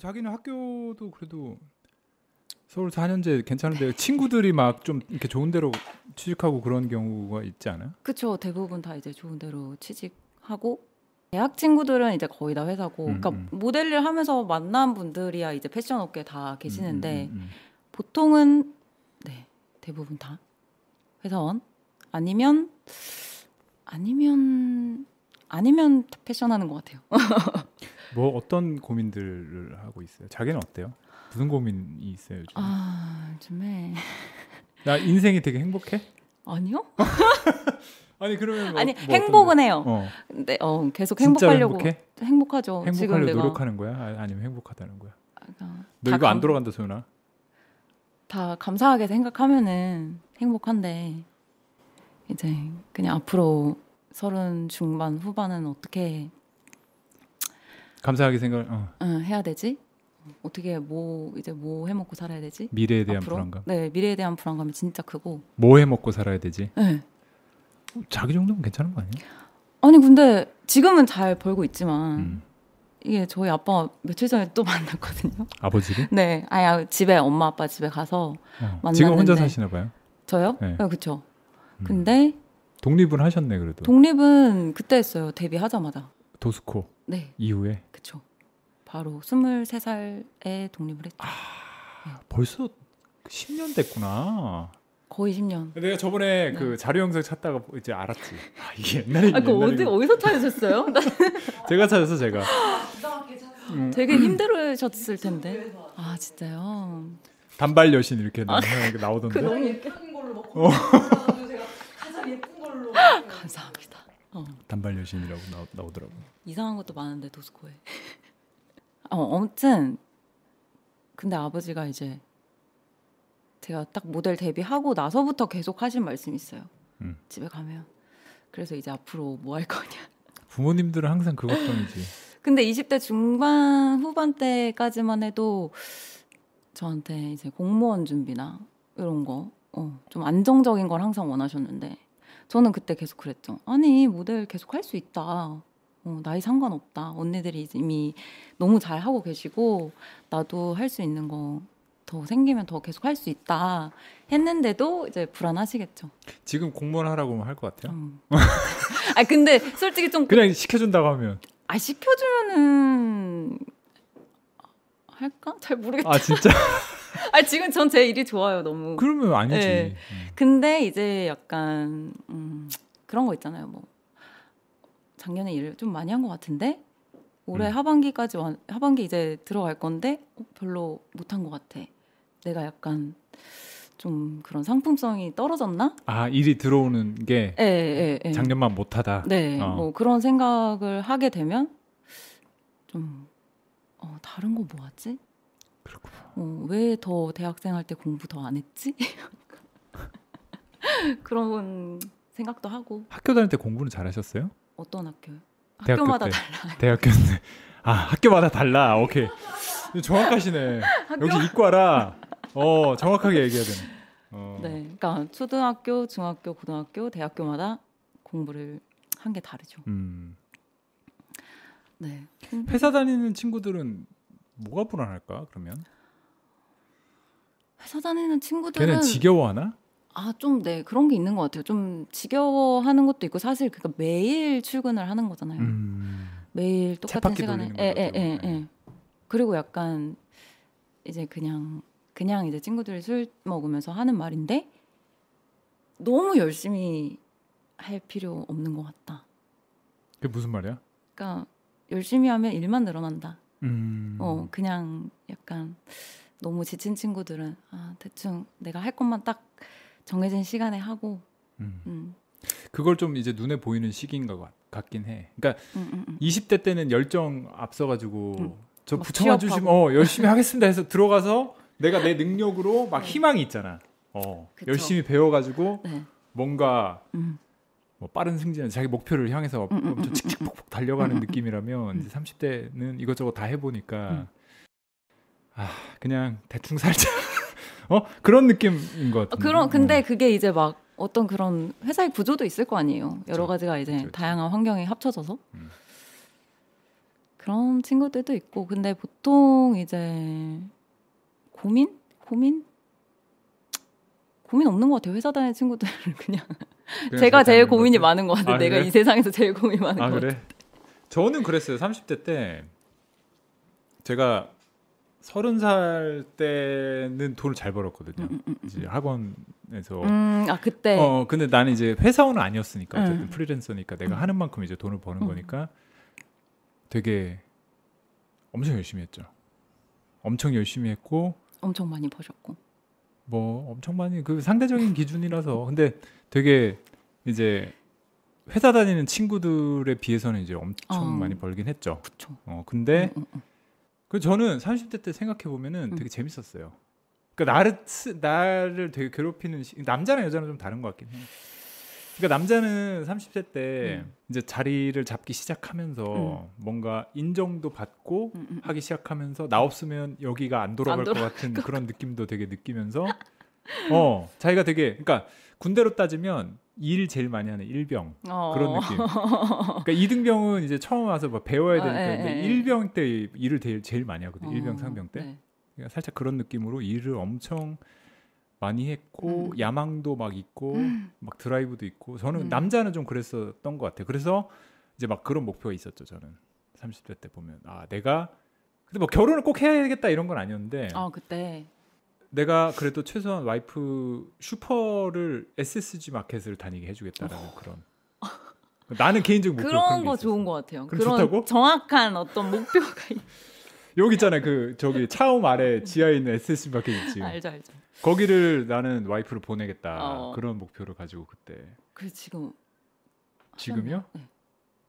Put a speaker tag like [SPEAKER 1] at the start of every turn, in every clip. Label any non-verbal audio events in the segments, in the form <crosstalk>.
[SPEAKER 1] 자기는 학교도 그래도 서울 4년제 괜찮은데 친구들이 막 좀 이렇게 좋은 데로 취직하고 그런 경우가 있지 않아요?
[SPEAKER 2] 그쵸 대부분 다 이제 좋은 데로 취직하고 대학 친구들은 이제 거의 다 회사고
[SPEAKER 1] 음,
[SPEAKER 2] 그러니까
[SPEAKER 1] 음.
[SPEAKER 2] 모델 일 하면서 만난 분들이야 이제 패션 업계 다 계시는데
[SPEAKER 1] 음, 음, 음,
[SPEAKER 2] 보통은 네 대부분 다 회사원 아니면 아니면 아니면 패션하는 것 같아요.
[SPEAKER 1] 음. 뭐 어떤 고민들을 하고 있어요? 자기는 어때요? 무슨 고민이 있어요 요즘?
[SPEAKER 2] 아 요즘에
[SPEAKER 1] 나 인생이 되게 행복해?
[SPEAKER 2] 아니요?
[SPEAKER 1] 아니 그러면 뭐,
[SPEAKER 2] 아니
[SPEAKER 1] 뭐
[SPEAKER 2] 행복은 해요.
[SPEAKER 1] 어떤데? 어,
[SPEAKER 2] 근데 어 계속
[SPEAKER 1] 진짜로
[SPEAKER 2] 행복하려고
[SPEAKER 1] 행복해?
[SPEAKER 2] 하죠 지금
[SPEAKER 1] 행복하려
[SPEAKER 2] 내가
[SPEAKER 1] 노력하는 거야? 아, 아니면 행복하다는 거야?
[SPEAKER 2] 아,
[SPEAKER 1] 너
[SPEAKER 2] 다
[SPEAKER 1] 이거 안
[SPEAKER 2] 감-
[SPEAKER 1] 돌아간다 소연아.
[SPEAKER 2] 다 감사하게 생각하면은 행복한데 이제 그냥 앞으로 서른 중반 후반은 어떻게
[SPEAKER 1] 감사하게 생각. 어.
[SPEAKER 2] 어, 해야 되지? 어떻게 뭐 이제 뭐 해먹고 살아야 되지?
[SPEAKER 1] 미래에 대한
[SPEAKER 2] 앞으로?
[SPEAKER 1] 불안감.
[SPEAKER 2] 네 미래에 대한 불안감이 진짜 크고.
[SPEAKER 1] 뭐 해 먹고 살아야 되지?
[SPEAKER 2] 네.
[SPEAKER 1] 자기 정도면 괜찮은 거 아니야?
[SPEAKER 2] 아니 근데 지금은 잘 벌고 있지만
[SPEAKER 1] 음.
[SPEAKER 2] 이게 저희 아빠 며칠 전에 또 <laughs> 만났거든요.
[SPEAKER 1] 아버지를?
[SPEAKER 2] 네, 아야 집에 엄마 아빠 집에 가서
[SPEAKER 1] 어.
[SPEAKER 2] 만났는데.
[SPEAKER 1] 지금 혼자 사시나 봐요.
[SPEAKER 2] 저요?
[SPEAKER 1] 네.
[SPEAKER 2] 네, 그렇죠.
[SPEAKER 1] 음.
[SPEAKER 2] 근데
[SPEAKER 1] 독립은 하셨네 그래도.
[SPEAKER 2] 독립은 그때 했어요. 데뷔하자마자.
[SPEAKER 1] 도스코
[SPEAKER 2] 네,
[SPEAKER 1] 이후에
[SPEAKER 2] 그쵸. 바로 23살에 독립을 했죠.
[SPEAKER 1] 아, 벌써 10년 됐구나.
[SPEAKER 2] 거의 10년.
[SPEAKER 1] 내가 저번에
[SPEAKER 2] 네.
[SPEAKER 1] 그 자료 영상 찾다가 이제 알았지. 아, <laughs> 이게 옛날에
[SPEAKER 2] 아, 그거
[SPEAKER 1] 옛날이고.
[SPEAKER 2] 어디, 어디서 찾으셨어요? 나
[SPEAKER 1] 제가 찾아서 제가.
[SPEAKER 2] 되게 힘들으셨을 텐데. 아, 진짜요?
[SPEAKER 1] 단발 여신 이렇게 나- 나오던데.
[SPEAKER 2] 그 너무 어.
[SPEAKER 3] 예쁜 걸로 막 골라가지고 제가 가장 예쁜 걸로
[SPEAKER 2] 감사합니다.
[SPEAKER 1] 단발 여신이라고 나오, 나오더라고.
[SPEAKER 2] 이상한 것도 많은데, 도스코에. <laughs> 어, 아무튼. 근데 아버지가 이제 제가 딱 모델 데뷔하고 나서부터 계속 하신 말씀이 있어요.
[SPEAKER 1] 음.
[SPEAKER 2] 집에 가면. 그래서 이제 앞으로 뭐 할 거냐.
[SPEAKER 1] 부모님들은 항상 그 걱정이지.
[SPEAKER 2] 근데 20대 중반 후반 때까지만 해도 저한테 이제 공무원 준비나 이런 거, 어, 좀 안정적인 걸 항상 원하셨는데 저는 그때 계속 그랬죠. 아니 모델 계속 할 수 있다. 어, 나이 상관없다. 언니들이 이제 이미 너무 잘 하고 계시고 나도 할 수 있는 거 더 생기면 더 계속 할 수 있다 했는데도 이제 불안하시겠죠.
[SPEAKER 1] 지금 공무원 하라고 하면 할 것 같아요.
[SPEAKER 2] 음. <laughs> 아 근데 솔직히 좀
[SPEAKER 1] 그냥 시켜준다고 하면
[SPEAKER 2] 아 시켜주면은 할까? 잘 모르겠.
[SPEAKER 1] 아 진짜 <laughs>
[SPEAKER 2] 아 지금 전 제 일이 좋아요 너무.
[SPEAKER 1] 그러면 아니지.
[SPEAKER 2] 네.
[SPEAKER 1] 음.
[SPEAKER 2] 근데 이제 약간 음, 그런 거 있잖아요. 뭐 작년에 일을 좀 많이 한 것 같은데 올해
[SPEAKER 1] 음.
[SPEAKER 2] 하반기까지 완- 하반기 이제 들어갈 건데 어, 별로 못한 것 같아. 내가 약간 좀 그런 상품성이 떨어졌나?
[SPEAKER 1] 아 일이 들어오는 게 네,
[SPEAKER 2] 예, 예, 예.
[SPEAKER 1] 작년만 못하다.
[SPEAKER 2] 네,
[SPEAKER 1] 어.
[SPEAKER 2] 뭐 그런 생각을 하게 되면 좀 어, 다른 거 뭐 하지?
[SPEAKER 1] 그렇구나.
[SPEAKER 2] 어, 왜 더 대학생 할 때 공부 더 안 했지? <laughs> 그런 생각도 하고
[SPEAKER 1] 학교 다닐 때 공부는 잘하셨어요?
[SPEAKER 2] 어떤 학교?
[SPEAKER 1] 대학교
[SPEAKER 2] 학교마다
[SPEAKER 1] 때.
[SPEAKER 2] 달라.
[SPEAKER 1] 대학교 때. 아 학교마다 달라. 오케이. 정확하시네. 여기 이과라. 어 정확하게 얘기해야 되네. 어.
[SPEAKER 2] 네, 그러니까 초등학교, 중학교, 고등학교, 대학교마다 공부를 한 게 다르죠.
[SPEAKER 1] 음.
[SPEAKER 2] 네,
[SPEAKER 1] 회사 다니는 친구들은 뭐가 불안할까? 그러면
[SPEAKER 2] 회사 다니는
[SPEAKER 1] 걔는
[SPEAKER 2] 친구들은
[SPEAKER 1] 지겨워하나?
[SPEAKER 2] 아 좀 네 그런 게 있는 것 같아요. 좀 지겨워하는 것도 있고 사실 그러니까 매일 출근을 하는 거잖아요.
[SPEAKER 1] 음.
[SPEAKER 2] 매일 똑같은
[SPEAKER 1] 쳇바퀴
[SPEAKER 2] 시간에
[SPEAKER 1] 돌리는
[SPEAKER 2] 예,
[SPEAKER 1] 거죠,
[SPEAKER 2] 예, 예,
[SPEAKER 1] 예.
[SPEAKER 2] 예. 그리고 약간 이제 그냥 그냥 이제 친구들이 술 먹으면서 하는 말인데 너무 열심히 할 필요 없는 것 같다.
[SPEAKER 1] 그게 무슨 말이야?
[SPEAKER 2] 그러니까 열심히 하면 일만 늘어난다.
[SPEAKER 1] 음.
[SPEAKER 2] 어 그냥 약간 너무 지친 친구들은 아 대충 내가 할 것만 딱 정해진 시간에 하고
[SPEAKER 1] 음.
[SPEAKER 2] 음,
[SPEAKER 1] 그걸 좀 이제 눈에 보이는 시기인 것 같- 같긴 해. 그러니까
[SPEAKER 2] 음, 음, 음.
[SPEAKER 1] 20대 때는 열정 앞서가지고
[SPEAKER 2] 음.
[SPEAKER 1] 저
[SPEAKER 2] 막
[SPEAKER 1] 붙여만 주시면
[SPEAKER 2] 취업하고.
[SPEAKER 1] 어, 열심히 하겠습니다 해서 들어가서 내가 내 능력으로 막 희망이 있잖아. 어,
[SPEAKER 2] 그쵸.
[SPEAKER 1] 열심히 배워가지고
[SPEAKER 2] 네.
[SPEAKER 1] 뭔가
[SPEAKER 2] 음.
[SPEAKER 1] 뭐 빠른 승진, 자기 목표를 향해서
[SPEAKER 2] 음, 음,
[SPEAKER 1] 엄청
[SPEAKER 2] 음,
[SPEAKER 1] 칙칙폭폭 달려가는
[SPEAKER 2] 음, 음,
[SPEAKER 1] 느낌이라면
[SPEAKER 2] 음.
[SPEAKER 1] 이제 30대는 이것저것 다 해보니까
[SPEAKER 2] 음.
[SPEAKER 1] 아 그냥 대충 살자. <laughs> 어 그런 느낌인 것
[SPEAKER 2] 어,
[SPEAKER 1] 같은데.
[SPEAKER 2] 그런 근데 그게 이제 막 어떤 그런 회사의 구조도 있을 거 아니에요.
[SPEAKER 1] 그쵸. 음.
[SPEAKER 2] 여러 가지가 이제
[SPEAKER 1] 그쵸, 그쵸.
[SPEAKER 2] 다양한 환경이 합쳐져서
[SPEAKER 1] 음.
[SPEAKER 2] 그런 친구들도 있고 근데 보통 이제 고민 고민 고민 없는 것 같아요 회사 다니는 친구들 <laughs> 그냥
[SPEAKER 1] 그냥
[SPEAKER 2] 제가
[SPEAKER 1] 잘
[SPEAKER 2] 제일
[SPEAKER 1] 다니는
[SPEAKER 2] 고민이
[SPEAKER 1] 거지?
[SPEAKER 2] 많은 것 같아요
[SPEAKER 1] 아,
[SPEAKER 2] 내가
[SPEAKER 1] 그래?
[SPEAKER 2] 이 세상에서 제일 고민이 많은
[SPEAKER 1] 아
[SPEAKER 2] 것
[SPEAKER 1] 그래? 저는 그랬어요. 30대 때 제가 30살 때는 돈을 잘 벌었거든요.
[SPEAKER 2] 같아요 음, 음, 음.
[SPEAKER 1] 이제 학원에서
[SPEAKER 2] 음, 아 그때
[SPEAKER 1] 어 근데 나는 이제 회사원은 아니었으니까 어쨌든
[SPEAKER 2] 응.
[SPEAKER 1] 프리랜서니까 내가 하는 만큼 이제 돈을 버는
[SPEAKER 2] 응.
[SPEAKER 1] 거니까 되게 엄청 열심히 했죠. 엄청 열심히 했고
[SPEAKER 2] 엄청 많이 버셨고
[SPEAKER 1] 뭐 엄청 많이 그 상대적인 기준이라서 근데 되게 이제 회사 다니는 친구들에 비해서는 이제 엄청
[SPEAKER 2] 어.
[SPEAKER 1] 많이 벌긴 했죠.
[SPEAKER 2] 그쵸
[SPEAKER 1] 어 근데
[SPEAKER 2] 음, 음,
[SPEAKER 1] 그 저는 30대 때 생각해 보면은
[SPEAKER 2] 음.
[SPEAKER 1] 되게 재밌었어요. 그러니까 나를 스- 나를 되게 괴롭히는 시- 남자랑 여자는 좀 다른 것 같긴 해요. 그러니까 남자는 30대 때
[SPEAKER 2] 음.
[SPEAKER 1] 이제 자리를 잡기 시작하면서 뭔가 인정도 받고
[SPEAKER 2] 음, 음.
[SPEAKER 1] 하기 시작하면서 나 없으면 여기가 안 돌아갈
[SPEAKER 2] 안
[SPEAKER 1] 것 같은 그런 느낌도 되게 느끼면서 어 자기가 되게 그러니까 군대로 따지면 일 제일 많이 하는 일병
[SPEAKER 2] 어.
[SPEAKER 1] 그런 느낌. 그러니까 이등병은 이제 처음 와서 막 배워야
[SPEAKER 2] 아,
[SPEAKER 1] 되니까
[SPEAKER 2] 예,
[SPEAKER 1] 근데
[SPEAKER 2] 예.
[SPEAKER 1] 일병 때 일을 제일, 제일 많이 하거든요. 일병
[SPEAKER 2] 어,
[SPEAKER 1] 상병 때.
[SPEAKER 2] 네.
[SPEAKER 1] 그러니까 살짝 그런 느낌으로 일을 엄청 많이 했고
[SPEAKER 2] 음.
[SPEAKER 1] 야망도 막 있고 막 드라이브도 있고 저는
[SPEAKER 2] 음.
[SPEAKER 1] 남자는 좀 그랬었던 것 같아요. 그래서 이제 막 그런 목표가 있었죠. 저는 30대 때 보면 아 내가 근데 뭐 결혼을 꼭 해야겠다 이런 건 아니었는데
[SPEAKER 2] 아 그때
[SPEAKER 1] 내가 그래도 최소한 와이프 슈퍼를 SSG 마켓을 다니게 해주겠다라는 그런 나는 개인적인 목표
[SPEAKER 2] 어. 그런 거 좋은 것 같아요.
[SPEAKER 1] 그럼
[SPEAKER 2] 그런
[SPEAKER 1] 좋다고?
[SPEAKER 2] 정확한 어떤 목표가
[SPEAKER 1] <laughs>
[SPEAKER 2] 있...
[SPEAKER 1] 여기 있잖아요 그 저기 차움 아래 지하에 있는 SSG 마켓 있지
[SPEAKER 2] 알죠 알죠.
[SPEAKER 1] 거기를 나는 와이프를 보내겠다
[SPEAKER 2] 어.
[SPEAKER 1] 그런 목표를 가지고 그때
[SPEAKER 2] 그 지금
[SPEAKER 1] 지금요?
[SPEAKER 2] 아,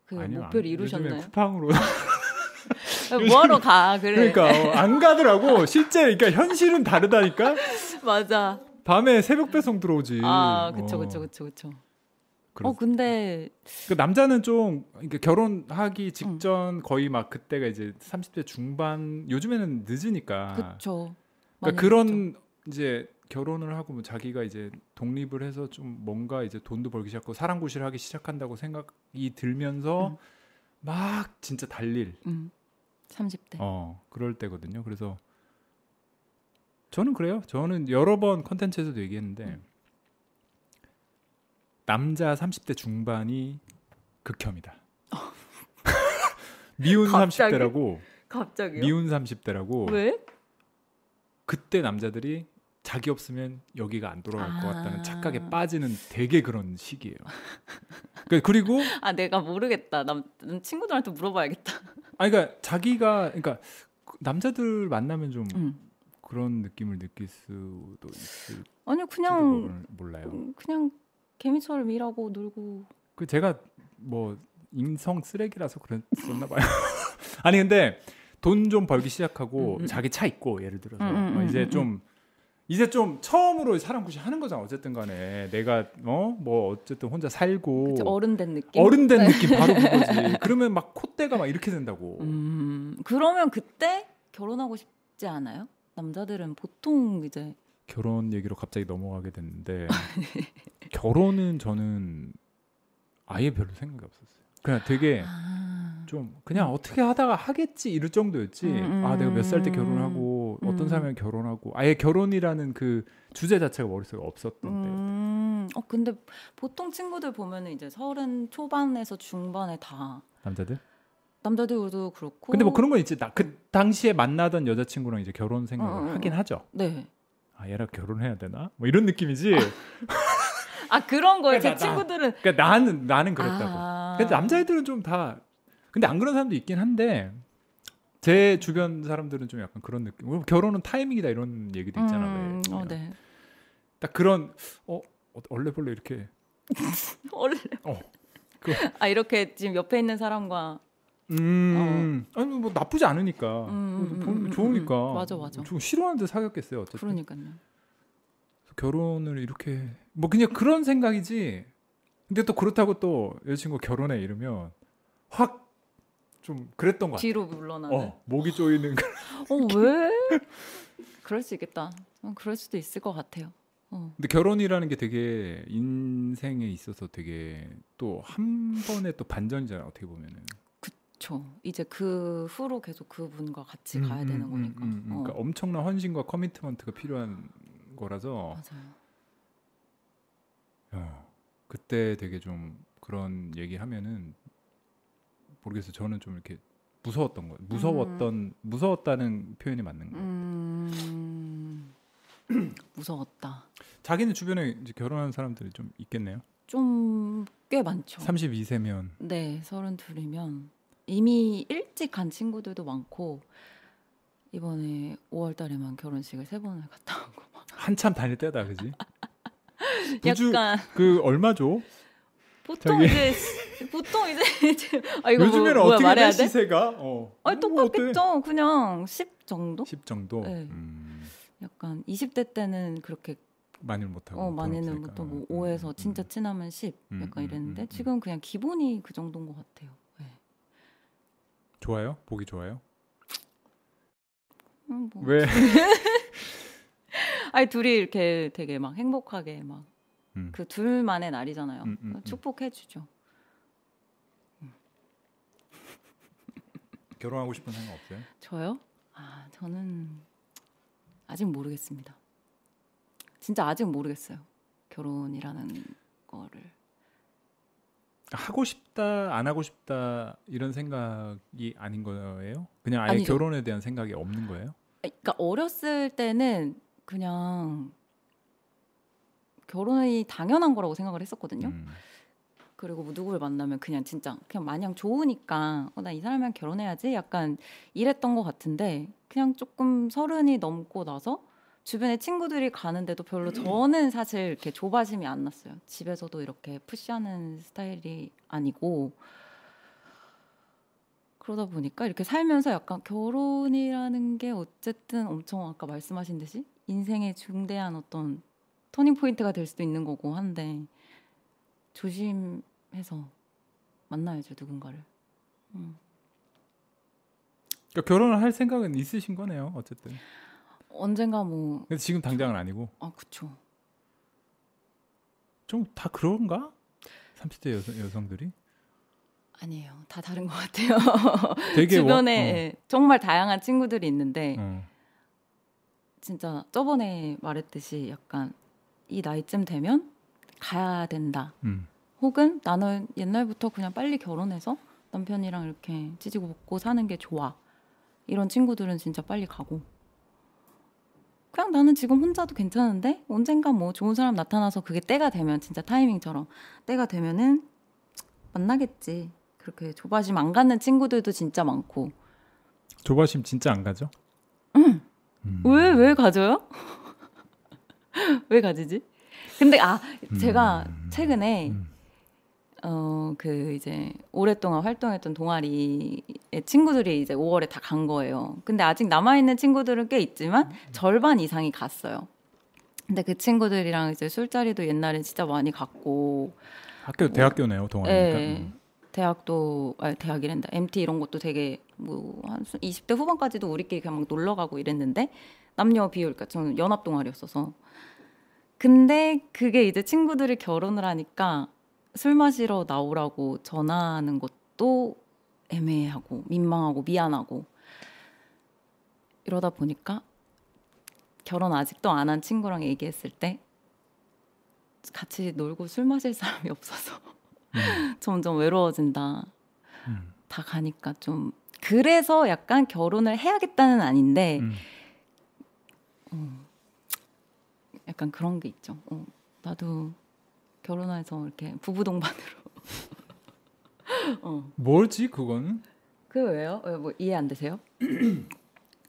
[SPEAKER 2] 그
[SPEAKER 1] 아니요,
[SPEAKER 2] 목표를
[SPEAKER 1] 안-
[SPEAKER 2] 이루셨나요? 아,
[SPEAKER 1] 요즘에 쿠팡으로 <laughs>
[SPEAKER 2] 뭐하러 가 그래
[SPEAKER 1] 그러니까 어, 안 가더라고 실제 그러니까 현실은 다르다니까
[SPEAKER 2] <laughs> 맞아.
[SPEAKER 1] 밤에 새벽 배송 들어오지
[SPEAKER 2] 아 그쵸
[SPEAKER 1] 어,
[SPEAKER 2] 그쵸 그쵸 그쵸.
[SPEAKER 1] 그래서
[SPEAKER 2] 어 근데
[SPEAKER 1] 그 남자는 좀 이렇게
[SPEAKER 2] 음.
[SPEAKER 1] 결혼하기 직전 거의 막 그때가 이제 30대 중반 요즘에는 늦으니까
[SPEAKER 2] 그쵸. 많이
[SPEAKER 1] 아. 그러니까 그런 이제 결혼을 하고 뭐 자기가 이제 독립을 해서 좀 뭔가 이제 돈도 벌기 시작하고 사랑구실하기 시작한다고 생각이 들면서
[SPEAKER 2] 음.
[SPEAKER 1] 막 진짜 달릴
[SPEAKER 2] 그쵸. 음, 30대.
[SPEAKER 1] 어 그럴 때거든요. 그래서 저는 그래요. 저는 여러 번 컨텐츠에서도 얘기했는데
[SPEAKER 2] 음.
[SPEAKER 1] 남자 30대 중반이 극혐이다. 미운
[SPEAKER 2] 어. 갑자기?
[SPEAKER 1] 30대라고
[SPEAKER 2] 갑자기요?
[SPEAKER 1] 미운 30대라고
[SPEAKER 2] 왜?
[SPEAKER 1] 그때 남자들이 자기 없으면 여기가 안 돌아갈 것
[SPEAKER 2] 아.
[SPEAKER 1] 같다는 착각에 빠지는 되게 그런 시기예요. 그러니까 그리고
[SPEAKER 2] 아 내가 모르겠다. 남, 남 친구들한테 물어봐야겠다. <laughs>
[SPEAKER 1] 아 그러니까 자기가 그러니까 그 남자들 만나면 좀
[SPEAKER 2] 음.
[SPEAKER 1] 그런 느낌을 느낄 수도 있을
[SPEAKER 2] 아니 그냥
[SPEAKER 1] 그냥 몰라요.
[SPEAKER 2] 음, 그냥 개미처럼 일하고 놀고.
[SPEAKER 1] 그 제가 뭐 인성 쓰레기라서 그랬었나 봐요. <laughs> 아니 근데 돈 좀 벌기 시작하고
[SPEAKER 2] 음, 음.
[SPEAKER 1] 자기 차 있고 예를 들어서
[SPEAKER 2] 음, 음,
[SPEAKER 1] 어,
[SPEAKER 2] 음,
[SPEAKER 1] 이제
[SPEAKER 2] 음,
[SPEAKER 1] 좀 이제 좀 처음으로 사람 구시 하는 거잖아 어쨌든 간에 내가 어 뭐 어쨌든 혼자 살고
[SPEAKER 2] 그쵸, 어른 된 느낌. 네.
[SPEAKER 1] 어른 된 느낌 바로
[SPEAKER 2] <laughs>
[SPEAKER 1] 그거지 그러면 막 콧대가 막 이렇게 된다고
[SPEAKER 2] 음, 그러면 그때 결혼하고 싶지 않아요? 남자들은 보통 이제
[SPEAKER 1] 결혼 얘기로 갑자기 넘어가게
[SPEAKER 2] <laughs>
[SPEAKER 1] 됐는데 결혼은 저는 아예 별로 생각이 없었어요 그냥 되게
[SPEAKER 2] 아,
[SPEAKER 1] 좀 그냥 어떻게 하다가 하겠지 이럴 정도였지
[SPEAKER 2] 음.
[SPEAKER 1] 아 내가 몇 살 때 결혼하고 어떤
[SPEAKER 2] 음.
[SPEAKER 1] 사람이랑 결혼하고 아예 결혼이라는 그 주제 자체가 머릿속에 없었던 때
[SPEAKER 2] 음, 어 근데 보통 친구들 보면은 이제 서른 초반에서 중반에 다
[SPEAKER 1] 남자들
[SPEAKER 2] 남자들도 그렇고.
[SPEAKER 1] 근데 뭐 그런 건 있지 나 그 당시에 만나던 여자친구랑 이제 결혼 생각을
[SPEAKER 2] 음, 음,
[SPEAKER 1] 하긴 하죠
[SPEAKER 2] 네.
[SPEAKER 1] 아 얘랑 결혼해야 되나 뭐 이런 느낌이지
[SPEAKER 2] 아 그런 거예요. 제
[SPEAKER 1] 나, 나.
[SPEAKER 2] 친구들은
[SPEAKER 1] 그러니까 나는 나는 그랬다고
[SPEAKER 2] 아,
[SPEAKER 1] 근데 남자애들은 좀 다 근데 안 그런 사람도 있긴 한데 제 주변 사람들은 좀 약간 그런 느낌 뭐 결혼은 타이밍이다 이런 얘기도 있잖아
[SPEAKER 2] 음,
[SPEAKER 1] 왜.
[SPEAKER 2] 어, 네.
[SPEAKER 1] 딱 그런 어 어, 얼레벌레 이렇게
[SPEAKER 2] 원래.
[SPEAKER 1] 어. 그-
[SPEAKER 2] 아 이렇게 지금 옆에 있는 사람과
[SPEAKER 1] 음. 아니 뭐 나쁘지 않으니까.
[SPEAKER 2] 음,
[SPEAKER 1] 보-
[SPEAKER 2] 음, 음,
[SPEAKER 1] 좋으니까.
[SPEAKER 2] 음, 음. 맞아, 맞아.
[SPEAKER 1] 좀 싫어하는데 사귀었겠어요. 어쨌든.
[SPEAKER 2] 그러니까요.
[SPEAKER 1] 결혼을 이렇게 뭐 그냥 그런 생각이지. 근데 또 그렇다고 또 여자친구 결혼해 이러면 확 좀 그랬던 것 같아.
[SPEAKER 2] 뒤로 물러나는. 어,
[SPEAKER 1] 뭐 어, 목이 조이는 거.
[SPEAKER 2] 왜? <laughs> 그럴 수 있겠다. 어, 그럴 수도 있을 것 같아요. 어.
[SPEAKER 1] 근데 결혼이라는 게 되게 인생에 있어서 되게 또 한 번에 또 반전이잖아 어떻게 보면은
[SPEAKER 2] 그쵸. 이제 그 후로 계속 그분과 같이
[SPEAKER 1] 음,
[SPEAKER 2] 가야
[SPEAKER 1] 음,
[SPEAKER 2] 되는
[SPEAKER 1] 음,
[SPEAKER 2] 거니까.
[SPEAKER 1] 음, 음. 그러니까
[SPEAKER 2] 어.
[SPEAKER 1] 엄청난 헌신과 커미트먼트가 필요한 거라서
[SPEAKER 2] 맞아요.
[SPEAKER 1] 어, 그때 되게 좀 그런 얘기 하면은 모르겠어요. 저는 좀 이렇게 무서웠던 거예요. 무서웠던 무서웠다는 표현이 맞는 거예요.
[SPEAKER 2] 음... <clears throat> 무서웠다.
[SPEAKER 1] 자기는 주변에 이제 결혼한 사람들이 좀 있겠네요.
[SPEAKER 2] 좀 꽤 많죠.
[SPEAKER 1] 32세면
[SPEAKER 2] 네, 서른 둘이면 이미 일찍 간 친구들도 많고 이번에 5월달에만 결혼식을 세 번을 갔다 온 거. 봐.
[SPEAKER 1] 한참 다닐 때다,
[SPEAKER 2] <laughs>
[SPEAKER 1] 그지? 부주-
[SPEAKER 2] 약간
[SPEAKER 1] 그 얼마죠?
[SPEAKER 2] 보통
[SPEAKER 1] 저기-
[SPEAKER 2] 이제 보통 이제 <laughs> 지금- 아 이거
[SPEAKER 1] 요즘에는
[SPEAKER 2] 뭐, 뭐야,
[SPEAKER 1] 어떻게
[SPEAKER 2] 말해야
[SPEAKER 1] 된
[SPEAKER 2] 돼?
[SPEAKER 1] 시세가? 어.
[SPEAKER 2] 아니
[SPEAKER 1] 뭐 어때?
[SPEAKER 2] 똑같겠죠. 그냥 10 정도?
[SPEAKER 1] 10 정도.
[SPEAKER 2] 네.
[SPEAKER 1] 음,
[SPEAKER 2] 약간 20대 때는 그렇게
[SPEAKER 1] 많이는 못 하고.
[SPEAKER 2] 어 많이는 보통 뭐 5에서 진짜 친하면 10
[SPEAKER 1] 음, 음,
[SPEAKER 2] 약간 이랬는데
[SPEAKER 1] 음, 음.
[SPEAKER 2] 지금 그냥 기본이 그 정도인 것 같아요. 네.
[SPEAKER 1] 좋아요? 보기 좋아요?
[SPEAKER 2] 음, 뭐. <laughs>
[SPEAKER 1] 왜?
[SPEAKER 2] 아니 둘이 이렇게 되게 막 행복하게 막 그
[SPEAKER 1] 음.
[SPEAKER 2] 둘만의 날이잖아요.
[SPEAKER 1] 음, 음, 음.
[SPEAKER 2] 축복해 주죠.
[SPEAKER 1] 결혼하고 싶은 생각 없어요?
[SPEAKER 2] 저요? 아 저는 아직 모르겠습니다. 진짜 아직 모르겠어요. 결혼이라는 거를
[SPEAKER 1] 하고 싶다 안 하고 싶다 이런 생각이 아닌 거예요? 그냥 아예
[SPEAKER 2] 아니죠.
[SPEAKER 1] 결혼에 대한 생각이 없는 거예요?
[SPEAKER 2] 아니, 그러니까 어렸을 때는 그냥 결혼이 당연한 거라고 생각을 했었거든요.
[SPEAKER 1] 음.
[SPEAKER 2] 그리고 뭐 누구를 만나면 그냥 진짜 그냥 마냥 좋으니까 어, 나 이 사람이랑 결혼해야지 약간 이랬던 것 같은데 그냥 조금 서른이 넘고 나서 주변에 친구들이 가는데도 별로 저는 사실 이렇게 조바심이 안 났어요. 집에서도 이렇게 푸시하는 스타일이 아니고 그러다 보니까 이렇게 살면서 약간 결혼이라는 게 어쨌든 엄청 아까 말씀하신 듯이 인생의 중대한 어떤 터닝 포인트가 될 수도 있는 거고 한데 조심해서 만나야죠 누군가를. 음.
[SPEAKER 1] 그러니까 결혼을 할 생각은 있으신 거네요, 어쨌든.
[SPEAKER 2] 언젠가 뭐,
[SPEAKER 1] 근데 지금 당장은 아니고
[SPEAKER 2] 아 그쵸.
[SPEAKER 1] 좀 다 그런가? 30대 여성, 여성들이
[SPEAKER 2] 아니에요. 다 다른 것 같아요.
[SPEAKER 1] <laughs> 되게 어. 워-
[SPEAKER 2] 주변에 예, 정말 다양한 친구들이 있는데
[SPEAKER 1] 어, 어.
[SPEAKER 2] 진짜 저번에 말했듯이 약간 이 나이쯤 되면 가야 된다.
[SPEAKER 1] 음.
[SPEAKER 2] 혹은 나는 옛날부터 그냥 빨리 결혼해서 남편이랑 이렇게 찢고 먹고 사는 게 좋아. 이런 친구들은 진짜 빨리 가고. 그냥 나는 지금 혼자도 괜찮은데 언젠가 뭐 좋은 사람 나타나서 그게 때가 되면 진짜 타이밍처럼 때가 되면은 만나겠지. 그렇게 조바심 안 갖는 친구들도 진짜 많고.
[SPEAKER 1] 조바심 진짜 안 가죠? 음.
[SPEAKER 2] 왜 왜 가져요? <laughs> 왜 가지지? 근데 아 제가
[SPEAKER 1] 음.
[SPEAKER 2] 최근에
[SPEAKER 1] 음.
[SPEAKER 2] 어 그 이제 오랫동안 활동했던 동아리의 친구들이 이제 5월에 다 간 거예요. 근데 아직 남아 있는 친구들은 꽤 있지만
[SPEAKER 1] 음.
[SPEAKER 2] 절반 이상이 갔어요. 근데 그 친구들이랑 이제 술자리도 옛날에 진짜 많이 갔고
[SPEAKER 1] 학교 대학교네요, 동아리니까.
[SPEAKER 2] 예.
[SPEAKER 1] 음.
[SPEAKER 2] 대학도 아 대학이란다 MT 이런 것도 되게 뭐한 20대 후반까지도 우리끼리 그냥 막 놀러 가고 이랬는데 남녀 비율 그러니까 저는 연합 동아리였어서 근데 그게 이제 친구들이 결혼을 하니까 술 마시러 나오라고 전화하는 것도 애매하고 민망하고 미안하고 이러다 보니까 결혼 아직도 안 한 친구랑 얘기했을 때 같이 놀고 술 마실 사람이 없어서 <laughs> 점점 외로워진다.
[SPEAKER 1] 음.
[SPEAKER 2] 다 가니까 좀 그래서 약간 결혼을 해야겠다는 아닌데
[SPEAKER 1] 음.
[SPEAKER 2] 약간 그런 게 있죠. 어, 나도 결혼해서 이렇게 부부 동반으로. <laughs> 어.
[SPEAKER 1] 뭐지 그건?
[SPEAKER 2] 그 왜요? 왜 뭐 이해 안 되세요?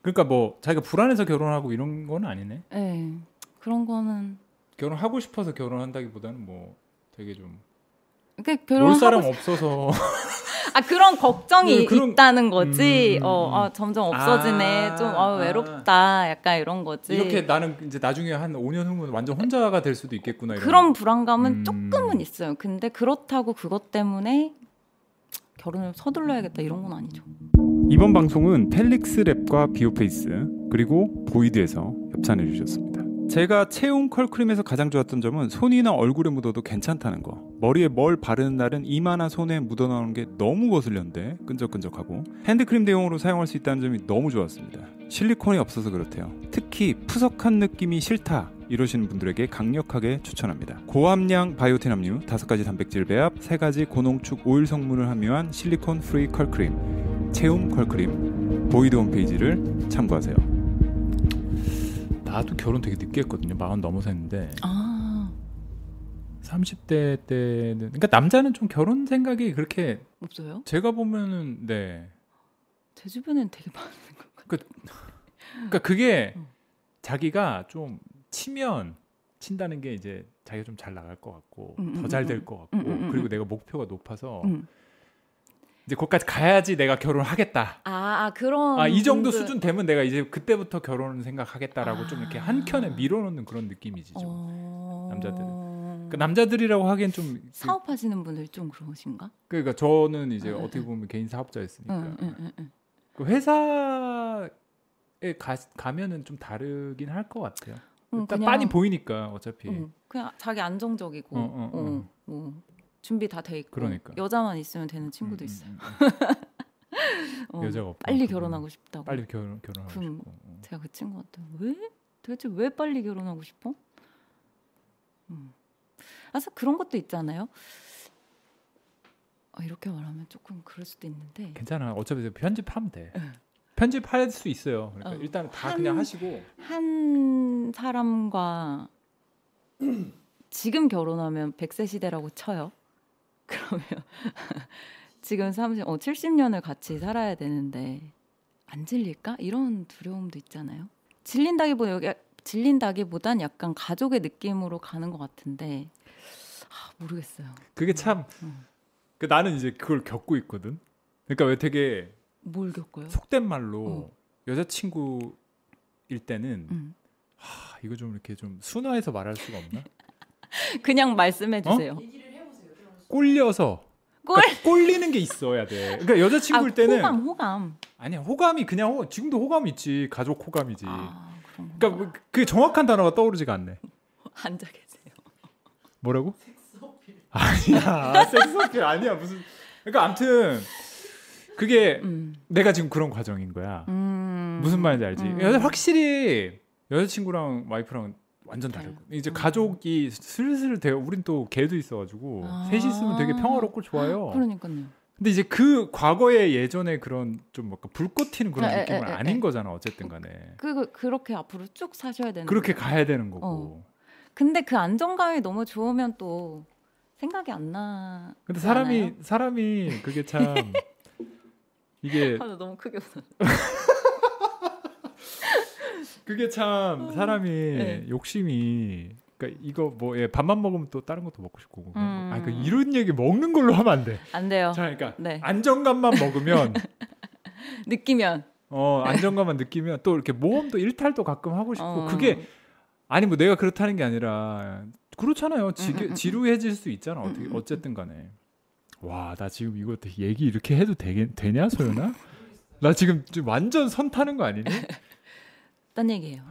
[SPEAKER 1] 그러니까 뭐 자기가 불안해서 결혼하고 이런 건 아니네.
[SPEAKER 2] 예. 그런 거는
[SPEAKER 1] 결혼하고 싶어서 결혼한다기보다는 뭐 되게 좀올
[SPEAKER 2] 그 결혼
[SPEAKER 1] 사람
[SPEAKER 2] <laughs>
[SPEAKER 1] 없어서
[SPEAKER 2] 아 그런 걱정이
[SPEAKER 1] 네, 그런-
[SPEAKER 2] 있다는 거지.
[SPEAKER 1] 음, 음,
[SPEAKER 2] 어, 아, 점점 없어지네.
[SPEAKER 1] 아,
[SPEAKER 2] 좀 아,
[SPEAKER 1] 아.
[SPEAKER 2] 외롭다. 약간 이런 거지.
[SPEAKER 1] 이렇게 나는 이제 나중에 한 5년 후면 완전 혼자가 될 수도 있겠구나 이런.
[SPEAKER 2] 그런
[SPEAKER 1] 음.
[SPEAKER 2] 불안감은 조금은 있어요. 근데 그렇다고 그것 때문에 결혼을 서둘러야겠다 이런 건 아니죠.
[SPEAKER 4] 이번 방송은 펠릭스 랩과 비오페이스 그리고 보이드에서 협찬해 주셨습니다. 제가 채운 컬크림에서 가장 좋았던 점은 손이나 얼굴에 묻어도 괜찮다는 거. 머리에 뭘 바르는 날은 이만한 손에 묻어나오는 게 너무 거슬렸는데 끈적끈적하고 핸드크림 대용으로 사용할 수 있다는 점이 너무 좋았습니다. 실리콘이 없어서 그렇대요. 특히 푸석한 느낌이 싫다. 이러시는 분들에게 강력하게 추천합니다. 고함량 바이오틴 함유, 5가지 단백질 배합, 3가지 고농축 오일 성분을 함유한 실리콘 프리 컬크림, 체움 컬크림, 보이드 홈페이지를 참고하세요.
[SPEAKER 1] 나도 결혼 되게 늦게 했거든요. 마흔 넘어서 했는데
[SPEAKER 2] 아
[SPEAKER 1] 30대 때는 그러니까 남자는 좀 결혼 생각이 그렇게
[SPEAKER 2] 없어요?
[SPEAKER 1] 제가 보면은 네.
[SPEAKER 2] 제 주변엔 되게 많은 것 같아요.
[SPEAKER 1] 그러니까 그게
[SPEAKER 2] 음.
[SPEAKER 1] 자기가 좀 치면 친다는 게 이제 자기가 좀 잘 나갈 것 같고
[SPEAKER 2] 음, 음,
[SPEAKER 1] 더 잘
[SPEAKER 2] 음,
[SPEAKER 1] 될
[SPEAKER 2] 음.
[SPEAKER 1] 것 같고
[SPEAKER 2] 음, 음, 음,
[SPEAKER 1] 그리고 내가 목표가 높아서
[SPEAKER 2] 음.
[SPEAKER 1] 이제 거기까지 가야지 내가 결혼을 하겠다.
[SPEAKER 2] 아, 아, 그런
[SPEAKER 1] 아 이 정도
[SPEAKER 2] 분들.
[SPEAKER 1] 수준 되면 내가 이제 그때부터 결혼을 생각하겠다라고 좀 이렇게
[SPEAKER 2] 아.
[SPEAKER 1] 한켠에 밀어놓는 그런 느낌이지 좀.
[SPEAKER 2] 어...
[SPEAKER 1] 남자들은. 그 남자들이라고 하기엔 좀 그-
[SPEAKER 2] 사업하시는 분들 좀 그러신가?
[SPEAKER 1] 그러니까 저는 이제
[SPEAKER 2] 응, 응,
[SPEAKER 1] 어떻게 보면 개인 사업자였으니까
[SPEAKER 2] 응, 응, 응, 응.
[SPEAKER 1] 그 회사에 가, 가면은 좀 다르긴 할 것 같아요.
[SPEAKER 2] 응,
[SPEAKER 1] 일단
[SPEAKER 2] 어, 그냥-
[SPEAKER 1] 빤히 보이니까 어차피
[SPEAKER 2] 응, 그냥 자기 안정적이고
[SPEAKER 1] 어, 어,
[SPEAKER 2] 어,
[SPEAKER 1] 어.
[SPEAKER 2] 뭐 준비 다 돼 있고
[SPEAKER 1] 그러니까.
[SPEAKER 2] 여자만 있으면 되는 친구도
[SPEAKER 1] 음,
[SPEAKER 2] 있어요.
[SPEAKER 1] 음,
[SPEAKER 2] 어,
[SPEAKER 1] 음. 여자가 없고
[SPEAKER 2] 빨리 결혼하고 싶다고.
[SPEAKER 1] 빨리 결혼 결혼하고
[SPEAKER 2] 그럼-
[SPEAKER 1] 싶고 음.
[SPEAKER 2] 제가 그 친구한테 왜 도대체 왜 빨리 결혼하고 싶어? 음. 그래서 그런 것도 있잖아요. 아, 이렇게 말하면 조금 그럴 수도 있는데
[SPEAKER 1] 괜찮아 어차피 이제 편집하면 돼 편집할 수 있어요 그러니까
[SPEAKER 2] 어.
[SPEAKER 1] 일단 다
[SPEAKER 2] 한-
[SPEAKER 1] 그냥 하시고
[SPEAKER 2] 한 사람과 <clears throat> 지금 결혼하면 100세 시대라고 쳐요. <laughs> 그러면 지금 30, 어, 70년을 같이 살아야 되는데 안 질릴까? 이런 두려움도 있잖아요. 질린다기보다 여기 질린다기보단 약간 가족의 느낌으로 가는 것 같은데 아, 모르겠어요.
[SPEAKER 1] 그게 참
[SPEAKER 2] 음.
[SPEAKER 1] 그 나는 이제 그걸 겪고 있거든 그러니까 왜 되게
[SPEAKER 2] 뭘 음. 겪어요?
[SPEAKER 1] 속된 말로 여자친구일 때는
[SPEAKER 2] 음.
[SPEAKER 1] 아, 이거 좀 이렇게 좀 순화해서 말할 수가 없나
[SPEAKER 2] 그냥
[SPEAKER 1] 어?
[SPEAKER 2] 말씀해 주세요.
[SPEAKER 3] 얘기를 해보세요. 그럼.
[SPEAKER 1] 꼴려서
[SPEAKER 2] 꼴-
[SPEAKER 1] 그러니까 꼴리는 게 있어야 돼 그러니까 여자친구일
[SPEAKER 2] 아,
[SPEAKER 1] 때는
[SPEAKER 2] 호감 호감.
[SPEAKER 1] 아니야 호감이 그냥 호, 지금도 호감 있지 가족 호감이지
[SPEAKER 2] 아 그런 거.
[SPEAKER 1] 그러니까 뭐 그 정확한 단어가 떠오르지가 않네
[SPEAKER 2] 앉아 계세요.
[SPEAKER 1] 뭐라고
[SPEAKER 3] 섹스 어필.
[SPEAKER 1] 아니야 섹스 어필 아니야 무슨 그러니까 암튼 그게
[SPEAKER 2] 음.
[SPEAKER 1] 내가 지금 그런 과정인 거야
[SPEAKER 2] 음.
[SPEAKER 1] 무슨 말인지 알지
[SPEAKER 2] 음.
[SPEAKER 1] 여자- 확실히 여자친구랑 와이프랑 완전
[SPEAKER 2] 달라요.
[SPEAKER 1] 다르고 이제
[SPEAKER 2] 음.
[SPEAKER 1] 가족이 슬슬 돼요 우린 또 개도 있어가지고
[SPEAKER 2] 아.
[SPEAKER 1] 셋이 있으면 되게 평화롭고 좋아요
[SPEAKER 2] 그러니까요.
[SPEAKER 1] 근데 이제 그 과거의 예전에 그런 좀 뭔가 불꽃 튀는 그런
[SPEAKER 2] 에, 에,
[SPEAKER 1] 느낌은
[SPEAKER 2] 에, 에,
[SPEAKER 1] 아닌
[SPEAKER 2] 에.
[SPEAKER 1] 거잖아 어쨌든 간에
[SPEAKER 2] 그 그렇게 앞으로 쭉 사셔야 되는.
[SPEAKER 1] 그렇게
[SPEAKER 2] 거예요.
[SPEAKER 1] 가야 되는 거고
[SPEAKER 2] 근데 그 안정감이 너무 좋으면 또 생각이 안 나.
[SPEAKER 1] 근데 사람이
[SPEAKER 2] 않아요?
[SPEAKER 1] 사람이 그게
[SPEAKER 2] <laughs>
[SPEAKER 1] 참 이게
[SPEAKER 2] 아, 나 너무 크게 웃어.
[SPEAKER 1] 그게
[SPEAKER 2] 음.
[SPEAKER 1] 참 사람이
[SPEAKER 2] 네.
[SPEAKER 1] 욕심이 그러니까 이거 뭐 예, 밥만 먹으면 또 다른 것도 먹고 싶고
[SPEAKER 2] 음.
[SPEAKER 1] 아, 그 이런 얘기 먹는 걸로 하면 안 돼.
[SPEAKER 2] 안 돼요.
[SPEAKER 1] 자, 그러니까
[SPEAKER 2] 네.
[SPEAKER 1] 안정감만 먹으면
[SPEAKER 2] 느끼면.
[SPEAKER 1] 어 안정감만 느끼면 또 이렇게 모험도 일탈도 가끔 하고 싶고
[SPEAKER 2] 네. 어.
[SPEAKER 1] 그게 아니 뭐 내가 그렇다는 게 아니라 그렇잖아요. 지,
[SPEAKER 2] 음, 음, 음.
[SPEAKER 1] 지루해질 수 있잖아. 어떻게
[SPEAKER 2] 음, 음, 음.
[SPEAKER 1] 어쨌든 간에 와 나 지금 이거 되게 얘기 이렇게 해도 되겠, 되냐 소연아? 나 지금 지금 완전 선 타는 거 아니니?
[SPEAKER 2] 딴 얘기예요.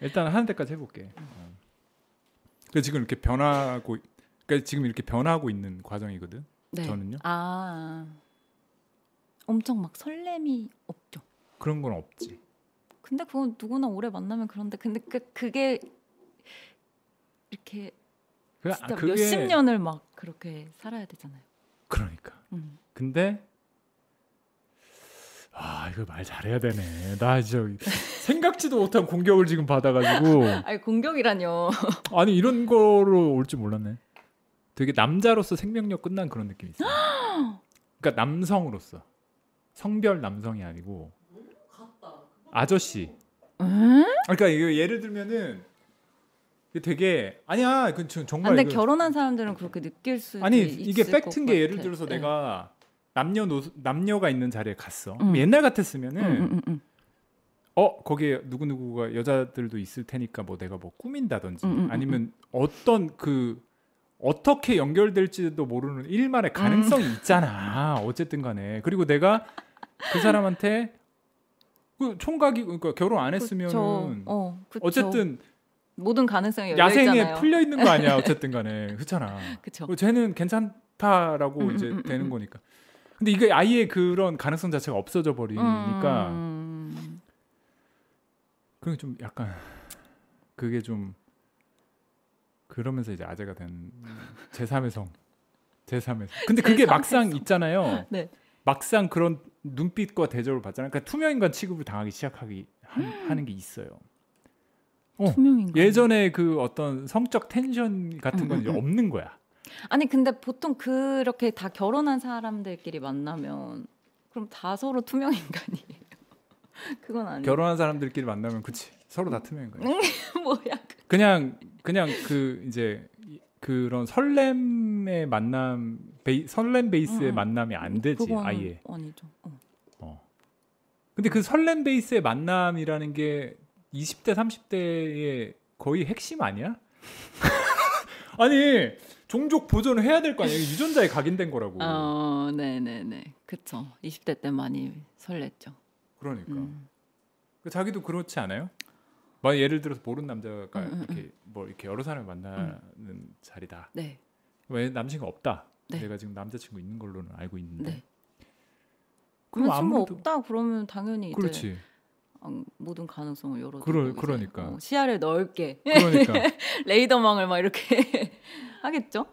[SPEAKER 1] 일단 하는 데까지 해볼게. 어. 그 지금 이렇게 변하고, 그러니까 지금 이렇게 변하고 있는 과정이거든.
[SPEAKER 2] 네.
[SPEAKER 1] 저는요?
[SPEAKER 2] 아. 엄청 막 설렘이 없죠.
[SPEAKER 1] 그런 건 없지.
[SPEAKER 2] 근데 그건 누구나 오래 만나면 그런데 근데 그 그게 이렇게
[SPEAKER 1] 그, 아,
[SPEAKER 2] 진짜 몇십 년을 막 그렇게 살아야 되잖아요.
[SPEAKER 1] 그러니까.
[SPEAKER 2] 음.
[SPEAKER 1] 근데 아 이거 말 잘해야 되네. 나 진짜 생각지도 못한 공격을 지금 받아가지고
[SPEAKER 2] 아니 공격이라뇨.
[SPEAKER 1] 아니 이런 거로 올 줄 몰랐네. 되게 남자로서 생명력 끝난 그런 느낌이 있어. 그러니까 남성으로서 성별 남성이 아니고
[SPEAKER 3] 갔다. 그거
[SPEAKER 1] 아저씨.
[SPEAKER 2] 에?
[SPEAKER 1] 그러니까 이거 예를 들면은 이게 되게 아니야 그 저-
[SPEAKER 2] 아,
[SPEAKER 1] 정말
[SPEAKER 2] 근데
[SPEAKER 1] 이거-
[SPEAKER 2] 결혼한 사람들은 그렇게 느낄 수
[SPEAKER 1] 아니 이게 팩트인 게 예를 들어서 내가 남녀 노 남녀가 있는 자리에 갔어
[SPEAKER 2] 음.
[SPEAKER 1] 옛날 같았으면은
[SPEAKER 2] 응응응
[SPEAKER 1] 어 거기에 누구 누구가 여자들도 있을 테니까 뭐 내가 뭐 꾸민다든지
[SPEAKER 2] 음, 음, 음,
[SPEAKER 1] 아니면 어떤 그 어떻게 연결될지도 모르는
[SPEAKER 2] 음.
[SPEAKER 1] 일만의 가능성이 있잖아 어쨌든 간에 그리고 내가 그 사람한테 그 총각이 그러니까 결혼 안 했으면
[SPEAKER 2] 어, 그쵸.
[SPEAKER 1] 어쨌든
[SPEAKER 2] 모든 가능성이 열려
[SPEAKER 1] 야생에
[SPEAKER 2] 있잖아요.
[SPEAKER 1] 풀려 있는 거
[SPEAKER 2] <laughs>
[SPEAKER 1] 아니야 어쨌든간에 그렇잖아.
[SPEAKER 2] 그쵸.
[SPEAKER 1] 어, 쟤는 괜찮다라고
[SPEAKER 2] 그렇죠. 음,
[SPEAKER 1] 이제
[SPEAKER 2] 음, 음,
[SPEAKER 1] 되는
[SPEAKER 2] 음.
[SPEAKER 1] 거니까. 근데 이게 아예 그런 가능성 자체가 없어져 버리니까
[SPEAKER 2] 음,
[SPEAKER 1] 그게 좀 약간 그게 좀 그러면서 이제 아재가 된 제3의 성. 제3의 성. 근데 그게
[SPEAKER 2] 제3의
[SPEAKER 1] 막상
[SPEAKER 2] 성.
[SPEAKER 1] 있잖아요.
[SPEAKER 2] 네.
[SPEAKER 1] 막상 그런 눈빛과 대접을 받잖아요. 그러니까 투명인간 취급을 당하기 시작하기 하- 하는 게 있어요. 어,
[SPEAKER 2] 투명인가?
[SPEAKER 1] 예전에 그 어떤 성적 텐션 같은 건 이제
[SPEAKER 2] 음, 음,
[SPEAKER 1] 없는 거야.
[SPEAKER 2] 아니 근데 보통 그렇게 다 결혼한 사람들끼리 만나면 그럼 다 서로 투명 인간이에요. <laughs> 그건 아니에요.
[SPEAKER 1] 결혼한 사람들끼리 만나면 그치 서로
[SPEAKER 2] 음.
[SPEAKER 1] 다 투명인간.
[SPEAKER 2] <laughs> 뭐야?
[SPEAKER 1] 그냥 그냥 그 이제 이- 그런 설렘의 만남 베이, 설렘 베이스의
[SPEAKER 2] 음, 음.
[SPEAKER 1] 만남이 안 되지
[SPEAKER 2] 그건
[SPEAKER 1] 아예.
[SPEAKER 2] 아니죠. 어.
[SPEAKER 1] 어. 근데 그 설렘 베이스의 만남이라는 게 20대 30대의 거의 핵심 아니야? <laughs> 아니 종족 보존을 해야 될 거 아니야? 이거 유전자에 각인된 거라고.
[SPEAKER 2] 어, 네네네. 그쵸. 20대 때 많이 설렜죠.
[SPEAKER 1] 그러니까
[SPEAKER 2] 음.
[SPEAKER 1] 그 자기도 그렇지 않아요? 만약 예를 들어서 모르는 남자가
[SPEAKER 2] 음, 음,
[SPEAKER 1] 이렇게 뭐 이렇게 여러 사람을 만나는 자리다.
[SPEAKER 2] 네,
[SPEAKER 1] 왜 남친이 없다.
[SPEAKER 2] 네.
[SPEAKER 1] 내가 지금 남자친구 있는 걸로는 알고 있는데.
[SPEAKER 2] 네.
[SPEAKER 1] 그럼
[SPEAKER 2] 그러면 친구
[SPEAKER 1] 아무래도
[SPEAKER 2] 없다 그러면 당연히 이제 <laughs>
[SPEAKER 1] 그렇지.
[SPEAKER 2] 어, 모든 가능성을 열어.
[SPEAKER 1] 그럴- 그러니까.
[SPEAKER 2] 시야를 넓게 <laughs>
[SPEAKER 1] 그러니까
[SPEAKER 2] 레이더망을 막 이렇게 <laughs> 하겠죠.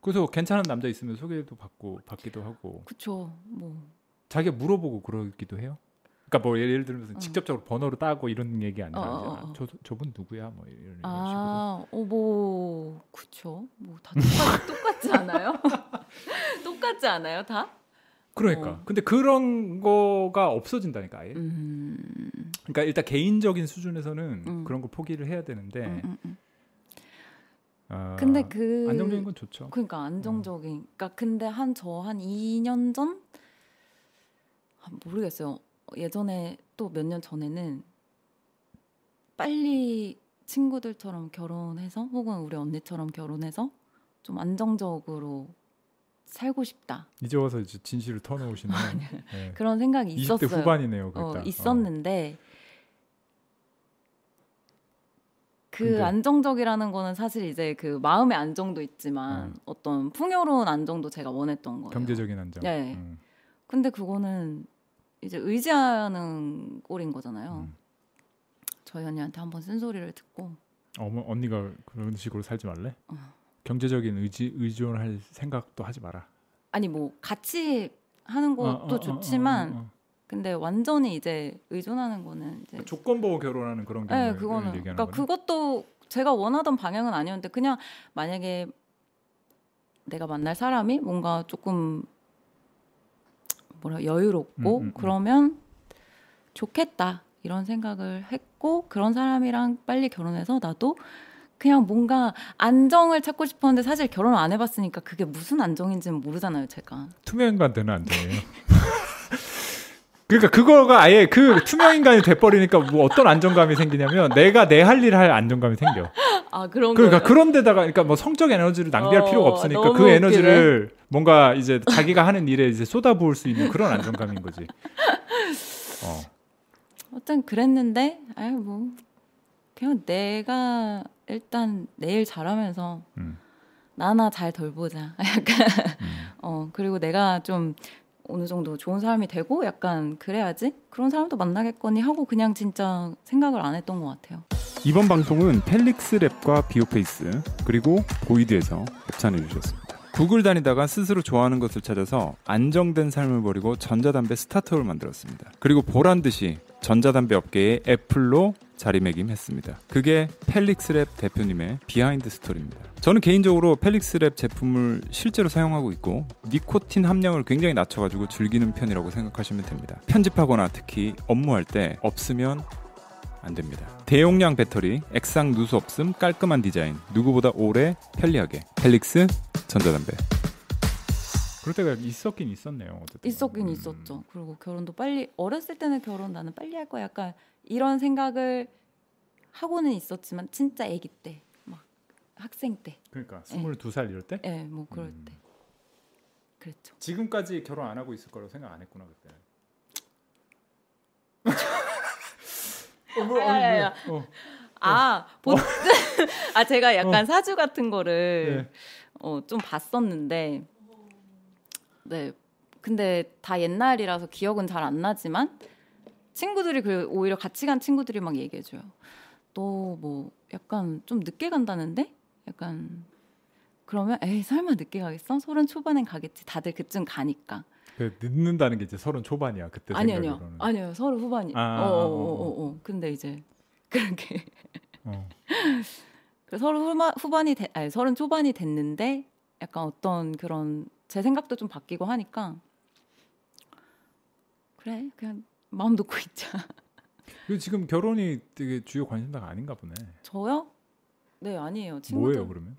[SPEAKER 1] 그래서 괜찮은 남자 있으면 소개도 받고 받기도 하고
[SPEAKER 2] 그쵸. 뭐
[SPEAKER 1] 자기가 물어보고 그러기도 해요. 그러니까 뭐 예를 들면서
[SPEAKER 2] 어.
[SPEAKER 1] 직접적으로 번호를 따고 이런 얘기 아니라
[SPEAKER 2] 어, 어,
[SPEAKER 1] 이제
[SPEAKER 2] 어,
[SPEAKER 1] 아,
[SPEAKER 2] 어.
[SPEAKER 1] 저 저분 누구야 뭐 이런, 이런
[SPEAKER 2] 아, 어, 뭐, 그쵸. 뭐, 다 똑같, <laughs> 똑같지 않아요? 똑같지 않아요, 다?
[SPEAKER 1] 식으로. 그러니까
[SPEAKER 2] 어.
[SPEAKER 1] 근데 그런 거가 없어진다니까 아예.
[SPEAKER 2] 음.
[SPEAKER 1] 그러니까 일단 개인적인 수준에서는
[SPEAKER 2] 음.
[SPEAKER 1] 그런 걸 포기를 해야 되는데.
[SPEAKER 2] 음, 음, 음.
[SPEAKER 1] 아,
[SPEAKER 2] 근데 그.
[SPEAKER 1] 안정적인 건 좋죠.
[SPEAKER 2] 그러니까 안정적인. 그러니까 근데 한 저 한 2년 전 아, 모르겠어요. 예전에 또 몇 년 전에는 빨리 친구들처럼 결혼해서 혹은 우리 언니처럼 결혼해서 좀 안정적으로 살고 싶다
[SPEAKER 1] 이제 와서 이제 진실을
[SPEAKER 2] <laughs>
[SPEAKER 1] 터놓으시네요. 네.
[SPEAKER 2] 그런 생각이
[SPEAKER 1] 20대
[SPEAKER 2] 있었어요.
[SPEAKER 1] 후반이네요.
[SPEAKER 2] 어,
[SPEAKER 1] 그러니까.
[SPEAKER 2] 있었는데 그
[SPEAKER 1] 근데?
[SPEAKER 2] 안정적이라는 거는 사실 이제 그 마음의 안정도 있지만
[SPEAKER 1] 음.
[SPEAKER 2] 어떤 풍요로운 안정도 제가 원했던
[SPEAKER 1] 어,
[SPEAKER 2] 거예요.
[SPEAKER 1] 경제적인 안정.
[SPEAKER 2] 네.
[SPEAKER 1] 음,
[SPEAKER 2] 근데 그거는 이제 의지하는 꼴인 거잖아요.
[SPEAKER 1] 음.
[SPEAKER 2] 저희 언니한테 한번 쓴소리를 듣고
[SPEAKER 1] 어머 언니가 그런 식으로 살지 말래?
[SPEAKER 2] 어.
[SPEAKER 1] 경제적인 의지 의존할 생각도 하지 마라.
[SPEAKER 2] 아니 뭐 같이 하는
[SPEAKER 1] 어,
[SPEAKER 2] 것도
[SPEAKER 1] 어, 어,
[SPEAKER 2] 좋지만 네.
[SPEAKER 1] 어, 어, 어.
[SPEAKER 2] 근데 완전히 이제 의존하는 거는 이제
[SPEAKER 1] 그러니까 조건 보고 결혼하는 그런 경우를
[SPEAKER 2] 네, 그거는
[SPEAKER 1] 얘기하는
[SPEAKER 2] 그러니까
[SPEAKER 1] 거네?
[SPEAKER 2] 그것도 제가 원하던 방향은 아니었는데 그냥 만약에 내가 만날 사람이 뭔가 조금 뭐라 여유롭고
[SPEAKER 1] 음, 음, 음.
[SPEAKER 2] 그러면 좋겠다 이런 생각을 했고 그런 사람이랑 빨리 결혼해서 나도 그냥 뭔가 안정을 찾고 싶었는데 사실 결혼 안 해봤으니까 그게 무슨 안정인지는 모르잖아요 제가
[SPEAKER 1] 투명인간 되는 안정이에요. <laughs> 그러니까 그거가 아예 그 투명인간이 돼버리니까 뭐 어떤 안정감이 생기냐면 내가 내 할 일을 할 안정감이 생겨.
[SPEAKER 2] 아 그런
[SPEAKER 1] 그러니까
[SPEAKER 2] 거예요?
[SPEAKER 1] 그런데다가 그러니까 뭐 성적 에너지를 낭비할
[SPEAKER 2] 어,
[SPEAKER 1] 필요가 없으니까
[SPEAKER 2] 너무
[SPEAKER 1] 그
[SPEAKER 2] 웃기네.
[SPEAKER 1] 에너지를 뭔가 이제 자기가 하는 일에 이제 쏟아부을 수 있는 그런 안정감인 거지. <laughs> 어.
[SPEAKER 2] 어쨌든 그랬는데 아유 뭐 그냥 내가 일단 내일 잘하면서
[SPEAKER 1] 음.
[SPEAKER 2] 나나 잘 돌보자 <laughs> 약간 어 그리고 내가 좀 어느 정도 좋은 사람이 되고 약간 그래야지 그런 사람도 만나겠거니 하고 그냥 진짜 생각을 안 했던 것 같아요
[SPEAKER 4] 이번 방송은 펠릭스 랩과 비오페이스 그리고 고이드에서 협찬해 주셨습니다. 북을 다니다가 스스로 좋아하는 것을 찾아서 안정된 삶을 버리고 전자담배 스타트업을 만들었습니다. 그리고 보란 듯이 전자담배 업계의 애플로 자리매김했습니다. 그게 펠릭스랩 대표님의 비하인드 스토리입니다. 저는 개인적으로 펠릭스랩 제품을 실제로 사용하고 있고 니코틴 함량을 굉장히 낮춰가지고 즐기는 편이라고 생각하시면 됩니다. 편집하거나 특히 업무할 때 없으면 안 됩니다. 대용량 배터리, 액상 누수 없음, 깔끔한 디자인, 누구보다 오래 편리하게. 펠릭스 전자담배.
[SPEAKER 1] 그럴 때가 있었긴 있었네요. 어쨌든.
[SPEAKER 2] 있었긴
[SPEAKER 1] 음.
[SPEAKER 2] 있었죠 그리고 결혼도 빨리 어렸을 때는 결혼 나는 빨리 할 거야 약간 이런 생각을 하고는 있었지만 진짜 아기 때 막 학생
[SPEAKER 1] 그러니까 22살 이럴 때?
[SPEAKER 2] 때 예 뭐 그럴
[SPEAKER 1] 음.
[SPEAKER 2] 때 그랬죠
[SPEAKER 1] 지금까지 결혼 안 하고 있을 거라고 생각 안 했구나 그때. 뭐야,
[SPEAKER 2] 야, 야, 야.
[SPEAKER 1] <laughs> 어.
[SPEAKER 2] 아, 보통 <laughs> 아 제가 약간 사주 같은
[SPEAKER 1] 네.
[SPEAKER 2] 거를 어, 좀 봤었는데 네. 근데 다 옛날이라서 기억은 잘 안 나지만 친구들이 그 오히려 같이 간 친구들이 막 얘기해 줘요. 너 뭐 약간 좀 늦게 간다는데? 약간 그러면 에이 설마 늦게 가겠어? 서른 초반엔 가겠지. 다들 그쯤 가니까.
[SPEAKER 1] 그 늦는다는 게 이제 서른 초반이야 그때
[SPEAKER 2] 아니 아니요.
[SPEAKER 1] 생각으로는.
[SPEAKER 2] 아니요. 서른 후반이.
[SPEAKER 1] 아, 아, 아,
[SPEAKER 2] 어, 어,
[SPEAKER 1] 아, 어.
[SPEAKER 2] 어, 어, 어. 근데 이제 <laughs> 그렇게
[SPEAKER 1] 어.
[SPEAKER 2] 그래서 서른 후반, 후반이 되, 아니 서른 초반이 됐는데 약간 어떤 그런 제 생각도 좀 바뀌고 하니까 그래 그냥 마음 놓고 <laughs> 있자
[SPEAKER 1] 그리고 지금 결혼이 되게 주요 관심사가 아닌가 보네.
[SPEAKER 2] 저요? 네 아니에요 친구들
[SPEAKER 1] 뭐예요 그러면?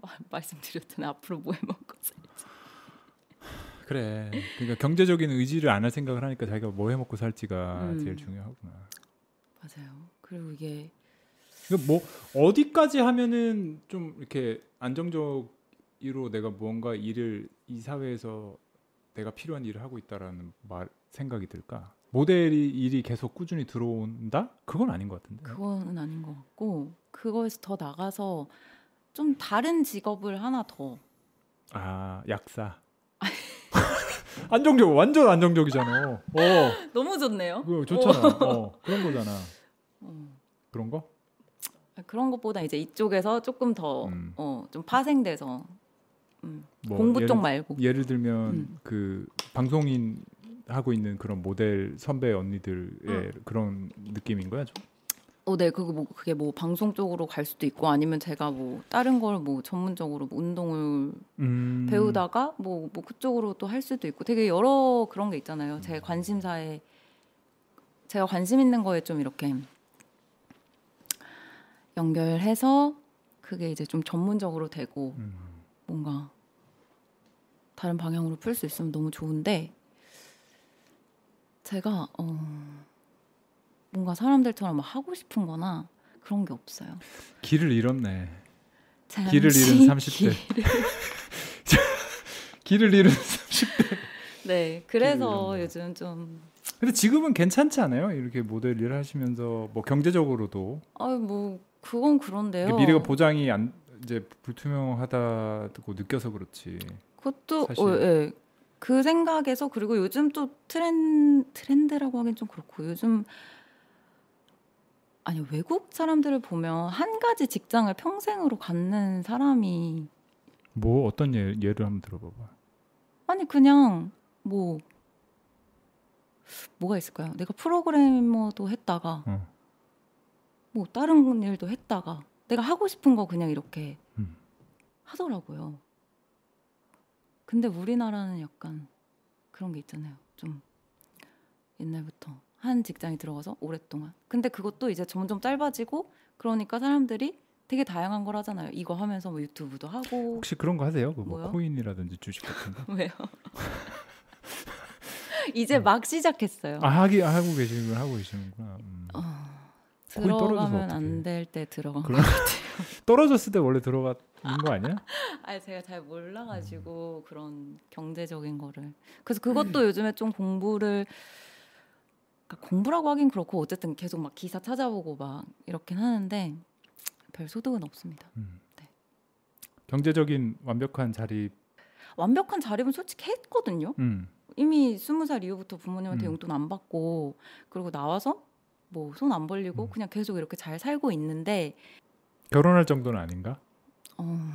[SPEAKER 2] 마- 말씀드렸던 앞으로 뭐 해먹고 살지
[SPEAKER 1] 그래. 그러니까 경제적인 의지를 안 할 생각을 하니까 자기가 뭐 해 먹고 살지가
[SPEAKER 2] 음.
[SPEAKER 1] 제일 중요하구나.
[SPEAKER 2] 맞아요 그리고 이게
[SPEAKER 1] 그러니까 뭐 어디까지 하면은 좀 이렇게 안정적으로 내가 뭔가 일을 이 사회에서 내가 필요한 일을 하고 있다라는 말 생각이 들까? 모델이 일이 계속 꾸준히 들어온다? 그건 아닌 것 같은데.
[SPEAKER 2] 그거는 아닌 것 같고 그거에서 더 나가서 좀 다른 직업을 하나 더
[SPEAKER 1] 아 약사. <laughs> 안정적 완전 안정적이잖아. 어,
[SPEAKER 2] 너무 좋네요
[SPEAKER 1] 그거 좋잖아. 어, 그런 거잖아.
[SPEAKER 2] 어.
[SPEAKER 1] 그런 거?
[SPEAKER 2] 그런 것보다 이제 이쪽에서 조금 더 어, 좀
[SPEAKER 1] 음.
[SPEAKER 2] 파생돼서 음,
[SPEAKER 1] 뭐
[SPEAKER 2] 공부
[SPEAKER 1] 예를-
[SPEAKER 2] 쪽 말고
[SPEAKER 1] 예를 들면
[SPEAKER 2] 음.
[SPEAKER 1] 그 방송인 하고 있는 그런 모델 선배 언니들의 그런 느낌인 거야 좀.
[SPEAKER 2] 어, 네, 그거 뭐 그게 뭐 방송 쪽으로 갈 수도 있고 아니면 제가 뭐 다른 걸 뭐 전문적으로 뭐 운동을
[SPEAKER 1] 음.
[SPEAKER 2] 배우다가 뭐 뭐 그쪽으로 또 할 수도 있고 되게 여러 그런 게 있잖아요.
[SPEAKER 1] 음.
[SPEAKER 2] 제 관심사에 제가 관심 있는 거에 좀 이렇게 연결해서 그게 이제 좀 전문적으로 되고
[SPEAKER 1] 음.
[SPEAKER 2] 뭔가 다른 방향으로 풀 수 있으면 너무 좋은데 제가 어 뭔가 사람들처럼 막 하고 싶은 거나 그런 게 없어요.
[SPEAKER 1] 길을 잃었네.
[SPEAKER 2] 잠시
[SPEAKER 1] 길을 잃은 30대.
[SPEAKER 2] 길-
[SPEAKER 1] <laughs> 길을 잃은 30대.
[SPEAKER 2] 네,
[SPEAKER 1] 길을 잃은
[SPEAKER 2] 그래서
[SPEAKER 1] 거.
[SPEAKER 2] 요즘 좀
[SPEAKER 1] 근데 지금은 괜찮지 않아요? 이렇게 모델 일을 하시면서 뭐 경제적으로도
[SPEAKER 2] 아유 뭐 그건 그런데요.
[SPEAKER 1] 미래가 보장이 안 이제 불투명하다고 느껴서 그렇지.
[SPEAKER 2] 그것도
[SPEAKER 1] 사실.
[SPEAKER 2] 어, 예. 그 생각에서 그리고 요즘 또 트렌 트렌드라고 하긴 좀 그렇고 요즘 아니 외국 사람들을 보면 한 가지 직장을 평생으로 갖는 사람이
[SPEAKER 1] 뭐 어떤 예, 예를 한번 들어봐봐.
[SPEAKER 2] 아니 그냥 뭐 뭐가 있을까요? 내가 프로그래머도 했다가
[SPEAKER 1] 어.
[SPEAKER 2] 뭐 다른 일도 했다가 내가 하고 싶은 거 그냥 이렇게
[SPEAKER 1] 음.
[SPEAKER 2] 하더라고요. 근데 우리나라는 약간 그런 게 있잖아요. 좀 옛날부터 한 직장에 들어가서 오랫동안. 근데 그것도 이제 점점 짧아지고 그러니까 사람들이 되게 다양한 걸 하잖아요. 이거 하면서 뭐 유튜브도 하고
[SPEAKER 1] 혹시 그런 거 하세요? 그뭐
[SPEAKER 2] 뭐요?
[SPEAKER 1] 코인이라든지 주식 같은 거?
[SPEAKER 2] <laughs>
[SPEAKER 1] <laughs>
[SPEAKER 2] 왜요? 이제 막 시작했어요.
[SPEAKER 1] 네. 아 하기 하고 계시는 걸 하고 계시는구나. 음.
[SPEAKER 2] 어,
[SPEAKER 1] 거의 떨어져서
[SPEAKER 2] 들어가면 안
[SPEAKER 1] 어떡해.
[SPEAKER 2] 될 때 들어간
[SPEAKER 1] 그럼-
[SPEAKER 2] 것 같아요.
[SPEAKER 1] 떨어졌을 때 원래 들어간 거 아니야?
[SPEAKER 2] <laughs> 아 제가 잘
[SPEAKER 1] 음.
[SPEAKER 2] 몰라가지고 그런 경제적인 거를 그래서 그것도 요즘에 좀 공부를 그러니까 공부라고 하긴 그렇고 어쨌든 계속 막 기사 찾아보고 막 이렇게 하는데 별 소득은 없습니다.
[SPEAKER 1] 음.
[SPEAKER 2] 네.
[SPEAKER 1] 경제적인 완벽한 자립.
[SPEAKER 2] 완벽한 자립은 솔직히 했거든요.
[SPEAKER 1] 음.
[SPEAKER 2] 이미 스무 살 이후부터 부모님한테
[SPEAKER 1] 음.
[SPEAKER 2] 용돈 안 받고 그리고 나와서 뭐 손 안 벌리고
[SPEAKER 1] 음.
[SPEAKER 2] 그냥 계속 이렇게 잘 살고 있는데
[SPEAKER 1] 결혼할 정도는 아닌가?
[SPEAKER 2] 어,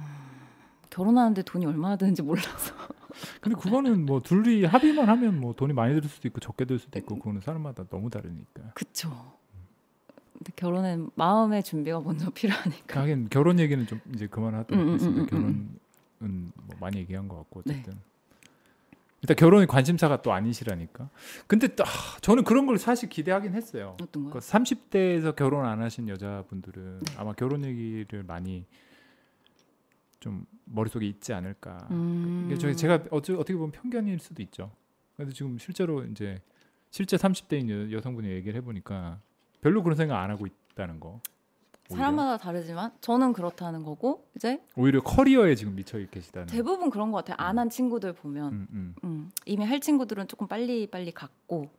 [SPEAKER 2] 결혼하는데 돈이 얼마나 드는지 몰라서
[SPEAKER 1] <laughs> 근데 그거는 뭐 둘이 합의만 하면 뭐 돈이 많이 들 수도 있고 적게 들 수도
[SPEAKER 2] 음.
[SPEAKER 1] 있고 그거는 사람마다 너무 다르니까.
[SPEAKER 2] 그쵸. 근데 결혼은 마음의 준비가 먼저 <laughs> 필요하니까.
[SPEAKER 1] 하긴 결혼 얘기는 좀 이제
[SPEAKER 2] 음,
[SPEAKER 1] 그만하도록
[SPEAKER 2] 그 음,
[SPEAKER 1] 하겠습니다.
[SPEAKER 2] 음, 음,
[SPEAKER 1] 결혼은 뭐 많이 얘기한 것 같고
[SPEAKER 2] 네.
[SPEAKER 1] 어쨌든 일단 결혼이 관심사가 또 아니시라니까. 근데 또, 아, 저는 그런 걸 사실 기대하긴 했어요.
[SPEAKER 2] 어떤
[SPEAKER 1] 그
[SPEAKER 2] 거요?
[SPEAKER 1] 30대에서 결혼 안 하신 여자분들은
[SPEAKER 2] 네.
[SPEAKER 1] 아마 결혼 얘기를 많이 좀 머릿속에 있지 않을까.
[SPEAKER 2] 음.
[SPEAKER 1] 이게 저희 제가 어찌, 어떻게 보면 편견일 수도 있죠. 그래도 지금 실제로 이제 실제 30대인 여, 성분이 얘기를 해보니까 별로 그런 생각 안 하고 있다는 거. 오히려,
[SPEAKER 2] 사람마다 다르지만 저는 그렇다는 거고 이제
[SPEAKER 1] 오히려 커리어에 지금 미쳐 계시다는.
[SPEAKER 2] 대부분 그런 것 같아요. 안 한 친구들 보면
[SPEAKER 1] 음, 음.
[SPEAKER 2] 음, 이미 할 친구들은 조금 빨리 빨리 갔고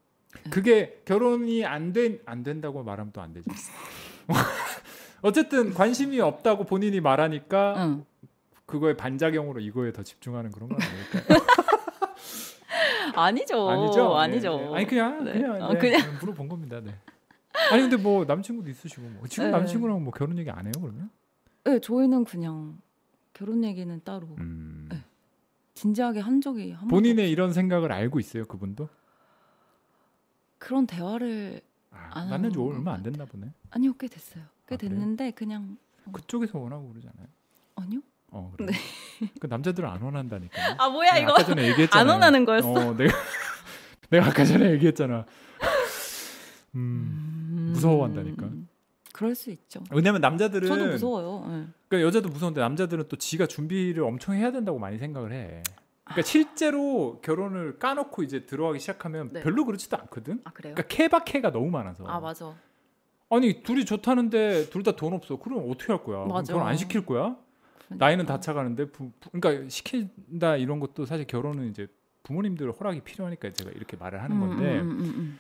[SPEAKER 1] 그게 결혼이 안 된 안 된다고 말하면 또 안 되지. <laughs> 어쨌든 관심이 없다고 본인이 말하니까
[SPEAKER 2] 응.
[SPEAKER 1] 그거의 반작용으로 이거에 더 집중하는 그런 건 아닐까요?
[SPEAKER 2] 아니죠.
[SPEAKER 1] 아니죠? 네,
[SPEAKER 2] 어, 아니죠.
[SPEAKER 1] 네. 아니 그냥
[SPEAKER 2] 네.
[SPEAKER 1] 그냥,
[SPEAKER 2] 어,
[SPEAKER 1] 네,
[SPEAKER 2] 그냥.
[SPEAKER 1] 그냥 물어본 겁니다. 네. 아니 근데 뭐 남친구도 있으시고 뭐 지금
[SPEAKER 2] 네.
[SPEAKER 1] 남친구랑 뭐 결혼 얘기 안 해요 그러면?
[SPEAKER 2] 네, 저희는 그냥 결혼 얘기는 따로
[SPEAKER 1] 음.
[SPEAKER 2] 네. 진지하게 한 적이 한 번도
[SPEAKER 1] 본인의 이런 생각을 알고 있어요 그분도?
[SPEAKER 2] 그런 대화를
[SPEAKER 1] 아,
[SPEAKER 2] 안
[SPEAKER 1] 만난 지
[SPEAKER 2] 하는
[SPEAKER 1] 얼마
[SPEAKER 2] 것
[SPEAKER 1] 안 됐나 보네.
[SPEAKER 2] 아니요 꽤 됐어요. 꽤
[SPEAKER 1] 아, 그래요?
[SPEAKER 2] 됐는데 그냥
[SPEAKER 1] 그쪽에서 원하고 그러잖아요.
[SPEAKER 2] 아니요.
[SPEAKER 1] 어 그래. 그 남자들은 안 원한다니까.
[SPEAKER 2] 네. 아 뭐야
[SPEAKER 1] 네, 아까 전에 얘기했잖아요.
[SPEAKER 2] 안 원하는 거였어?
[SPEAKER 1] 어, 내가 <laughs> 내가 아까 전에 얘기했잖아. 음.
[SPEAKER 2] 음.
[SPEAKER 1] 무서워한다니까.
[SPEAKER 2] 그럴 수 있죠.
[SPEAKER 1] 왜냐면 남자들은
[SPEAKER 2] 저도 무서워요. 예.
[SPEAKER 1] 그러니까 여자도 무서운데 남자들은 또 지가 준비를 엄청 해야 된다고 많이 생각을 해.
[SPEAKER 2] 아.
[SPEAKER 1] 그러니까 실제로 결혼을 까놓고 이제 들어가기 시작하면
[SPEAKER 2] 네.
[SPEAKER 1] 별로 그렇지도 않거든.
[SPEAKER 2] 아 그래요?
[SPEAKER 1] 그러니까 케바케가 너무 많아서.
[SPEAKER 2] 아 맞아.
[SPEAKER 1] 니 둘이 좋다는데 둘 다 돈 없어. 그럼 어떻게 할 거야? 그럼
[SPEAKER 2] 맞아. 그러니까.
[SPEAKER 1] 결혼 안 시킬 거야? 나이는 다 차가는데 부- 부- 그러니까 시킨다 이런 것도 사실 결혼은 이제 부모님들 허락이 필요하니까 제가 이렇게 말을 하는 건데
[SPEAKER 2] 음, 음, 음,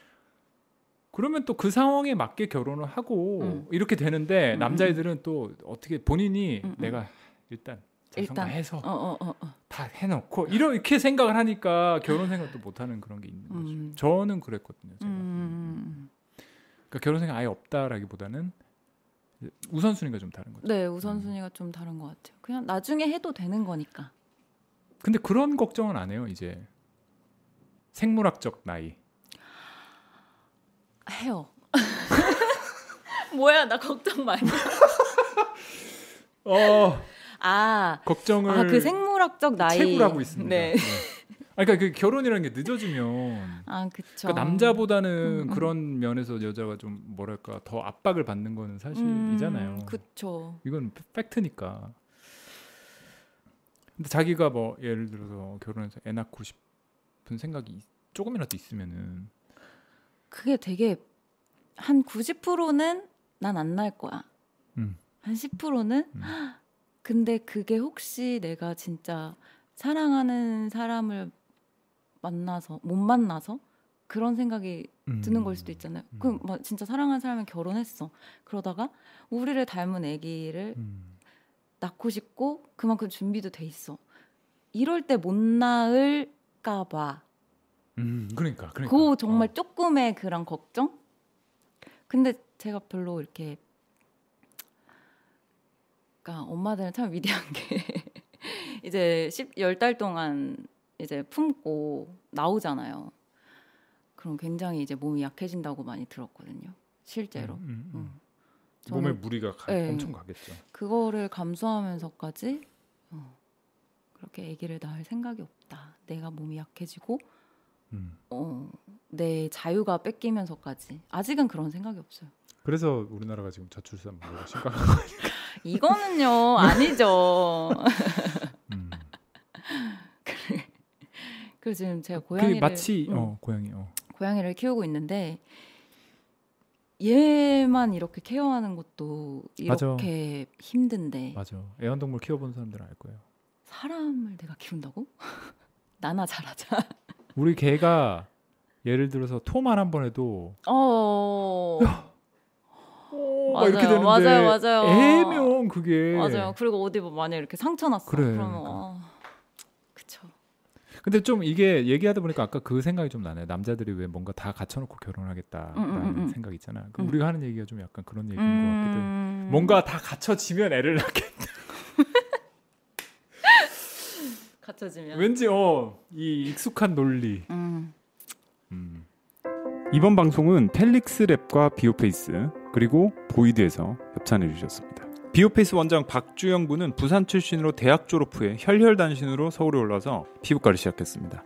[SPEAKER 1] 그러면 또 그 상황에 맞게 결혼을 하고
[SPEAKER 2] 음.
[SPEAKER 1] 이렇게 되는데
[SPEAKER 2] 음,
[SPEAKER 1] 남자애들은 또 어떻게 본인이
[SPEAKER 2] 음, 음.
[SPEAKER 1] 내가 일단
[SPEAKER 2] 일단.
[SPEAKER 1] 자성가해서
[SPEAKER 2] 음. 어, 어, 어, 어.
[SPEAKER 1] 다 해놓고 이렇게 생각을 하니까 결혼 생각도 못하는 그런 게 있는 거죠.
[SPEAKER 2] 음.
[SPEAKER 1] 저는 그랬거든요. 제가.
[SPEAKER 2] 음.
[SPEAKER 1] 그러니까 결혼 생각 아예 없다라기보다는 우선순위가 좀 다른 거죠.
[SPEAKER 2] 네 우선순위가 좀 다른 것 같아요. 그냥 나중에 해도 되는 거니까.
[SPEAKER 1] 근데 그런 걱정은 안 해요. 이제 생물학적 나이.
[SPEAKER 2] 해요. <laughs> 뭐야 나 걱정 많이.
[SPEAKER 1] 어
[SPEAKER 2] 아,
[SPEAKER 1] 걱정을
[SPEAKER 2] 아 그 생물학적 나이.
[SPEAKER 1] 채굴하고 있습니다.
[SPEAKER 2] 네.
[SPEAKER 1] 네. 아, 그러니까 그 결혼이라는 게 늦어지면
[SPEAKER 2] 아 그쵸.
[SPEAKER 1] 그러니까 남자보다는
[SPEAKER 2] 음, 음.
[SPEAKER 1] 그런 면에서 여자가 좀 뭐랄까 더 압박을 받는 거는 사실이잖아요.
[SPEAKER 2] 음, 그쵸.
[SPEAKER 1] 이건 팩트니까. 근데 자기가 뭐 예를 들어서 결혼해서 애 낳고 싶은 생각이 있- 조금이라도 있으면은
[SPEAKER 2] 그게 되게 한 90%는 난 안 날 거야.
[SPEAKER 1] 음.
[SPEAKER 2] 한 10%는
[SPEAKER 1] 음.
[SPEAKER 2] <gasps> 근데 그게 혹시 내가 진짜 사랑하는 사람을 만나서 못 만나서 그런 생각이 드는 걸 수도 있잖아요.
[SPEAKER 1] 음.
[SPEAKER 2] 그럼 막 진짜 사랑하는 사람이 결혼했어. 그러다가 우리를 닮은 아기를
[SPEAKER 1] 음.
[SPEAKER 2] 낳고 싶고 그만큼 준비도 돼 있어. 이럴 때 못 낳을까 봐.
[SPEAKER 1] 음, 그러니까
[SPEAKER 2] 그
[SPEAKER 1] 그러니까.
[SPEAKER 2] 거 정말
[SPEAKER 1] 어.
[SPEAKER 2] 조금의 그런 걱정? 근데 제가 별로 이렇게 그러니까 엄마들은 참 위대한 게 <laughs> 이제 10달 동안 이제 품고 나오잖아요. 그럼 굉장히 이제 몸이 약해진다고 많이 들었거든요. 실제로.
[SPEAKER 1] 음, 음, 음.
[SPEAKER 2] 음. 저는
[SPEAKER 1] 몸에 무리가 가,
[SPEAKER 2] 네.
[SPEAKER 1] 엄청 가겠죠.
[SPEAKER 2] 그거를 감수하면서까지 어, 그렇게 아기를 낳을 생각이 없다. 내가 몸이 약해지고
[SPEAKER 1] 음.
[SPEAKER 2] 어, 내 자유가 뺏기면서까지 아직은 그런 생각이 없어요.
[SPEAKER 1] 그래서 우리나라가 지금 저출산 문제가 심각.
[SPEAKER 2] 이거는요 <laughs> 아니죠. <laughs>
[SPEAKER 1] 음.
[SPEAKER 2] 그래서 지금 제가
[SPEAKER 1] 그게
[SPEAKER 2] 고양이를
[SPEAKER 1] 마치
[SPEAKER 2] 음,
[SPEAKER 1] 어 고양이 어.
[SPEAKER 2] 고양이를 키우고 있는데 얘만 이렇게 케어하는 것도
[SPEAKER 1] 맞아.
[SPEAKER 2] 이렇게 힘든데
[SPEAKER 1] 맞아. 애완동물 키워본 사람들은 알 거예요.
[SPEAKER 2] 사람을 내가 키운다고? <laughs> 나나 잘하자. <laughs>
[SPEAKER 1] 우리 개가 예를 들어서 토만 한 번 해도
[SPEAKER 2] 어
[SPEAKER 1] 막
[SPEAKER 2] 맞아요,
[SPEAKER 1] 이렇게 되는데
[SPEAKER 2] 맞아요, 맞아요.
[SPEAKER 1] 애매형 그게
[SPEAKER 2] 맞아요. 그리고 어디 뭐 만약 이렇게 상처 났어.
[SPEAKER 1] 예. 그래,
[SPEAKER 2] 그러면
[SPEAKER 1] 그러니까.
[SPEAKER 2] 어, 그쵸.
[SPEAKER 1] 근데 좀 이게 얘기하다 보니까 아까 그 생각이 좀 나네 남자들이 왜 뭔가 다 갖춰놓고 결혼하겠다라는
[SPEAKER 2] 음, 음, 음.
[SPEAKER 1] 생각 있잖아 그
[SPEAKER 2] 음.
[SPEAKER 1] 우리가 하는 얘기가 좀 약간 그런 얘기인 것 같기도 해
[SPEAKER 2] 음...
[SPEAKER 1] 뭔가 다 갖춰지면 애를 낳겠다
[SPEAKER 2] 갇혀지면.
[SPEAKER 1] 왠지 어이 익숙한 논리
[SPEAKER 2] 음.
[SPEAKER 1] 음.
[SPEAKER 4] 이번 방송은 펠릭스 랩과 비오페이스 그리고 보이드에서 협찬해 주셨습니다. 비오페이스 원장 박주영 군은 부산 출신으로 대학 졸업 후에 혈혈단신으로 서울에 올라서 피부과를 시작했습니다.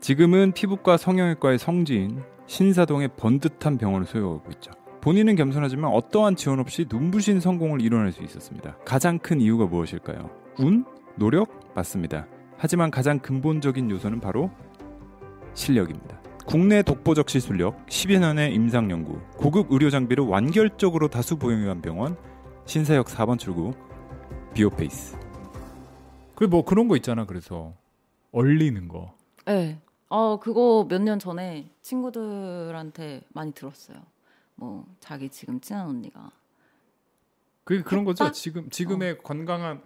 [SPEAKER 4] 지금은 피부과 성형외과의 성지인 신사동의 번듯한 병원을 소유하고 있죠. 본인은 겸손하지만 어떠한 지원 없이 눈부신 성공을 이뤄낼 수 있었습니다. 가장 큰 이유가 무엇일까요? 운? 노력? 맞습니다. 하지만 가장 근본적인 요소는 바로 실력입니다. 국내 독보적 시술력, 10여 년의 임상 연구, 고급 의료 장비를 완결적으로 다수 보유한 병원, 신사역 4번 출구, 비오페이스.
[SPEAKER 1] 뭐 그뭐 그런 거 있잖아 그래서 얼리는 거
[SPEAKER 2] 네. 어 그거 몇 년 전에 친구들한테 많이 들었어요. 뭐 자기 지금 친한 언니가
[SPEAKER 1] 그게 그런 거죠.
[SPEAKER 2] 했다?
[SPEAKER 1] 지금
[SPEAKER 2] 어.
[SPEAKER 1] 지금의 건강한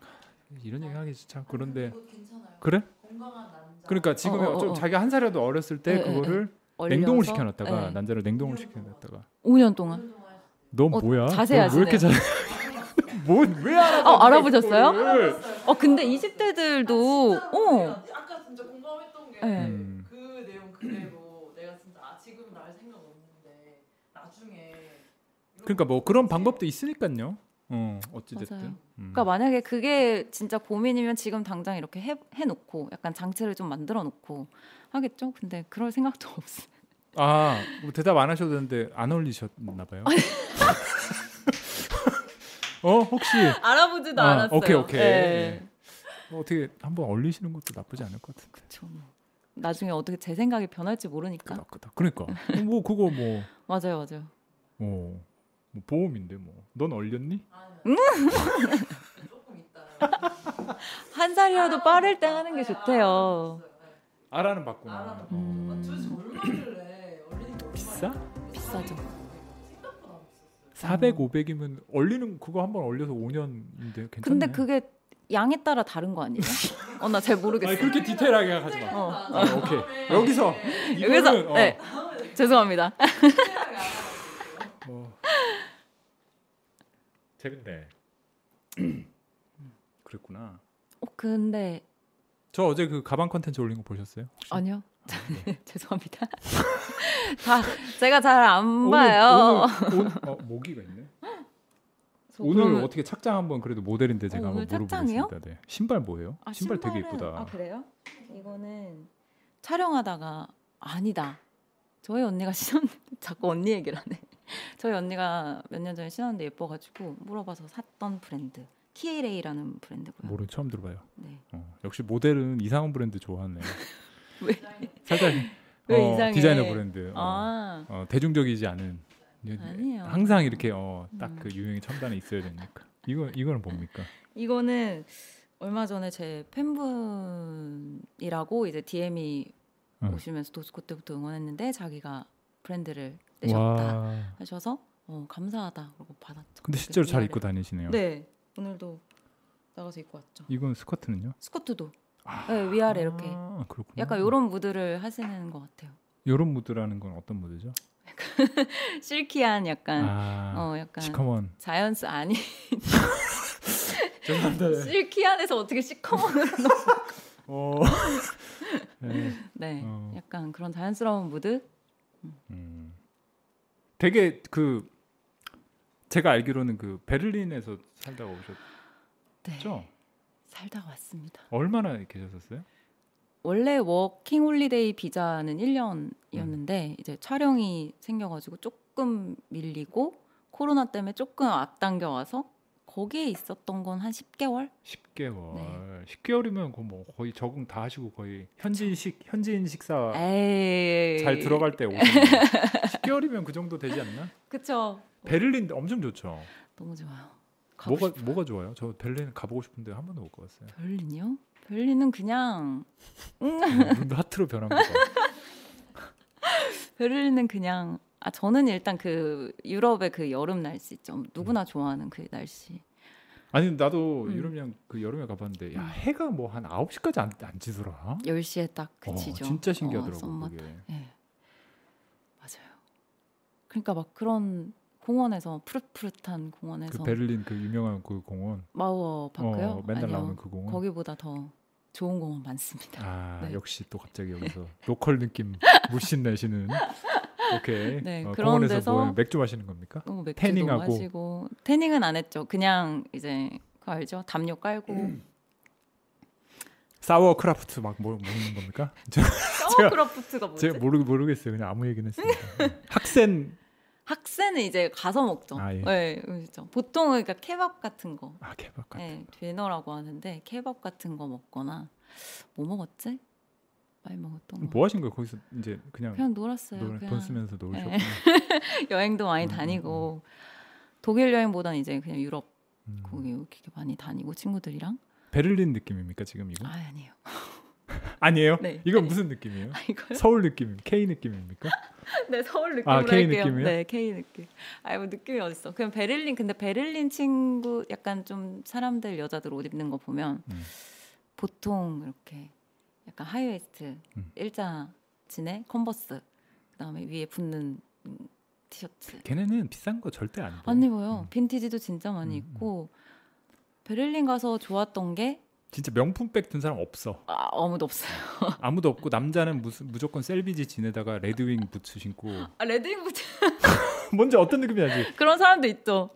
[SPEAKER 1] 이런 얘기 하기 참 그런데
[SPEAKER 3] 어, 그거 괜찮아요.
[SPEAKER 1] 그래?
[SPEAKER 3] 건강한 남자.
[SPEAKER 1] 그러니까 지금
[SPEAKER 2] 어, 어,
[SPEAKER 1] 의
[SPEAKER 2] 어,
[SPEAKER 1] 좀
[SPEAKER 2] 어.
[SPEAKER 1] 자기가 한 살이라도 어렸을 때
[SPEAKER 2] 네,
[SPEAKER 1] 그거를
[SPEAKER 2] 얼려서-
[SPEAKER 1] 냉동을 시켜놨다가
[SPEAKER 2] 네.
[SPEAKER 1] 남자를 냉동을 시켜놨다가
[SPEAKER 2] 5년 동안
[SPEAKER 3] 오늘 동안
[SPEAKER 1] 너
[SPEAKER 2] 어,
[SPEAKER 1] 뭐야?
[SPEAKER 2] 자세하시네.
[SPEAKER 1] 너왜 이렇게 자세? <laughs> 뭔왜 알아?
[SPEAKER 2] 어, 알아보셨어요?
[SPEAKER 1] 그거를.
[SPEAKER 3] 알았어요.
[SPEAKER 2] 어 근데
[SPEAKER 3] 아,
[SPEAKER 2] 20대들도
[SPEAKER 3] 진짜
[SPEAKER 2] 어
[SPEAKER 3] 그래요. 아까 진짜 공감했던 게 그
[SPEAKER 2] 네.
[SPEAKER 1] 음.
[SPEAKER 3] 내용 그대로 내가 진짜 아 지금 은날 생각 없는데 나중에 이런
[SPEAKER 1] 그러니까 뭐 그런 방법도 있으니까요. 어 어찌 됐든. 음.
[SPEAKER 2] 맞아요. 그러니까 만약에 그게 진짜 고민이면 지금 당장 이렇게 해 해놓고 약간 장치를 좀 만들어 놓고 하겠죠. 근데 그럴 생각도 없어요.
[SPEAKER 1] 아뭐 대답 안 하셔도 되는데 안 어울리셨나 봐요. <laughs> 어 혹시
[SPEAKER 2] <laughs> 알아보지도
[SPEAKER 1] 아,
[SPEAKER 2] 않았어요.
[SPEAKER 1] 오케이 오케이.
[SPEAKER 2] 네.
[SPEAKER 1] 예. 뭐 어떻게 한번 얼리시는 것도 나쁘지 않을 것 같은데.
[SPEAKER 2] 그쵸. 뭐. 나중에 어떻게 제 생각이 변할지 모르니까.
[SPEAKER 1] 그다 그다. 그러니까 뭐 그거 뭐
[SPEAKER 2] 맞아요, 맞아요.
[SPEAKER 1] 어, 뭐 보험인데 뭐. 넌 얼렸니?
[SPEAKER 3] 아니야. 조금 있다.
[SPEAKER 2] 한 살이라도 빠를 때 하는 게 좋대요.
[SPEAKER 1] 아라는
[SPEAKER 3] 알아.
[SPEAKER 1] 봤구나. 어.
[SPEAKER 2] 음.
[SPEAKER 3] 도대체 얼마길래 얼리는 거 얼마야?
[SPEAKER 1] 비싸?
[SPEAKER 2] 비싸죠.
[SPEAKER 3] 생각보다 못 썼어요.
[SPEAKER 2] 아.
[SPEAKER 1] 400, 500이면 얼리는 그거 한 번 얼려서 5년인데 괜찮네.
[SPEAKER 2] 근데 그게 양에 따라 다른
[SPEAKER 1] <laughs>
[SPEAKER 2] 거 아니에요? 어, 나 잘 모르겠어요.
[SPEAKER 1] 아니, 그렇게 디테일하게 하지
[SPEAKER 2] <laughs>
[SPEAKER 1] 마.
[SPEAKER 2] 어.
[SPEAKER 1] 아, 오케이. 여기서.
[SPEAKER 2] 여기서
[SPEAKER 1] 이거는, 어,
[SPEAKER 2] 네. 죄송합니다.
[SPEAKER 1] 어. 재밌네. <clears throat> 그랬구나.
[SPEAKER 2] 어, 근데
[SPEAKER 1] 저 어제 그 가방 컨텐츠 올린 거 보셨어요?
[SPEAKER 2] 아니요.
[SPEAKER 1] 네.
[SPEAKER 2] <laughs> 죄송합니다. 다 제가 잘 안
[SPEAKER 1] 오늘-
[SPEAKER 2] 봐요.
[SPEAKER 1] 오늘, 오늘, 어, 모기가 있네.
[SPEAKER 2] <laughs> 저
[SPEAKER 1] 오늘
[SPEAKER 2] 그러면-
[SPEAKER 1] 어떻게 착장 한번 그래도 모델인데 제가
[SPEAKER 2] 어,
[SPEAKER 1] 한번
[SPEAKER 2] 오늘 착장이요?
[SPEAKER 1] 물어보겠습니다. 네. 신발 뭐예요?
[SPEAKER 2] 아,
[SPEAKER 1] 신발 되게
[SPEAKER 2] 신발은-
[SPEAKER 1] 이쁘다.
[SPEAKER 2] 아 그래요? 이거는 촬영하다가 아니다. 저희 언니가 신었는데 <laughs> 자꾸 언니 얘기를 하네. <laughs> 저희 언니가 몇 년 전에 신었는데 예뻐가지고 물어봐서 샀던 브랜드 KLA라는 브랜드고요.
[SPEAKER 1] 모르 처음 들어봐요.
[SPEAKER 2] 네.
[SPEAKER 1] 어, 역시 모델은 이상한 브랜드 좋아하네.
[SPEAKER 2] <laughs> 왜?
[SPEAKER 1] 살짝
[SPEAKER 2] 왜
[SPEAKER 1] 어,
[SPEAKER 2] 이상해?
[SPEAKER 1] 디자이너 브랜드. 어,
[SPEAKER 2] 아
[SPEAKER 1] 어, 대중적이지 않은. 예,
[SPEAKER 2] 아니에요.
[SPEAKER 1] 항상 이렇게 어, 딱 그
[SPEAKER 2] 음.
[SPEAKER 1] 유행의 첨단에 있어야 되니까. 이거 이거는 뭡니까?
[SPEAKER 2] 이거는 얼마 전에 제 팬분이라고 이제 DM이
[SPEAKER 1] 응.
[SPEAKER 2] 오시면서 도스코 때부터 응원했는데 자기가 브랜드를 내셨다
[SPEAKER 1] 와.
[SPEAKER 2] 하셔서 어, 감사하다 그러고 받았죠.
[SPEAKER 1] 근데 실제로 잘
[SPEAKER 2] 이날에.
[SPEAKER 1] 입고 다니시네요.
[SPEAKER 2] 네 오늘도 나가서 입고 왔죠.
[SPEAKER 1] 이건 스커트는요? 음.
[SPEAKER 2] 스커트도 네, 위아래 이렇게
[SPEAKER 1] 아, 그렇구나.
[SPEAKER 2] 약간 요런 무드를 하시는 것 같아요. <laughs>
[SPEAKER 1] 요런 무드라는 건 어떤 무드죠?
[SPEAKER 2] 실키한 약간
[SPEAKER 1] 아.
[SPEAKER 2] 어 약간
[SPEAKER 1] 시커먼.
[SPEAKER 2] 자연스 아니
[SPEAKER 1] 죄송합니다.
[SPEAKER 2] <laughs> 네. 실키한에서 어떻게 시커먼을
[SPEAKER 1] <laughs> 어. 네.
[SPEAKER 2] 네
[SPEAKER 1] 어.
[SPEAKER 2] 약간 그런 자연스러운 무드
[SPEAKER 1] 음. 되게 그 제가 알기로는 그 베를린에서 살다가 오셨죠?
[SPEAKER 2] 네 살다 왔습니다.
[SPEAKER 1] 얼마나 계셨었어요?
[SPEAKER 2] 원래 워킹 홀리데이 비자는 1년이었는데
[SPEAKER 1] 음.
[SPEAKER 2] 이제 촬영이 생겨가지고 조금 밀리고 코로나 때문에 조금 앞당겨 와서 거기에 있었던 건 한 10개월?
[SPEAKER 1] 10개월.
[SPEAKER 2] 네.
[SPEAKER 1] 10개월이면 그뭐 거의 적응 다 하시고 거의 현지식 현지인 식사
[SPEAKER 2] 에이
[SPEAKER 1] 아, 잘 들어갈 때 오신 거예요. 10개월이면 그 정도 되지 않나?
[SPEAKER 2] 어. 그쵸
[SPEAKER 1] 베를린 엄청 좋죠.
[SPEAKER 2] 너무 좋아요. 가고
[SPEAKER 1] 뭐가
[SPEAKER 2] 싶-
[SPEAKER 1] 뭐가 좋아요? 저 베를린 가보고 싶은데 한 번도 못
[SPEAKER 2] <laughs>
[SPEAKER 1] 가봤어요.
[SPEAKER 2] 베를린이요? 베를린은 그냥
[SPEAKER 1] 어, 눈 하트로 변한 거. 봐.
[SPEAKER 2] 베를린은 그냥 아 저는 일단 그 유럽의 그 여름 날씨 좀
[SPEAKER 1] 음.
[SPEAKER 2] 누구나 좋아하는 그 날씨
[SPEAKER 1] 아니 나도
[SPEAKER 2] 음.
[SPEAKER 1] 유럽이랑 그 여름에 가봤는데 야
[SPEAKER 2] 음.
[SPEAKER 1] 해가 뭐 한 9시까지 안, 안 지더라.
[SPEAKER 2] 10시에 딱
[SPEAKER 1] 어,
[SPEAKER 2] 그치죠.
[SPEAKER 1] 진짜
[SPEAKER 2] 어,
[SPEAKER 1] 신기하더라고
[SPEAKER 2] 썸머
[SPEAKER 1] 그게.
[SPEAKER 2] 예. 맞아요. 그러니까 막 그런 공원에서 푸릇푸릇한 공원에서
[SPEAKER 1] 그 베를린 그 유명한 그 공원.
[SPEAKER 2] 마우어 파크요?
[SPEAKER 1] 어, 맨날
[SPEAKER 2] 아니요.
[SPEAKER 1] 나오는 그 공원.
[SPEAKER 2] 거기보다 더 좋은 공원 많습니다.
[SPEAKER 1] 아
[SPEAKER 2] 네.
[SPEAKER 1] 역시 또 갑자기 여기서 <laughs> 로컬 느낌 물씬 내시는. 오케이.
[SPEAKER 2] 네,
[SPEAKER 1] 어,
[SPEAKER 2] 그런
[SPEAKER 1] 공원에서
[SPEAKER 2] 데서-
[SPEAKER 1] 뭐 맥주 마시는 겁니까?
[SPEAKER 2] <laughs> 너무 맥주도
[SPEAKER 1] 태닝하고.
[SPEAKER 2] 마시고 태닝은 안 했죠. 그냥 이제 그거 알죠? 담요 깔고 <laughs>
[SPEAKER 1] 사워 크라프트 막 뭐, 먹는 겁니까? <laughs>
[SPEAKER 2] 어, 서머크러프트가 뭐지?
[SPEAKER 1] 제가 모르 모르겠어요. 그냥 아무 얘기는 했습니다. 네. 학생
[SPEAKER 2] 학생은 이제 가서 먹죠.
[SPEAKER 1] 아, 예.
[SPEAKER 2] 네, 그렇죠. 보통은 그러니까 케밥 같은 거,
[SPEAKER 1] 아 개박 같은.
[SPEAKER 2] 네, 디너라고 하는데 케밥 같은 거 먹거나 뭐 먹었지? 많이 먹었던 거.
[SPEAKER 1] 뭐 하신 거예요? 거기서 이제 그냥,
[SPEAKER 2] 그냥 놀았어요.
[SPEAKER 1] 노래,
[SPEAKER 2] 그냥
[SPEAKER 1] 돈 쓰면서 놀으셨고.
[SPEAKER 2] <laughs> 네. 여행도 많이
[SPEAKER 1] 음, 음,
[SPEAKER 2] 다니고 독일 여행보다는 이제 그냥 유럽
[SPEAKER 1] 음.
[SPEAKER 2] 거기 이렇게 많이 다니고 친구들이랑
[SPEAKER 1] 베를린 느낌입니까 지금 이거?
[SPEAKER 2] 아 아니에요 <laughs>
[SPEAKER 1] 아니에요?
[SPEAKER 2] 네.
[SPEAKER 1] 이건 무슨 느낌이에요?
[SPEAKER 2] 아, 이거요?
[SPEAKER 1] 서울 느낌, K 느낌입니까?
[SPEAKER 2] <laughs> 네 서울 느낌으로
[SPEAKER 1] 아, K
[SPEAKER 2] 할게요.
[SPEAKER 1] 느낌이요?
[SPEAKER 2] 네 K 느낌. 아뭐 느낌이 어딨어? 그냥 베를린 근데 베를린 친구 약간 좀 사람들 여자들 옷 입는 거 보면
[SPEAKER 1] 음.
[SPEAKER 2] 보통 이렇게 약간 하이웨스트
[SPEAKER 1] 음.
[SPEAKER 2] 일자 진에 컨버스 그다음에 위에 붙는 음, 티셔츠
[SPEAKER 1] 걔네는 비싼 거 절대 안 입어.
[SPEAKER 2] 안 입어요.
[SPEAKER 1] 음.
[SPEAKER 2] 빈티지도 진짜 많이
[SPEAKER 1] 음,
[SPEAKER 2] 입고 베를린 가서 좋았던 게
[SPEAKER 1] 진짜 명품 백 든 사람 없어.
[SPEAKER 2] 아, 아무도 없어요.
[SPEAKER 1] 아무도 없고 남자는 무슨 무조건 셀비지 지내다가 레드윙 부츠 신고.
[SPEAKER 2] 아, 레드인 부츠
[SPEAKER 1] <laughs> 뭔지 어떤 느낌이 나지?
[SPEAKER 2] 그런 사람도 있죠.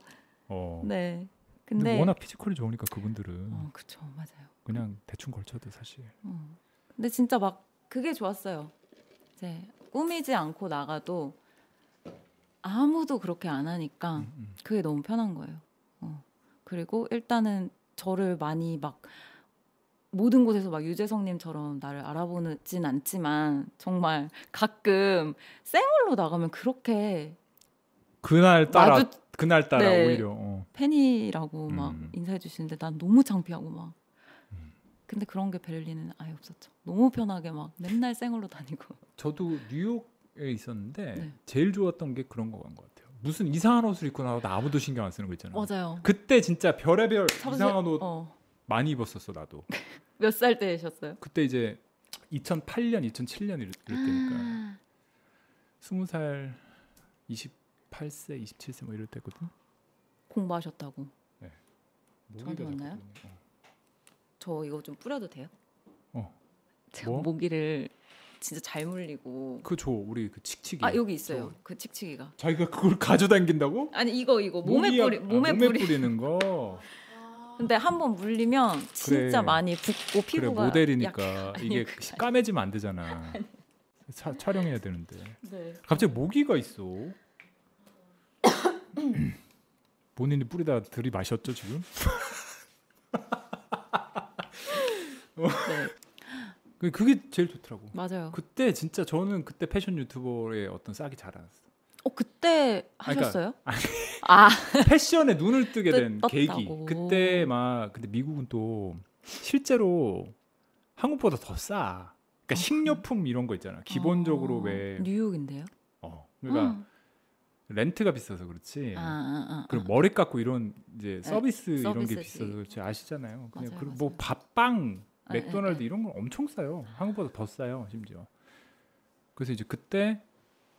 [SPEAKER 1] 어.
[SPEAKER 2] 네.
[SPEAKER 1] 근데,
[SPEAKER 2] 근데
[SPEAKER 1] 워낙 피지컬이 좋으니까 그분들은
[SPEAKER 2] 어 그쵸 맞아요.
[SPEAKER 1] 그냥 대충 걸쳐도 사실.
[SPEAKER 2] 음. 근데 진짜 막 그게 좋았어요. 이제 꾸미지 않고 나가도 아무도 그렇게 안 하니까
[SPEAKER 1] 음, 음.
[SPEAKER 2] 그게 너무 편한 거예요. 어. 그리고 일단은 저를 많이 막 모든 곳에서 막 유재석님처럼 나를 알아보진 않지만 정말 가끔 생얼로 나가면 그렇게
[SPEAKER 1] 그날 따라
[SPEAKER 2] 마주-
[SPEAKER 1] 그날 따라
[SPEAKER 2] 네.
[SPEAKER 1] 오히려 어.
[SPEAKER 2] 팬이라고 막
[SPEAKER 1] 음.
[SPEAKER 2] 인사해 주시는데 난 너무 창피하고 막 근데 그런 게 베를린은 아예 없었죠. 너무 편하게 막 맨날 생얼로 다니고
[SPEAKER 1] 음. 저도 뉴욕에 있었는데
[SPEAKER 2] 네.
[SPEAKER 1] 제일 좋았던 게 그런 거간 것 같아요. 무슨 이상한 옷을 입고 나와도 아무도 신경 안 쓰는 거 있잖아요.
[SPEAKER 2] 맞아요.
[SPEAKER 1] 그때 진짜 별의별 이상한 옷
[SPEAKER 2] 어.
[SPEAKER 1] 많이 입었었어 나도.
[SPEAKER 2] 몇 살 때셨어요?
[SPEAKER 1] 그때 이제 2008년, 2007년 이럴,
[SPEAKER 2] 음.
[SPEAKER 1] 이럴 때니까
[SPEAKER 2] 아.
[SPEAKER 1] 20살, 28세, 27세 뭐 이럴 때거든.
[SPEAKER 2] 공부하셨다고.
[SPEAKER 1] 모기가
[SPEAKER 2] 저한테 왔나요?
[SPEAKER 1] 자꾸 그러네.
[SPEAKER 2] 저 이거 좀 뿌려도 돼요?
[SPEAKER 1] 어.
[SPEAKER 2] 제가
[SPEAKER 1] 뭐?
[SPEAKER 2] 모기를 진짜 잘 물리고.
[SPEAKER 1] 어. 그줘 우리 그 칙칙이.
[SPEAKER 2] 아 여기 있어요. 그 칙칙이가.
[SPEAKER 1] 자기가 그걸 가져당긴다고?
[SPEAKER 2] 아니 이거 이거 몸에
[SPEAKER 1] 모기약-
[SPEAKER 2] 뿌리
[SPEAKER 1] 아,
[SPEAKER 2] 몸에 뿌리.
[SPEAKER 1] 뿌리는 거.
[SPEAKER 2] 근데 한 번 물리면 진짜
[SPEAKER 1] 그래.
[SPEAKER 2] 많이 붓고
[SPEAKER 1] 그래
[SPEAKER 2] <laughs> 피부가 약...
[SPEAKER 1] 모델이니까
[SPEAKER 2] 아니,
[SPEAKER 1] 이게
[SPEAKER 2] 그게 아니야.
[SPEAKER 1] 까매지면 안
[SPEAKER 2] <laughs>
[SPEAKER 1] 되잖아. 차- 촬영해야 되는데
[SPEAKER 2] 네.
[SPEAKER 1] 갑자기 모기가 있어. <coughs> 본인이 뿌리다 들이 마셨죠 지금?
[SPEAKER 2] 네.
[SPEAKER 1] 그- 그게 제일 좋더라고.
[SPEAKER 2] 맞아요.
[SPEAKER 1] 그때 진짜 저는 그때 패션 유튜버의 어떤 싹이 잘 알았어.
[SPEAKER 2] 어 그때
[SPEAKER 1] <laughs> 아, 그러니까-
[SPEAKER 2] 하셨어요? 아
[SPEAKER 1] 패션에 눈을 뜨게 된
[SPEAKER 2] 떴-
[SPEAKER 1] 계기.
[SPEAKER 2] 떴다고.
[SPEAKER 1] 그때 막 근데 미국은 또 실제로 한국보다 더 싸. 그러니까 식료품 이런 거 있잖아. 기본적으로
[SPEAKER 2] 어,
[SPEAKER 1] 왜
[SPEAKER 2] 아, 뉴욕인데요? 음.
[SPEAKER 1] 어. 그러니까 예. 렌트가 비싸서 그렇지.
[SPEAKER 2] 아, 아, 아, 아.
[SPEAKER 1] 그리고 머리 깎고 이런 이제 서비스 이런 게
[SPEAKER 2] 서비스지.
[SPEAKER 1] 비싸서 그렇지 아시잖아요. 그냥
[SPEAKER 2] 맞아요,
[SPEAKER 1] 그리고
[SPEAKER 2] 맞아요.
[SPEAKER 1] 뭐 밥빵,
[SPEAKER 2] 아,
[SPEAKER 1] 맥도날드
[SPEAKER 2] 예, 예.
[SPEAKER 1] 이런 건 엄청 싸요. 한국보다 더 싸요, 심지어. 그래서 이제 그때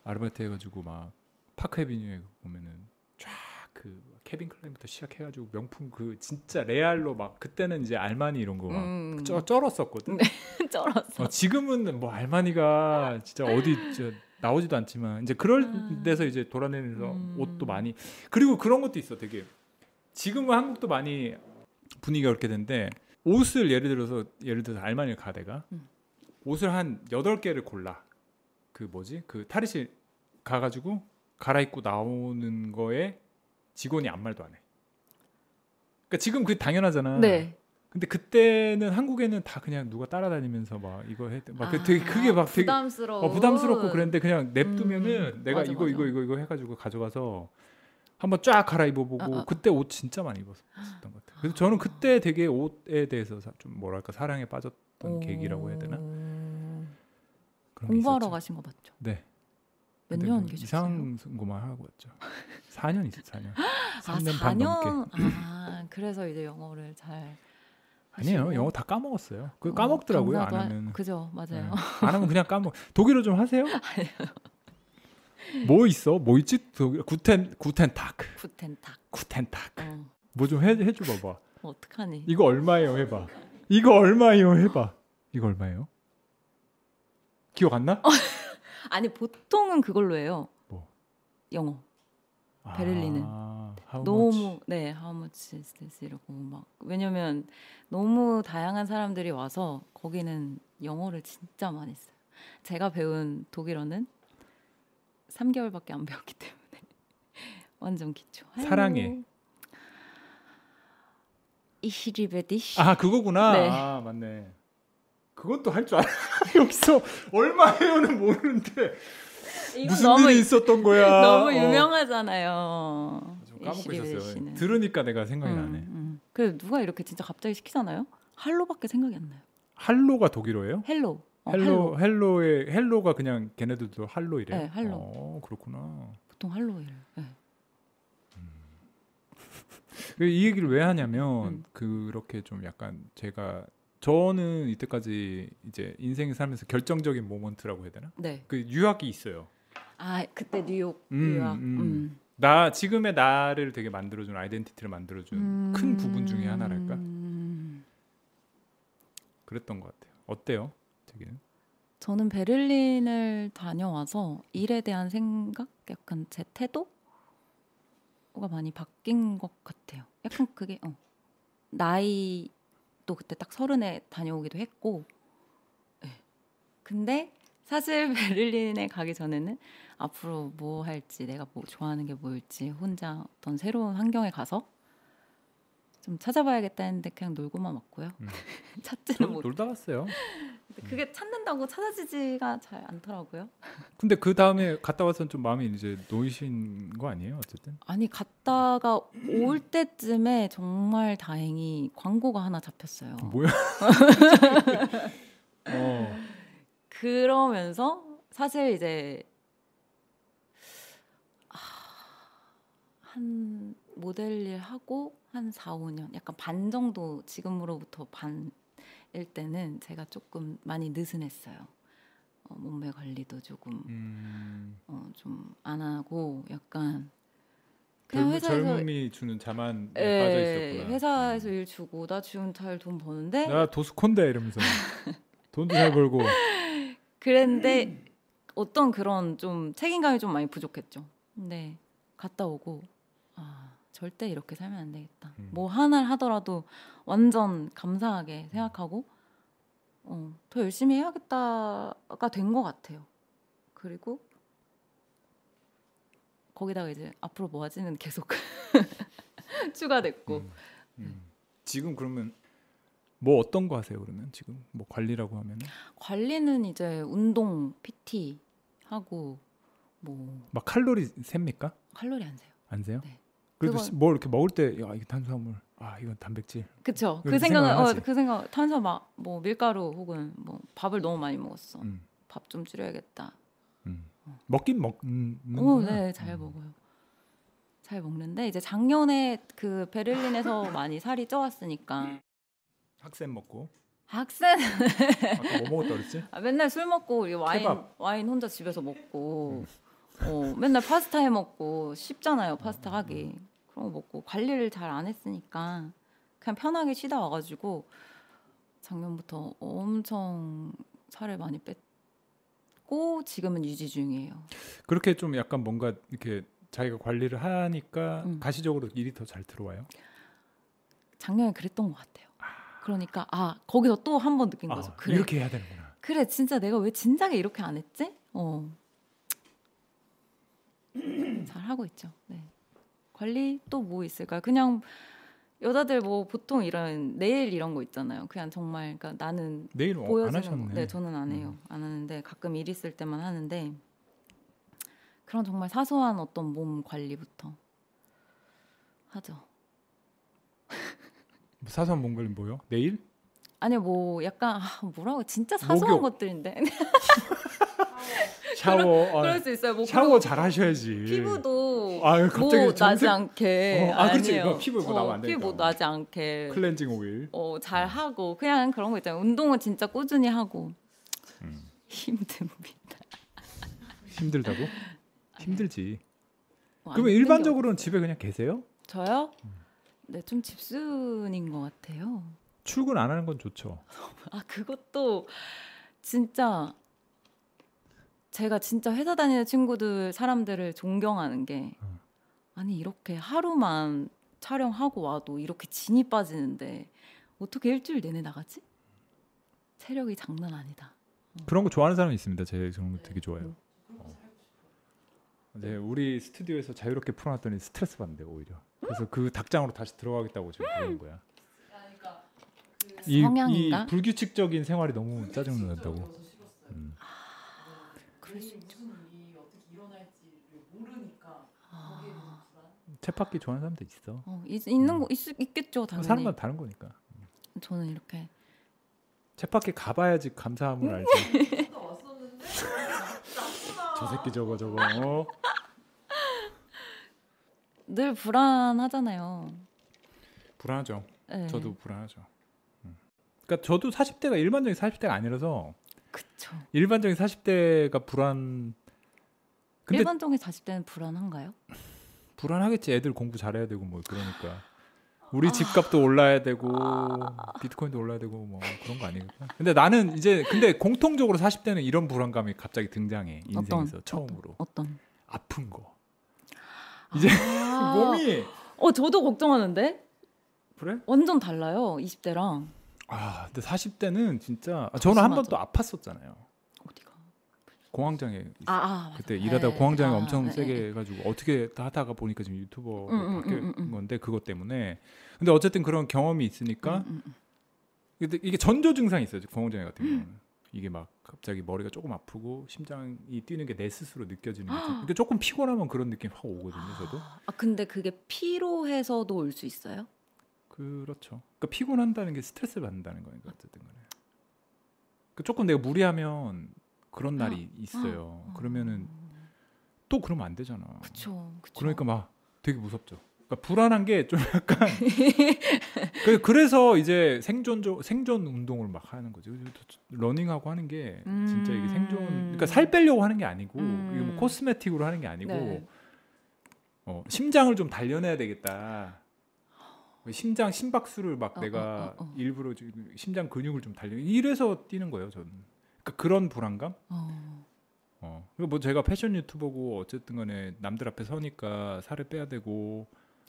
[SPEAKER 1] 아르바이트 해가지고 막 파크 해비뉴에 보면은 쫙 그 케빈 클라인부터 시작해가지고 명품 그 진짜 레알로 막 그때는 이제 알마니 이런 뭐 거막
[SPEAKER 2] 음.
[SPEAKER 1] 쩔, 쩔었었거든.
[SPEAKER 2] <laughs> 쩔었어.
[SPEAKER 1] 어, 지금은 뭐 알마니가 진짜 어디 저 나오지도 않지만 이제 그럴
[SPEAKER 2] 아.
[SPEAKER 1] 데서 이제 돌아내면서
[SPEAKER 2] 음.
[SPEAKER 1] 옷도 많이 그리고 그런 것도 있어 되게 지금은 한국도 많이 분위기가 그렇게 된데 옷을 예를 들어서 예를 들어서 알마니를 가 내가
[SPEAKER 2] 음.
[SPEAKER 1] 옷을 한 여덟 개를 골라 그 뭐지 그 탈의실 가가지고 갈아입고 나오는 거에 직원이 아무 말도 안 해. 그러니까 지금 그게 당연하잖아.
[SPEAKER 2] 네.
[SPEAKER 1] 근데 그때는 한국에는 다 그냥 누가 따라다니면서 막 이거 했던 막 그
[SPEAKER 2] 아,
[SPEAKER 1] 되게 그게 막 되게
[SPEAKER 2] 부담스러운.
[SPEAKER 1] 어, 부담스럽고 그랬는데 그냥 냅두면은
[SPEAKER 2] 음,
[SPEAKER 1] 내가
[SPEAKER 2] 맞아,
[SPEAKER 1] 이거
[SPEAKER 2] 맞아.
[SPEAKER 1] 이거 이거 이거 해가지고 가져가서 한번 쫙 갈아입어보고
[SPEAKER 2] 아, 아.
[SPEAKER 1] 그때 옷 진짜 많이 입었었던 것 같아요. 그래서 저는 그때 되게 옷에 대해서 사- 좀 뭐랄까 사랑에 빠졌던 계기라고 해야 되나
[SPEAKER 2] 오.
[SPEAKER 1] 그런 게
[SPEAKER 2] 공부하러
[SPEAKER 1] 있었죠.
[SPEAKER 2] 가신 거 맞죠?
[SPEAKER 1] 네.
[SPEAKER 2] 몇
[SPEAKER 1] 근데
[SPEAKER 2] 년
[SPEAKER 1] 뭐
[SPEAKER 2] 계셨어요?
[SPEAKER 1] 이상한 것만 하고 왔죠. 4년 있었
[SPEAKER 2] <gasps>
[SPEAKER 1] 4년. 3년
[SPEAKER 2] 아,
[SPEAKER 1] 반
[SPEAKER 2] 4년?
[SPEAKER 1] 넘게.
[SPEAKER 2] 아, 그래서 이제 영어를 잘
[SPEAKER 1] 아니에요.
[SPEAKER 2] 하시고.
[SPEAKER 1] 영어 다 까먹었어요. 그
[SPEAKER 2] 어,
[SPEAKER 1] 까먹더라고요. 안
[SPEAKER 2] 강사도 하-
[SPEAKER 1] 하면.
[SPEAKER 2] 그죠, <laughs> 맞아요.
[SPEAKER 1] 네. 안 하면 그냥 까먹. 독일어 좀 하세요?
[SPEAKER 2] 아,
[SPEAKER 1] 뭐 있어? 뭐 있지? 독일 구텐 구텐타크.
[SPEAKER 2] 구텐탁.
[SPEAKER 1] 구텐타크.
[SPEAKER 2] 어,
[SPEAKER 1] 뭐 좀 해 해줘 봐봐.
[SPEAKER 2] 어떡하니?
[SPEAKER 1] 이거 얼마예요? 해봐. 이거 얼마예요? 해봐. 이거 얼마예요? 기억 안
[SPEAKER 2] 어,
[SPEAKER 1] 나?
[SPEAKER 2] 아니 보통은 그걸로 해요.
[SPEAKER 1] 뭐?
[SPEAKER 2] 영어.
[SPEAKER 1] 아,
[SPEAKER 2] 베를린은.
[SPEAKER 1] how much?
[SPEAKER 2] 너무 네, how much is this 이러고 막 왜냐면 너무 다양한 사람들이 와서 거기는 영어를 진짜 많이 써요. 제가 배운 독일어는 3개월밖에 안 배웠기 때문에 <laughs> 완전 기초.
[SPEAKER 1] 사랑해.
[SPEAKER 2] 이히리베디시.
[SPEAKER 1] 아 그거구나.
[SPEAKER 2] 네.
[SPEAKER 1] 아 맞네. 그것도 할 줄 알아. <laughs> 여기서 얼마예요는 모르는데 무슨
[SPEAKER 2] 너무
[SPEAKER 1] 일이 있었던 거야.
[SPEAKER 2] <laughs> 너무
[SPEAKER 1] 어.
[SPEAKER 2] 유명하잖아요.
[SPEAKER 1] 좀 까먹고
[SPEAKER 2] 이시리베
[SPEAKER 1] 있었어요.
[SPEAKER 2] 씨는.
[SPEAKER 1] 들으니까 내가 생각이
[SPEAKER 2] 음,
[SPEAKER 1] 나네.
[SPEAKER 2] 음. 그 누가 이렇게 진짜 갑자기 시키잖아요. 할로밖에 생각이 안 나요.
[SPEAKER 1] 할로가 독일어예요?
[SPEAKER 2] 헬로. 어,
[SPEAKER 1] 헬로 헬로의 헬로가 그냥 걔네들도 할로이래.
[SPEAKER 2] 네, 할로.
[SPEAKER 1] 어, 그렇구나.
[SPEAKER 2] 보통 할로예요. 네.
[SPEAKER 1] 그이 얘기를 왜 하냐면
[SPEAKER 2] 음.
[SPEAKER 1] 그렇게 좀 약간 제가 저는 이때까지 이제 인생을 살면서 결정적인 모먼트라고 해야 되나?
[SPEAKER 2] 네.
[SPEAKER 1] 그 유학이 있어요.
[SPEAKER 2] 아 그때 뉴욕
[SPEAKER 1] 음,
[SPEAKER 2] 유학.
[SPEAKER 1] 음.
[SPEAKER 2] 음.
[SPEAKER 1] 나 지금의 나를 되게 만들어준 아이덴티티를 만들어준 큰 부분 중에 하나랄까
[SPEAKER 2] 음.
[SPEAKER 1] 그랬던 것 같아요. 어때요? 되게
[SPEAKER 2] 저는 베를린을 다녀와서 일에 대한 생각, 약간 제 태도가 많이 바뀐 것 같아요. 약간 그게 어. 나이도 그때 딱 서른에 다녀오기도 했고, 예. 근데 사실 <laughs> 베를린에 가기 전에는 앞으로 뭐 할지, 내가 뭐 좋아하는 게 뭘지 혼자 어떤 새로운 환경에 가서 좀 찾아봐야겠다 했는데 그냥 놀고만 왔고요.
[SPEAKER 1] 음.
[SPEAKER 2] <laughs> 찾지는
[SPEAKER 1] 저도
[SPEAKER 2] 못.
[SPEAKER 1] 놀다 왔어요.
[SPEAKER 2] 근데 그게 찾는다고 찾아지지가 잘 않더라고요.
[SPEAKER 1] 근데 그 다음에 갔다 와서는 좀 마음이 이제 놓이신 거 아니에요? 어쨌든
[SPEAKER 2] 아니 갔다가 올 때쯤에 정말 다행히 광고가 하나 잡혔어요. <laughs>
[SPEAKER 1] 뭐야? <laughs> 어,
[SPEAKER 2] 그러면서 사실 이제 아, 한 모델 일 하고 한 4, 5년 약간 반 정도 지금으로부터 반일 때는 제가 조금 많이 느슨했어요. 어, 몸매 관리도 조금
[SPEAKER 1] 음,
[SPEAKER 2] 어, 좀 안 하고 약간 그냥
[SPEAKER 1] 젊,
[SPEAKER 2] 회사에서
[SPEAKER 1] 젊음이 주는 자만
[SPEAKER 2] 예,
[SPEAKER 1] 네, 빠져 있었구나. 음. 네.
[SPEAKER 2] 회사에서 일 주고 나 지금 잘 돈 버는데
[SPEAKER 1] 나 도스콘다
[SPEAKER 2] <laughs>
[SPEAKER 1] 이러면서 돈도 잘 벌고 음.
[SPEAKER 2] 그랬는데 어떤 그런 좀 책임감이 좀 많이 부족했죠. 근데 갔다 오고 아 절대 이렇게 살면 안 되겠다.
[SPEAKER 1] 음.
[SPEAKER 2] 뭐 하나를 하더라도 완전 감사하게 생각하고 어, 더 열심히 해야겠다가 된 것 같아요. 그리고 거기다가 이제 앞으로 뭐 하지는 계속 <laughs> 추가됐고
[SPEAKER 1] 음, 음. 지금 그러면 뭐 어떤 거 하세요 그러면 지금 뭐 관리라고 하면
[SPEAKER 2] 관리는 이제 운동, PT 하고 뭐
[SPEAKER 1] 막 칼로리 셉니까
[SPEAKER 2] 칼로리 안 세요.
[SPEAKER 1] 안 세요?
[SPEAKER 2] 네.
[SPEAKER 1] 그래도
[SPEAKER 2] 그건-
[SPEAKER 1] 시- 뭐 이렇게 먹을 때야 이게 탄수화물 아 이건 단백질
[SPEAKER 2] 그쵸.
[SPEAKER 1] 음, 그렇게
[SPEAKER 2] 그 생각은
[SPEAKER 1] 생각을
[SPEAKER 2] 어,
[SPEAKER 1] 하지.
[SPEAKER 2] 그 생각 탄수 막뭐 밀가루 혹은 뭐 밥을 너무 많이 먹었어.
[SPEAKER 1] 음,
[SPEAKER 2] 밥 좀 줄여야겠다.
[SPEAKER 1] 음. 먹긴 먹 음,
[SPEAKER 2] 오,
[SPEAKER 1] 먹는구나.
[SPEAKER 2] 네, 잘
[SPEAKER 1] 음.
[SPEAKER 2] 먹어요. 잘 먹는데 이제 작년에 그 베를린에서 많이 살이 쪄왔으니까
[SPEAKER 1] 학생 먹고
[SPEAKER 2] 학생
[SPEAKER 1] 아까 뭐 먹었다 그랬지? <laughs>
[SPEAKER 2] 아, 맨날 술 먹고 우리 와인
[SPEAKER 1] 케밥. 음.
[SPEAKER 2] 와인 혼자 집에서 먹고 어, 맨날 파스타 해 먹고 쉽잖아요 파스타 하기 그런 거 먹고 관리를 잘 안 했으니까 그냥 편하게 쉬다 와가지고 작년부터 엄청 살을 많이 뺐고 지금은 유지 중이에요.
[SPEAKER 1] 그렇게 좀 약간 뭔가 이렇게 자기가 관리를 하니까
[SPEAKER 2] 음.
[SPEAKER 1] 가시적으로 일이 더 잘 들어와요.
[SPEAKER 2] 작년에 그랬던 것 같아요. 그러니까 아 거기서 또 한 번 느낀 거죠.
[SPEAKER 1] 아,
[SPEAKER 2] 그래
[SPEAKER 1] 이렇게 해야 되는구나.
[SPEAKER 2] 그래 진짜 내가 왜 진작에 이렇게 안 했지? 어. 잘 하고 있죠. 네. 관리 또 뭐 있을까요? 그냥 여자들 뭐 보통 이런 내일 이런 거 있잖아요. 그냥 정말 그러니까 나는
[SPEAKER 1] 내일 어, 안
[SPEAKER 2] 보여주는
[SPEAKER 1] 하셨네. 음.
[SPEAKER 2] 거. 네, 저는 안 해요. 안 하는데 가끔 일 있을 때만 하는데 그런 정말 사소한 어떤 몸 관리부터 하죠.
[SPEAKER 1] 뭐 사소한 뭔가를 뭐요? 내일?
[SPEAKER 2] 아니요, 뭐 약간 아, 뭐라고 진짜 사소한
[SPEAKER 1] 목욕.
[SPEAKER 2] 것들인데 <laughs>
[SPEAKER 1] 샤워. 아,
[SPEAKER 2] 그럴 수 있어요. 뭐
[SPEAKER 1] 샤워 잘 하셔야지.
[SPEAKER 2] 피부도
[SPEAKER 1] 아유, 갑자기
[SPEAKER 2] 뭐 나지
[SPEAKER 1] 정색-
[SPEAKER 2] 않게
[SPEAKER 1] 어, 아, 그치.
[SPEAKER 2] 아니에요. 어,
[SPEAKER 1] 그거 피부 이거 나면 안 되니까. 그
[SPEAKER 2] 피부 나지 않게
[SPEAKER 1] 클렌징 오일.
[SPEAKER 2] 어, 잘 하고 그냥 그런 거 있잖아요. 운동은 진짜 꾸준히 하고
[SPEAKER 1] 음.
[SPEAKER 2] 힘듭니다.
[SPEAKER 1] 힘들다고? 힘들지.
[SPEAKER 2] 뭐
[SPEAKER 1] 그러면
[SPEAKER 2] 안 힘든
[SPEAKER 1] 일반적으로는 집에 그냥 계세요?
[SPEAKER 2] 게 없- 저요? 네, 좀 집순인 것 같아요.
[SPEAKER 1] 출근 안 하는 건 좋죠.
[SPEAKER 2] 아 그것도 진짜 제가 진짜 회사 다니는 친구들 사람들을 존경하는 게
[SPEAKER 1] 음.
[SPEAKER 2] 아니 이렇게 하루만 촬영하고 와도 이렇게 진이 빠지는데 어떻게 일주일 내내 나가지? 체력이 장난 아니다.
[SPEAKER 1] 그런 거 좋아하는 사람이 있습니다. 제 그런 거 되게 좋아요. 이제 우리 스튜디오에서 자유롭게 풀어놨더니 스트레스 받는데 오히려. 그래서 그 닭장으로 다시 들어가겠다고 지금 그러는 거야.
[SPEAKER 3] 그러니까
[SPEAKER 1] 이, 이
[SPEAKER 2] 성향인가?
[SPEAKER 1] 불규칙적인 생활이 너무 짜증 난다고.
[SPEAKER 3] 그래서 싫었어요.
[SPEAKER 1] 음.
[SPEAKER 2] 그럴 수
[SPEAKER 3] 내일 무슨 일이 어떻게 일어날지를 모르니까
[SPEAKER 2] 아.
[SPEAKER 3] 거기에 대해서 불안.
[SPEAKER 1] 채팍기 좋아하는 사람도 있어. 그 음.
[SPEAKER 2] 어, 있, 있는 거 있, 있겠죠 당연히.
[SPEAKER 1] 사람마다 다른 거니까.
[SPEAKER 2] 저는 이렇게
[SPEAKER 1] 쳇바퀴 가봐야지
[SPEAKER 2] 음.
[SPEAKER 1] 감사함을
[SPEAKER 2] <laughs>
[SPEAKER 1] 알지.
[SPEAKER 3] 갔다 왔었는데 나쁘다.
[SPEAKER 1] 저 새끼 저거 저거. 어?
[SPEAKER 2] 늘 불안하잖아요.
[SPEAKER 1] 불안하죠.
[SPEAKER 2] 네.
[SPEAKER 1] 저도 불안하죠. 음. 그러니까 저도 40대가 일반적인 40대가 아니라서
[SPEAKER 2] 그쵸.
[SPEAKER 1] 일반적인 40대가 불안. 근데
[SPEAKER 2] 일반적인 40대는 불안한가요?
[SPEAKER 1] 불안하겠지. 애들 공부 잘해야 되고 뭐 그러니까.
[SPEAKER 2] 아.
[SPEAKER 1] 우리 집값도 올라야 되고 비트코인도 올라야 되고 뭐 그런 거 아니겠구나. 근데 나는 이제 근데 공통적으로 40대는 이런 불안감이 갑자기 등장해 인생에서 처음으로
[SPEAKER 2] 어떤?
[SPEAKER 1] 아픈 거. 이제
[SPEAKER 2] 아,
[SPEAKER 1] 몸이
[SPEAKER 2] 어 저도 걱정하는데
[SPEAKER 1] 그래?
[SPEAKER 2] 완전 달라요 20대랑
[SPEAKER 1] 아 근데 40대는 진짜 아, 저는 한 번도 아팠었잖아요.
[SPEAKER 2] 어디가?
[SPEAKER 1] 공황장애
[SPEAKER 2] 아, 아 맞아.
[SPEAKER 1] 그때 일하다가 공황장애 가 엄청
[SPEAKER 2] 네,
[SPEAKER 1] 세게
[SPEAKER 2] 네.
[SPEAKER 1] 해가지고 어떻게 다 하다가 보니까 지금 유튜버로
[SPEAKER 2] 음, 음,
[SPEAKER 1] 바뀐
[SPEAKER 2] 음, 음, 음.
[SPEAKER 1] 건데 그것 때문에 근데 어쨌든 그런 경험이 있으니까
[SPEAKER 2] 음, 음,
[SPEAKER 1] 근데 이게 전조 증상이 있어요 공황장애 같은 경우는 이게 막 갑자기 머리가 조금 아프고 심장이 뛰는 게 내 스스로 느껴지는 거죠 근데 조금 피곤하면 그런 느낌 확 오거든요 저도
[SPEAKER 2] 아 근데 그게 피로해서도 올 수 있어요?
[SPEAKER 1] 그렇죠 그러니까 피곤한다는 게 스트레스를 받는다는 거니까 어쨌든 간에 그 조금 내가 무리하면 그런
[SPEAKER 2] 아,
[SPEAKER 1] 날이 있어요 그러면은 또 그러면 안 되잖아
[SPEAKER 2] 그쵸 그쵸.
[SPEAKER 1] 그러니까 막 되게 무섭죠. 그러니까 불안한 게 좀 약간 <laughs> 그- 그래서 이제 생존 생존 운동을 막 하는 거죠. 그래서 러닝하고 하는 게 진짜 이게
[SPEAKER 2] 음.
[SPEAKER 1] 생존 그러니까 살 빼려고 하는 게 아니고
[SPEAKER 2] 음.
[SPEAKER 1] 이게 뭐 코스메틱으로 하는 게 아니고
[SPEAKER 2] 네.
[SPEAKER 1] 어, 심장을 좀 단련해야 되겠다. 심장 심박수를 막
[SPEAKER 2] 어,
[SPEAKER 1] 내가
[SPEAKER 2] 어, 어, 어.
[SPEAKER 1] 일부러 지금 심장 근육을 좀 단련 이래서 뛰는 거예요. 저는 그러니까 그런 불안감.
[SPEAKER 2] 어,
[SPEAKER 1] 어. 그리고 뭐 제가 패션 유튜버고 어쨌든 간에 남들 앞에 서니까 살을 빼야 되고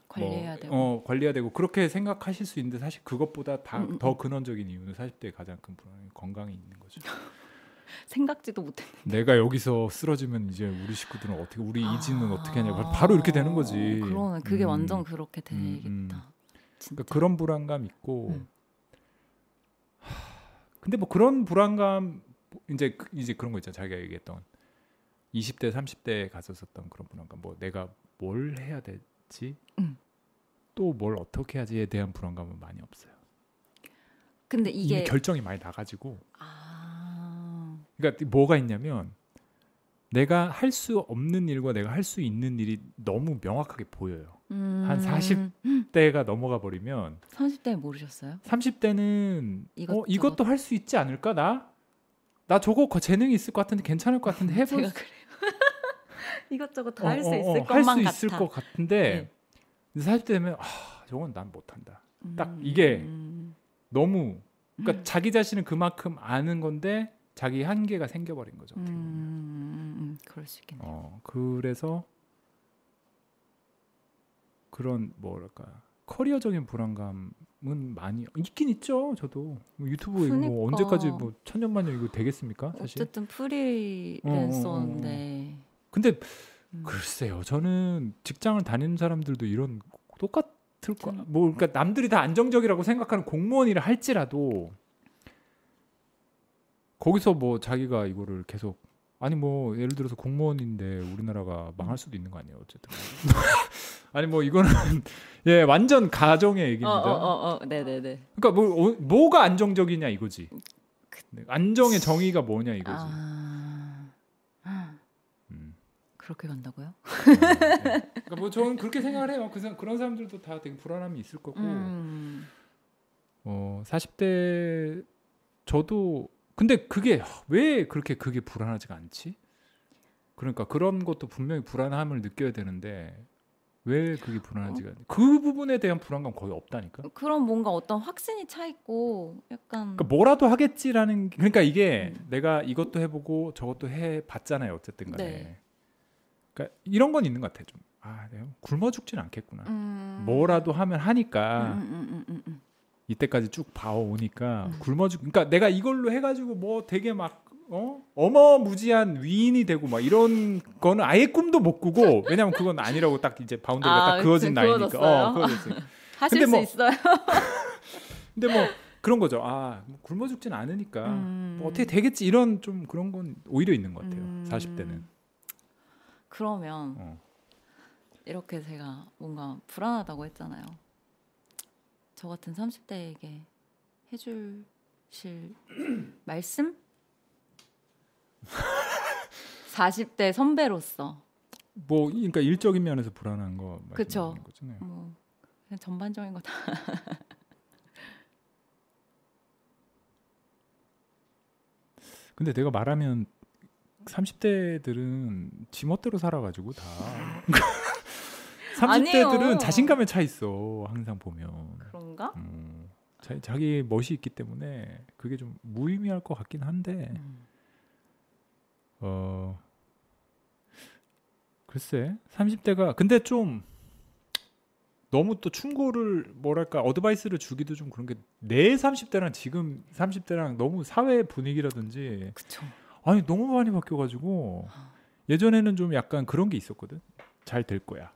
[SPEAKER 2] 관리해야
[SPEAKER 1] 뭐,
[SPEAKER 2] 되고.
[SPEAKER 1] 어, 관리해야 되고 그렇게 생각하실 수 있는데 사실 그것보다 다,
[SPEAKER 2] 음, 음,
[SPEAKER 1] 더 근원적인 이유는 40대의 가장 큰 불안이 건강이 있는 거죠. <laughs>
[SPEAKER 2] 생각지도 못해.
[SPEAKER 1] 내가 여기서 쓰러지면 이제 우리 식구들은 어떻게 우리 이진은
[SPEAKER 2] 아. 어,
[SPEAKER 1] 어떻게 하냐 바로 이렇게 되는 거지.
[SPEAKER 2] 그러네. 그게
[SPEAKER 1] 음.
[SPEAKER 2] 완전 그렇게 되겠다.
[SPEAKER 1] 음, 음.
[SPEAKER 2] 진짜.
[SPEAKER 1] 그러니까 그런 불안감 있고
[SPEAKER 2] 음.
[SPEAKER 1] 하, 근데 뭐 그런 불안감 이제 그- 이제 그런 거 있잖아 자기가 얘기했던 20대 30대에 갔었었던 그런 불안감 뭐 내가 뭘 해야 되지
[SPEAKER 2] 음.
[SPEAKER 1] 또 뭘 어떻게 해야지에 대한 불안감은 많이 없어요
[SPEAKER 2] 근데
[SPEAKER 1] 이미
[SPEAKER 2] 이게
[SPEAKER 1] 결정이 많이 나가지고
[SPEAKER 2] 아
[SPEAKER 1] 그러니까 뭐가 있냐면 내가 할 수 없는 일과 내가 할 수 있는 일이 너무 명확하게 보여요
[SPEAKER 2] 음,
[SPEAKER 1] 한 40? 때가 넘어가 버리면
[SPEAKER 2] 30대에 모르셨어요?
[SPEAKER 1] 30대는
[SPEAKER 2] 이것저것.
[SPEAKER 1] 어, 이것도 할 수 있지 않을까 나? 나 저거 거- 재능이 있을 것 같은데 괜찮을 것 같은데 해볼
[SPEAKER 2] 제가
[SPEAKER 1] 수-
[SPEAKER 2] 그래요. <laughs> 이것저것 다
[SPEAKER 1] 어,
[SPEAKER 2] 할 수
[SPEAKER 1] 어,
[SPEAKER 2] 있을
[SPEAKER 1] 어,
[SPEAKER 2] 것만
[SPEAKER 1] 할수
[SPEAKER 2] 같아. 네.
[SPEAKER 1] 있을 것 같은데 40대 되면 아, 저건 난 못한다.
[SPEAKER 2] 음,
[SPEAKER 1] 딱 이게
[SPEAKER 2] 음.
[SPEAKER 1] 너무 그러니까 자기 자신은 그만큼 아는 건데 자기 한계가 생겨버린 거죠.
[SPEAKER 2] 음,
[SPEAKER 1] 어떻게 보면.
[SPEAKER 2] 음, 그럴 수 있겠네요.
[SPEAKER 1] 어 그래서 그런 뭐랄까 커리어적인 불안감은 많이 있긴 있죠. 저도 뭐 유튜브에 이거 뭐
[SPEAKER 2] 그러니까.
[SPEAKER 1] 언제까지 뭐 천년만년 이거 되겠습니까? 사실.
[SPEAKER 2] 어쨌든 프리랜서인데
[SPEAKER 1] 근데
[SPEAKER 2] 음.
[SPEAKER 1] 글쎄요. 저는 직장을 다니는 사람들도 이런 똑같을 거.
[SPEAKER 2] 좀-
[SPEAKER 1] 뭐 그러니까 남들이 다 안정적이라고 생각하는 공무원 일을 할지라도 거기서 뭐 자기가 이거를 계속 아니 뭐 예를 들어서 공무원인데 우리나라가 망할 수도 있는 거 아니에요 어쨌든 <laughs> 아니 뭐 이거는 <laughs> 예 완전 가정의 얘기입니다
[SPEAKER 2] 어어어 어, 어, 네네네.
[SPEAKER 1] 그러니까 뭐 어, 뭐가 안정적이냐 이거지
[SPEAKER 2] 그
[SPEAKER 1] 네, 안정의 정의가 뭐냐 이거지
[SPEAKER 2] 아
[SPEAKER 1] 음.
[SPEAKER 2] 그렇게 간다고요?
[SPEAKER 1] 그러니까 뭐 저는 그렇게 생각을 해요. 그, 사- 그런 사람들도 다 되게 불안함이 있을 거고.
[SPEAKER 2] 음.
[SPEAKER 1] 어, 40대 저도 근데 그게 왜 그렇게 그게 불안하지가 않지? 그러니까 그런 것도 분명히 불안함을 느껴야 되는데 왜 그게 불안하지가 않지? 그 부분에 대한 불안감 거의 없다니까.
[SPEAKER 2] 그럼 뭔가 어떤 확신이 차 있고 약간
[SPEAKER 1] 그러니까 뭐라도 하겠지라는 게- 그러니까 이게
[SPEAKER 2] 음.
[SPEAKER 1] 내가 이것도 해보고 저것도 해 봤잖아요 어쨌든 간에
[SPEAKER 2] 네.
[SPEAKER 1] 그러니까 이런 건 있는 것 같아 좀 아 내가 굶어 죽진 않겠구나
[SPEAKER 2] 음.
[SPEAKER 1] 뭐라도 하면
[SPEAKER 2] 음,
[SPEAKER 1] 하니까
[SPEAKER 2] 음, 음, 음, 음.
[SPEAKER 1] 이때까지 쭉 봐오니까
[SPEAKER 2] 음.
[SPEAKER 1] 굶어 죽 그러니까 내가 이걸로 해가지고 뭐 되게 막 어? 어마무지한 위인이 되고 막 이런 거는 아예 꿈도 못 꾸고 왜냐면 그건 아니라고 딱 이제 바운더리가
[SPEAKER 2] 아,
[SPEAKER 1] 딱 그어진
[SPEAKER 2] 그치,
[SPEAKER 1] 나이니까
[SPEAKER 2] 그어졌어요?
[SPEAKER 1] 어 그어졌어요
[SPEAKER 2] 하실
[SPEAKER 1] 근데
[SPEAKER 2] 수
[SPEAKER 1] 뭐-
[SPEAKER 2] 있어요. <laughs>
[SPEAKER 1] 근데 뭐 그런 거죠 아뭐 굶어 죽진 않으니까
[SPEAKER 2] 음.
[SPEAKER 1] 뭐 어떻게 되겠지 이런 좀 그런 건 오히려 있는 것 같아요
[SPEAKER 2] 음.
[SPEAKER 1] 40대는
[SPEAKER 2] 그러면
[SPEAKER 1] 어.
[SPEAKER 2] 이렇게 제가 뭔가 불안하다고 했잖아요. 저 같은 30대에게 해줄 실 <clears throat> 말씀? <laughs> 40대 선배로서
[SPEAKER 1] 뭐 그러니까 일적인 면에서 불안한 거
[SPEAKER 2] 그쵸.
[SPEAKER 1] 말씀하는 거잖아요.
[SPEAKER 2] 뭐 그냥 전반적인 거다
[SPEAKER 1] 근데 내가 말하면 30대들은 지멋대로 살아가지고
[SPEAKER 2] <laughs>
[SPEAKER 1] 다 30대들은
[SPEAKER 2] 아니에요.
[SPEAKER 1] 자신감에 차 있어 항상 보면
[SPEAKER 2] 그런가?
[SPEAKER 1] 음, 자, 자기 멋이 있기 때문에 그게 좀 무의미할 것 같긴 한데
[SPEAKER 2] 음.
[SPEAKER 1] 어 글쎄 30대가 근데 좀 너무 또 충고를 뭐랄까 어드바이스를 주기도 좀 그런 게 내 30대랑 지금 30대랑 너무 사회 분위기라든지
[SPEAKER 2] 그쵸.
[SPEAKER 1] 아니 너무 많이 바뀌어가지고 예전에는 좀 약간 그런 게 있었거든 잘 될 거야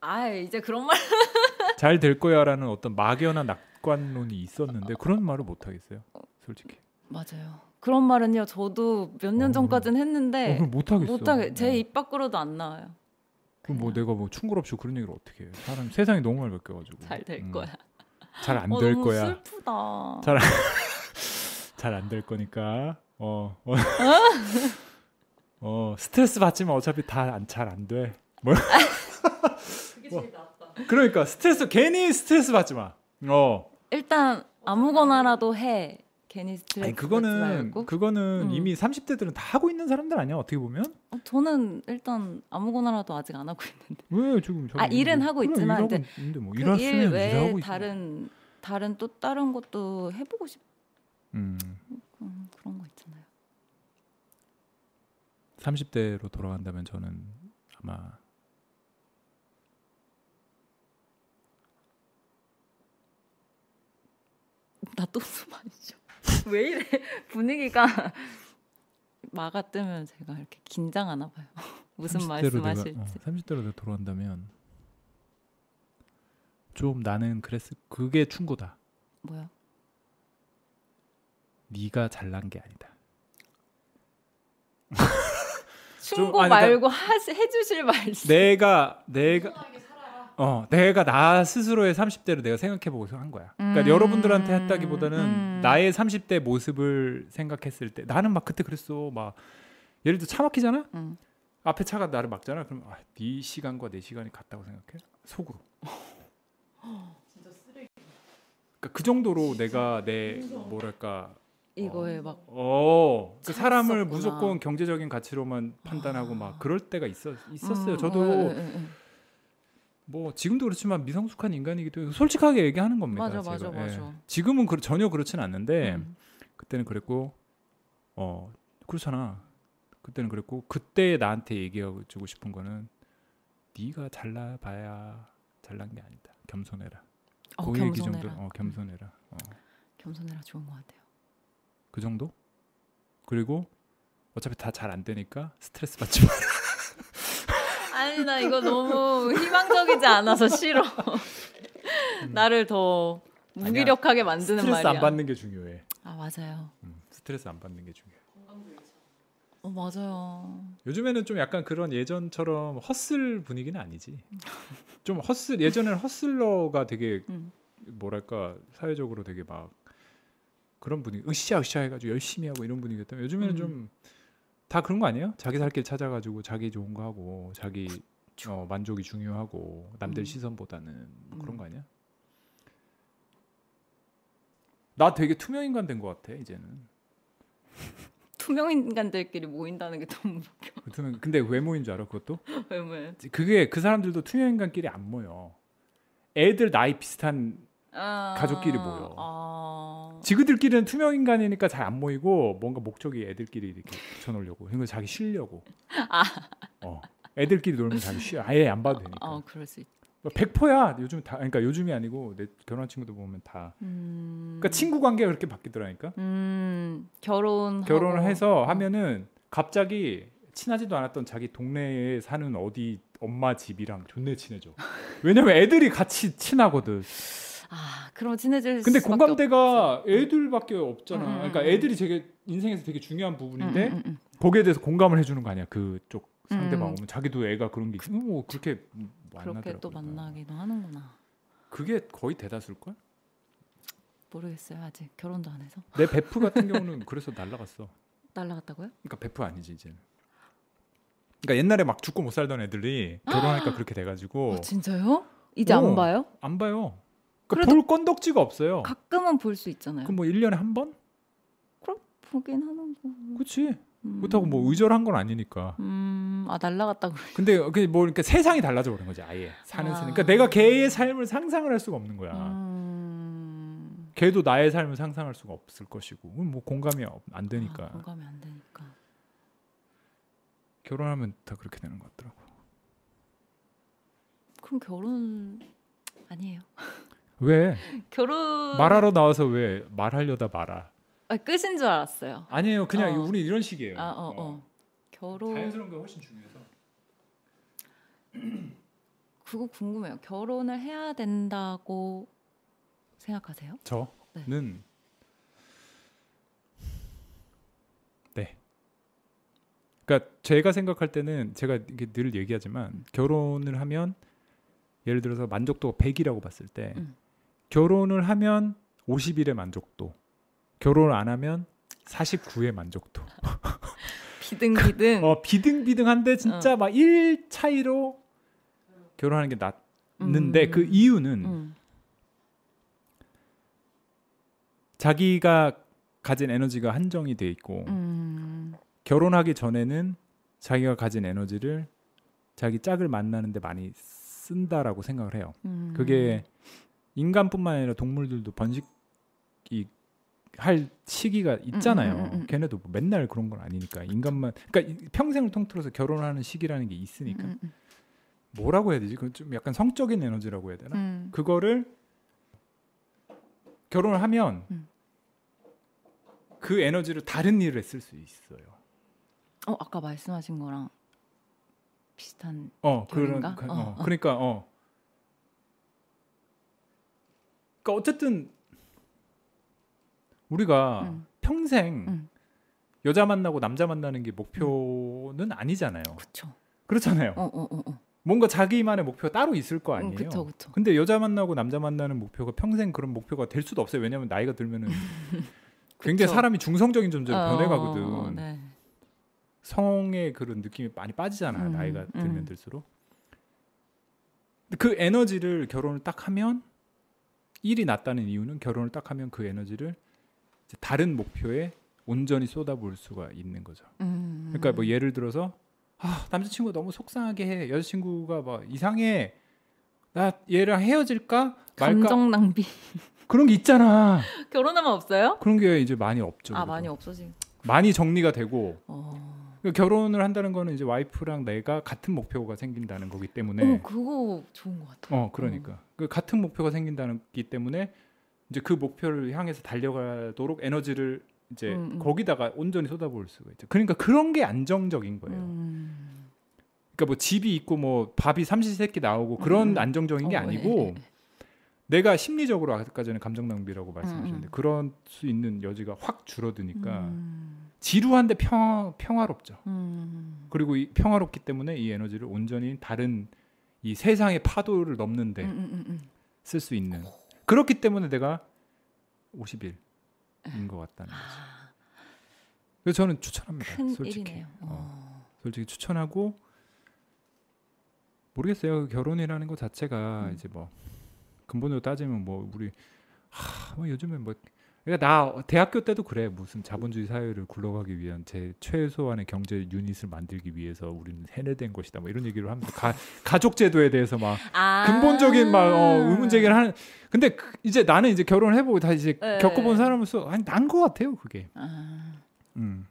[SPEAKER 2] 아 이제 그런 말
[SPEAKER 1] 잘 될 거야라는 어떤 막연한 낙관론이 있었는데 그런 말을 못 하겠어요 솔직히
[SPEAKER 2] 맞아요. 그런 말은요 저도 몇 년
[SPEAKER 1] 어.
[SPEAKER 2] 전까지는 했는데
[SPEAKER 1] 어, 못 하겠어
[SPEAKER 2] 네. 못하게 제 입 네. 밖으로도 안 나와요.
[SPEAKER 1] 그럼 뭐 내가 뭐 충고 없이 그런 얘기를 어떻게 해 사람 세상이 너무 많이 바뀌어가지고
[SPEAKER 2] 잘 될
[SPEAKER 1] 음.
[SPEAKER 2] 거야.
[SPEAKER 1] 잘 안
[SPEAKER 2] 어,
[SPEAKER 1] 될
[SPEAKER 2] 너무
[SPEAKER 1] 거야.
[SPEAKER 2] 슬프다.
[SPEAKER 1] 잘- 잘 안 될 거니까. 어. 어. <laughs> 어, 스트레스 받지만 어차피 다 잘 안 돼. 뭐?
[SPEAKER 2] <laughs>
[SPEAKER 3] 그게 제일 낫다.
[SPEAKER 1] 그러니까 스트레스 괜히 스트레스 받지 마. 어.
[SPEAKER 2] 일단 아무거나라도 해. 괜히 스트레스
[SPEAKER 1] 아니
[SPEAKER 2] 받지
[SPEAKER 1] 그거는
[SPEAKER 2] 네, 말고.
[SPEAKER 1] 그거는
[SPEAKER 2] 음.
[SPEAKER 1] 이미 30대들은 다 하고 있는 사람들 아니야? 어떻게 보면?
[SPEAKER 2] 어, 저는 일단 아무거나라도 아직 안 하고 있는데
[SPEAKER 1] 왜 지금 저기
[SPEAKER 2] 아, 일은
[SPEAKER 1] 뭐-
[SPEAKER 2] 하고
[SPEAKER 1] 그래,
[SPEAKER 2] 있지만
[SPEAKER 1] 일하고
[SPEAKER 2] 근데
[SPEAKER 1] 있는데 뭐
[SPEAKER 2] 그 일
[SPEAKER 1] 일했으면
[SPEAKER 2] 외에
[SPEAKER 1] 일하고 있어.
[SPEAKER 2] 다른 다른 또 다른 것도 해보고 싶은
[SPEAKER 1] 음.
[SPEAKER 2] 그런 거 있잖아요.
[SPEAKER 1] 30대로 돌아간다면 저는 아마
[SPEAKER 2] 나또 수만이죠. <laughs> 왜 이래 분위기가 <laughs> 마가 뜨면 제가 이렇게 긴장하나 봐요. <laughs> 무슨
[SPEAKER 1] 30대로 내가-
[SPEAKER 2] 말씀하실지.
[SPEAKER 1] 어, 30대로 내가 돌아온다면 좀 나는 그랬을 그게 충고다.
[SPEAKER 2] 뭐야?
[SPEAKER 1] 네가 잘난 게 아니다.
[SPEAKER 2] 충고
[SPEAKER 1] 아니, 그러니까- 네.
[SPEAKER 2] 말고 하, 해주실 말씀.
[SPEAKER 1] 내가 내가
[SPEAKER 3] 순하게 살아라.
[SPEAKER 1] 어 내가 나 스스로의 30대로 내가 생각해보고 한 거야. 그러니까
[SPEAKER 2] 음,
[SPEAKER 1] 여러분들한테 했다기보다는
[SPEAKER 2] 음.
[SPEAKER 1] 나의 30대 모습을 생각했을 때 나는 막 그때 그랬어. 막 예를 들어 차 막히잖아.
[SPEAKER 2] 음.
[SPEAKER 1] 앞에 차가 나를 막잖아. 그럼 아, 네 시간과 내 시간이 같다고 생각해. 속으로.
[SPEAKER 3] 진짜 쓰레기.
[SPEAKER 1] 그러니까 그 정도로 내가 내 뭐랄까
[SPEAKER 2] 이거에 막
[SPEAKER 1] 어, 그
[SPEAKER 2] 잘
[SPEAKER 1] 사람을
[SPEAKER 2] 썼구나.
[SPEAKER 1] 무조건 경제적인 가치로만 판단하고
[SPEAKER 3] 아.
[SPEAKER 1] 막 그럴 때가 있었, 있었어요.
[SPEAKER 2] 음,
[SPEAKER 1] 저도
[SPEAKER 2] 예, 예, 예.
[SPEAKER 1] 뭐 지금도 그렇지만 미성숙한 인간이기도 해서 솔직하게 얘기하는 겁니다.
[SPEAKER 2] 맞아,
[SPEAKER 1] 제가.
[SPEAKER 2] 맞아, 맞아.
[SPEAKER 1] 지금은 그, 전혀 그렇진 않는데
[SPEAKER 2] 음.
[SPEAKER 1] 그때는 그랬고 어 그렇잖아. 그때는 그랬고 그때 나한테 얘기하고 주고 싶은 거는 네가 잘나봐야 잘난 게 아니다. 겸손해라.
[SPEAKER 2] 어,
[SPEAKER 1] 그 얘기
[SPEAKER 2] 겸손해라.
[SPEAKER 1] 정도. 어, 겸손해라. 어.
[SPEAKER 2] 겸손해라 좋은 것 같아요.
[SPEAKER 1] 그 정도? 그리고 어차피 다 잘 안 되니까 스트레스 받지 마.
[SPEAKER 2] 아니 나 이거 너무 희망적이지 않아서 싫어. 나를 더 무기력하게 만드는
[SPEAKER 1] 음. 스트레스
[SPEAKER 2] 말이야.
[SPEAKER 1] 안 받는 게 중요해.
[SPEAKER 2] 아 맞아요.
[SPEAKER 1] 음, 스트레스 안 받는 게 중요해.
[SPEAKER 3] 건강도 잃지.
[SPEAKER 2] 어 맞아요.
[SPEAKER 1] 요즘에는 좀 약간 그런 예전처럼 헛슬 분위기는
[SPEAKER 2] <laughs>
[SPEAKER 1] 아니지. 좀 헛슬 예전에는 헛슬러가 되게
[SPEAKER 2] 음.
[SPEAKER 1] 뭐랄까 사회적으로 되게 막 그런 분위기 으쌰 으쌰 해가지고 열심히 하고 이런 분위기였다면 요즘에는
[SPEAKER 2] 음.
[SPEAKER 1] 좀 다 그런 거 아니에요? 자기 살 길 찾아가지고 자기 좋은 거 하고 자기 어, 만족이 중요하고 남들
[SPEAKER 2] 음.
[SPEAKER 1] 시선보다는 뭐 그런
[SPEAKER 2] 음.
[SPEAKER 1] 거 아니야? 나 되게 투명 인간 된 것 같아 이제는.
[SPEAKER 2] 투명 인간들끼리 모인다는 게 너무 <laughs>
[SPEAKER 1] 그 투명- 근데 왜 모인 줄 알아 그것도?
[SPEAKER 2] 왜왜?
[SPEAKER 1] 그게 그 사람들도 투명 인간끼리 안 모여. 애들 나이 비슷한
[SPEAKER 2] 아,
[SPEAKER 1] 가족끼리 모여.
[SPEAKER 2] 아,
[SPEAKER 1] 지그들끼리는 투명 인간이니까 잘 안 모이고 뭔가 목적이 애들끼리 이렇게 붙여놓으려고. 그러니까 자기 쉬려고. 어. 애들끼리 놀면 자기 쉬어. 아예 안 봐도
[SPEAKER 2] 아
[SPEAKER 1] 되니까. 뭐
[SPEAKER 2] 그럴 수 있.
[SPEAKER 1] 백퍼야 요즘 다 그러니까 요즘이 아니고 내 결혼한 친구들 보면 다.
[SPEAKER 2] 음.
[SPEAKER 1] 그러니까 친구 관계가 그렇게 바뀌더라니까.
[SPEAKER 2] 음 결혼
[SPEAKER 1] 결혼을 해서 하면은 갑자기 친하지도 않았던 자기 동네에 사는 어디 엄마 집이랑 존내 친해져. 왜냐면 애들이 같이 친하거든.
[SPEAKER 2] 아 그럼 친해질
[SPEAKER 1] 근데
[SPEAKER 2] 수밖에
[SPEAKER 1] 공감대가 애들밖에 없잖아.
[SPEAKER 2] 음, 음,
[SPEAKER 1] 그러니까
[SPEAKER 2] 음.
[SPEAKER 1] 애들이 되게 인생에서 되게 중요한 부분인데
[SPEAKER 2] 없- 음, 음, 음.
[SPEAKER 1] 거기에 대해서 공감을 해주는 거 아니야. 그쪽 상대방
[SPEAKER 2] 음.
[SPEAKER 1] 오면 자기도 애가 그런 게 있으면 뭐 그렇게 만나더라고.
[SPEAKER 2] 그렇게 또 만나기도 하는구나.
[SPEAKER 1] 그게 거의 대다수일 걸?
[SPEAKER 2] 모르겠어요. 아직 결혼도 안 해서
[SPEAKER 1] 내 베프 같은 경우는 <laughs> 그래서 날라갔어.
[SPEAKER 2] 날라갔다고요?
[SPEAKER 1] 그러니까 베프 아니지 이제는. 그러니까 옛날에 막 죽고 못 살던 애들이 결혼하니까 그렇게 돼가지고
[SPEAKER 2] 어, 진짜요? 이제
[SPEAKER 1] 어.
[SPEAKER 2] 안 봐요?
[SPEAKER 1] 안 봐요. 그러니까
[SPEAKER 2] 그래도-
[SPEAKER 1] 볼 건덕지가 없어요.
[SPEAKER 2] 가끔은 볼 수 있잖아요.
[SPEAKER 1] 그럼 뭐 1년에 한 번?
[SPEAKER 2] 보긴 하는 거.
[SPEAKER 1] 그렇지.
[SPEAKER 2] 음.
[SPEAKER 1] 그렇다고 뭐 의절한 건 아니니까.
[SPEAKER 2] 음, 아 날라갔다고.
[SPEAKER 1] 근데 그게 뭐 그러니까 세상이 달라져 버린 거지 아예 사는
[SPEAKER 2] 아.
[SPEAKER 1] 세상. 그러니까 내가 걔의 삶을 상상을 할 수가 없는 거야.
[SPEAKER 2] 음.
[SPEAKER 1] 걔도 나의 삶을 상상할 수가 없을 것이고 그건 뭐 공감이 없- 안 되니까
[SPEAKER 2] 아, 공감이 안 되니까.
[SPEAKER 1] 결혼하면 다 그렇게 되는 것 같더라고.
[SPEAKER 2] 그럼 결혼 아니에요.
[SPEAKER 1] 왜
[SPEAKER 2] 결혼
[SPEAKER 1] 말하러 나와서 왜 말하려다 말아?
[SPEAKER 2] 아, 끝인 줄 알았어요.
[SPEAKER 1] 아니에요. 그냥
[SPEAKER 2] 어.
[SPEAKER 1] 우리 이런 식이에요.
[SPEAKER 2] 아, 어, 어. 결혼
[SPEAKER 1] 네. 자연스러운 게 훨씬 중요해서.
[SPEAKER 2] 그거 궁금해요. 결혼을 해야 된다고 생각하세요?
[SPEAKER 1] 저는 네. 그러니까 제가 생각할 때는 제가 이게 늘
[SPEAKER 2] 음.
[SPEAKER 1] 얘기하지만 결혼을 하면 예를 들어서 만족도가 100이라고 봤을 때
[SPEAKER 2] 음.
[SPEAKER 1] 결혼을 하면 50일의 만족도, 결혼을 안 하면 49의 만족도.
[SPEAKER 2] 비등비등.
[SPEAKER 1] 그, 어 비등비등한데
[SPEAKER 2] 어.
[SPEAKER 1] 진짜 막 1 차이로 결혼하는 게 낫는데
[SPEAKER 2] 음.
[SPEAKER 1] 그 이유는
[SPEAKER 2] 음.
[SPEAKER 1] 자기가 가진 에너지가 한정이 돼 있고
[SPEAKER 2] 음.
[SPEAKER 1] 결혼하기 전에는 자기가 가진 에너지를 자기 짝을 만나는데 많이 쓴다라고 생각을 해요.
[SPEAKER 2] 음.
[SPEAKER 1] 그게 인간뿐만 아니라 동물들도 번식이 할 시기가 있잖아요.
[SPEAKER 2] 음, 음, 음, 음.
[SPEAKER 1] 걔네도 뭐 맨날 그런 건 아니니까 인간만 그러니까 이- 평생을 통틀어서 결혼하는 시기라는 게 있으니까
[SPEAKER 2] 음, 음,
[SPEAKER 1] 뭐라고 해야 되지? 그좀 약간 성적인 에너지라고 해야 되나?
[SPEAKER 2] 음.
[SPEAKER 1] 그거를 결혼을 하면
[SPEAKER 2] 음.
[SPEAKER 1] 그 에너지를 다른 일에 쓸 수 있어요.
[SPEAKER 2] 어 아까 말씀하신 거랑 비슷한
[SPEAKER 1] 어,
[SPEAKER 2] 결혼인가?
[SPEAKER 1] 그런-
[SPEAKER 2] 어,
[SPEAKER 1] 어, 그러니까 어. 그러니까 어쨌든 우리가
[SPEAKER 2] 음.
[SPEAKER 1] 평생
[SPEAKER 2] 음.
[SPEAKER 1] 여자 만나고 남자 만나는 게 목표는 아니잖아요.
[SPEAKER 2] 그쵸.
[SPEAKER 1] 그렇잖아요.
[SPEAKER 2] 어어어 어. 어.
[SPEAKER 1] 뭔가 자기만의 목표가 따로 있을 거 아니에요.
[SPEAKER 2] 음, 그쵸 그쵸.
[SPEAKER 1] 근데 여자 만나고 남자 만나는 목표가 평생 그런 목표가 될 수도 없어요. 왜냐하면 나이가
[SPEAKER 2] <laughs>
[SPEAKER 1] 들면은 굉장히
[SPEAKER 2] 그쵸.
[SPEAKER 1] 사람이 중성적인 존재로
[SPEAKER 2] 어,
[SPEAKER 1] 변해가거든.
[SPEAKER 2] 어, 네.
[SPEAKER 1] 성의 그런 느낌이 많이 빠지잖아.
[SPEAKER 2] 음,
[SPEAKER 1] 나이가 들면
[SPEAKER 2] 음.
[SPEAKER 1] 들수록. 근데 그 에너지를 결혼을 딱 하면 일이 낫다는 이유는 결혼을 딱 하면 그 에너지를 이제 다른 목표에 온전히 쏟아부을 수가 있는 거죠.
[SPEAKER 2] 음.
[SPEAKER 1] 그러니까 뭐 예를 들어서 아 남자친구 너무 속상하게 해 여자친구가 막 이상해 나 얘랑 헤어질까 말까
[SPEAKER 2] 감정 낭비.
[SPEAKER 1] 그런 게 있잖아
[SPEAKER 2] <laughs> 결혼하면 없어요?
[SPEAKER 1] 그런 게 이제 많이 없죠
[SPEAKER 2] 아
[SPEAKER 1] 그래도.
[SPEAKER 2] 많이 없어지.
[SPEAKER 1] 많이 정리가 되고
[SPEAKER 2] 어.
[SPEAKER 1] 그러니까 결혼을 한다는 거는 이제 와이프랑 내가 같은 목표가 생긴다는 거기 때문에
[SPEAKER 2] 어 그거 좋은 것 같아.
[SPEAKER 1] 네.
[SPEAKER 2] 음.
[SPEAKER 1] 어 그러니까 그 같은 목표가 생긴다는 기 때문에 이제 그 목표를 향해서 달려가도록 에너지를 이제
[SPEAKER 2] 음, 음.
[SPEAKER 1] 거기다가 온전히 쏟아부을 수가 있죠 그러니까 그런 게 안정적인 거예요
[SPEAKER 2] 음.
[SPEAKER 1] 그러니까 뭐 집이 있고 뭐 밥이 삼시세끼 나오고 그런
[SPEAKER 2] 음.
[SPEAKER 1] 안정적인 게
[SPEAKER 2] 어, 예, 예,
[SPEAKER 1] 그러니까 아니고
[SPEAKER 2] 예.
[SPEAKER 1] 내가 심리적으로 아까 전에 감정 낭비라고 말씀하셨는데
[SPEAKER 2] 음.
[SPEAKER 1] 그럴 수 있는 여지가 확 줄어드니까
[SPEAKER 2] 음.
[SPEAKER 1] 지루한데 평, 평화롭죠.
[SPEAKER 2] 음.
[SPEAKER 1] 그리고 이 평화롭기 때문에 이 에너지를 온전히 다른 이 세상의 파도를 넘는데
[SPEAKER 2] 음, 음, 음, 음.
[SPEAKER 1] 쓸 수 있는 그렇기 때문에 내가 50일인 것 같다는 거죠.
[SPEAKER 2] 아,
[SPEAKER 1] 그래서 저는 추천합니다.
[SPEAKER 2] 큰
[SPEAKER 1] 그러니까 솔직히.
[SPEAKER 2] 일이네요.
[SPEAKER 1] 어.
[SPEAKER 2] 어.
[SPEAKER 1] 솔직히 추천하고 모르겠어요. 그 결혼이라는 것 자체가
[SPEAKER 2] 음.
[SPEAKER 1] 이제 뭐 근본으로 따지면 뭐 우리 하, 뭐 요즘에 뭐 그러니까 나 대학교 때도 그래 무슨 자본주의 사회를 굴러가기 위한 제 최소한의 경제 유닛을 만들기 위해서 우리는 해내된 것이다 뭐 이런 얘기를 하면서 가, 가족 제도에 대해서 막
[SPEAKER 2] 아.
[SPEAKER 1] 근본적인 막 어, 의문 제기를 하는 근데 그- 이제 나는 이제 결혼을 해보고 다 이제
[SPEAKER 2] 네.
[SPEAKER 1] 겪어본 사람으로서 아니 난 것 같아요 그게
[SPEAKER 2] 아.
[SPEAKER 1] 음.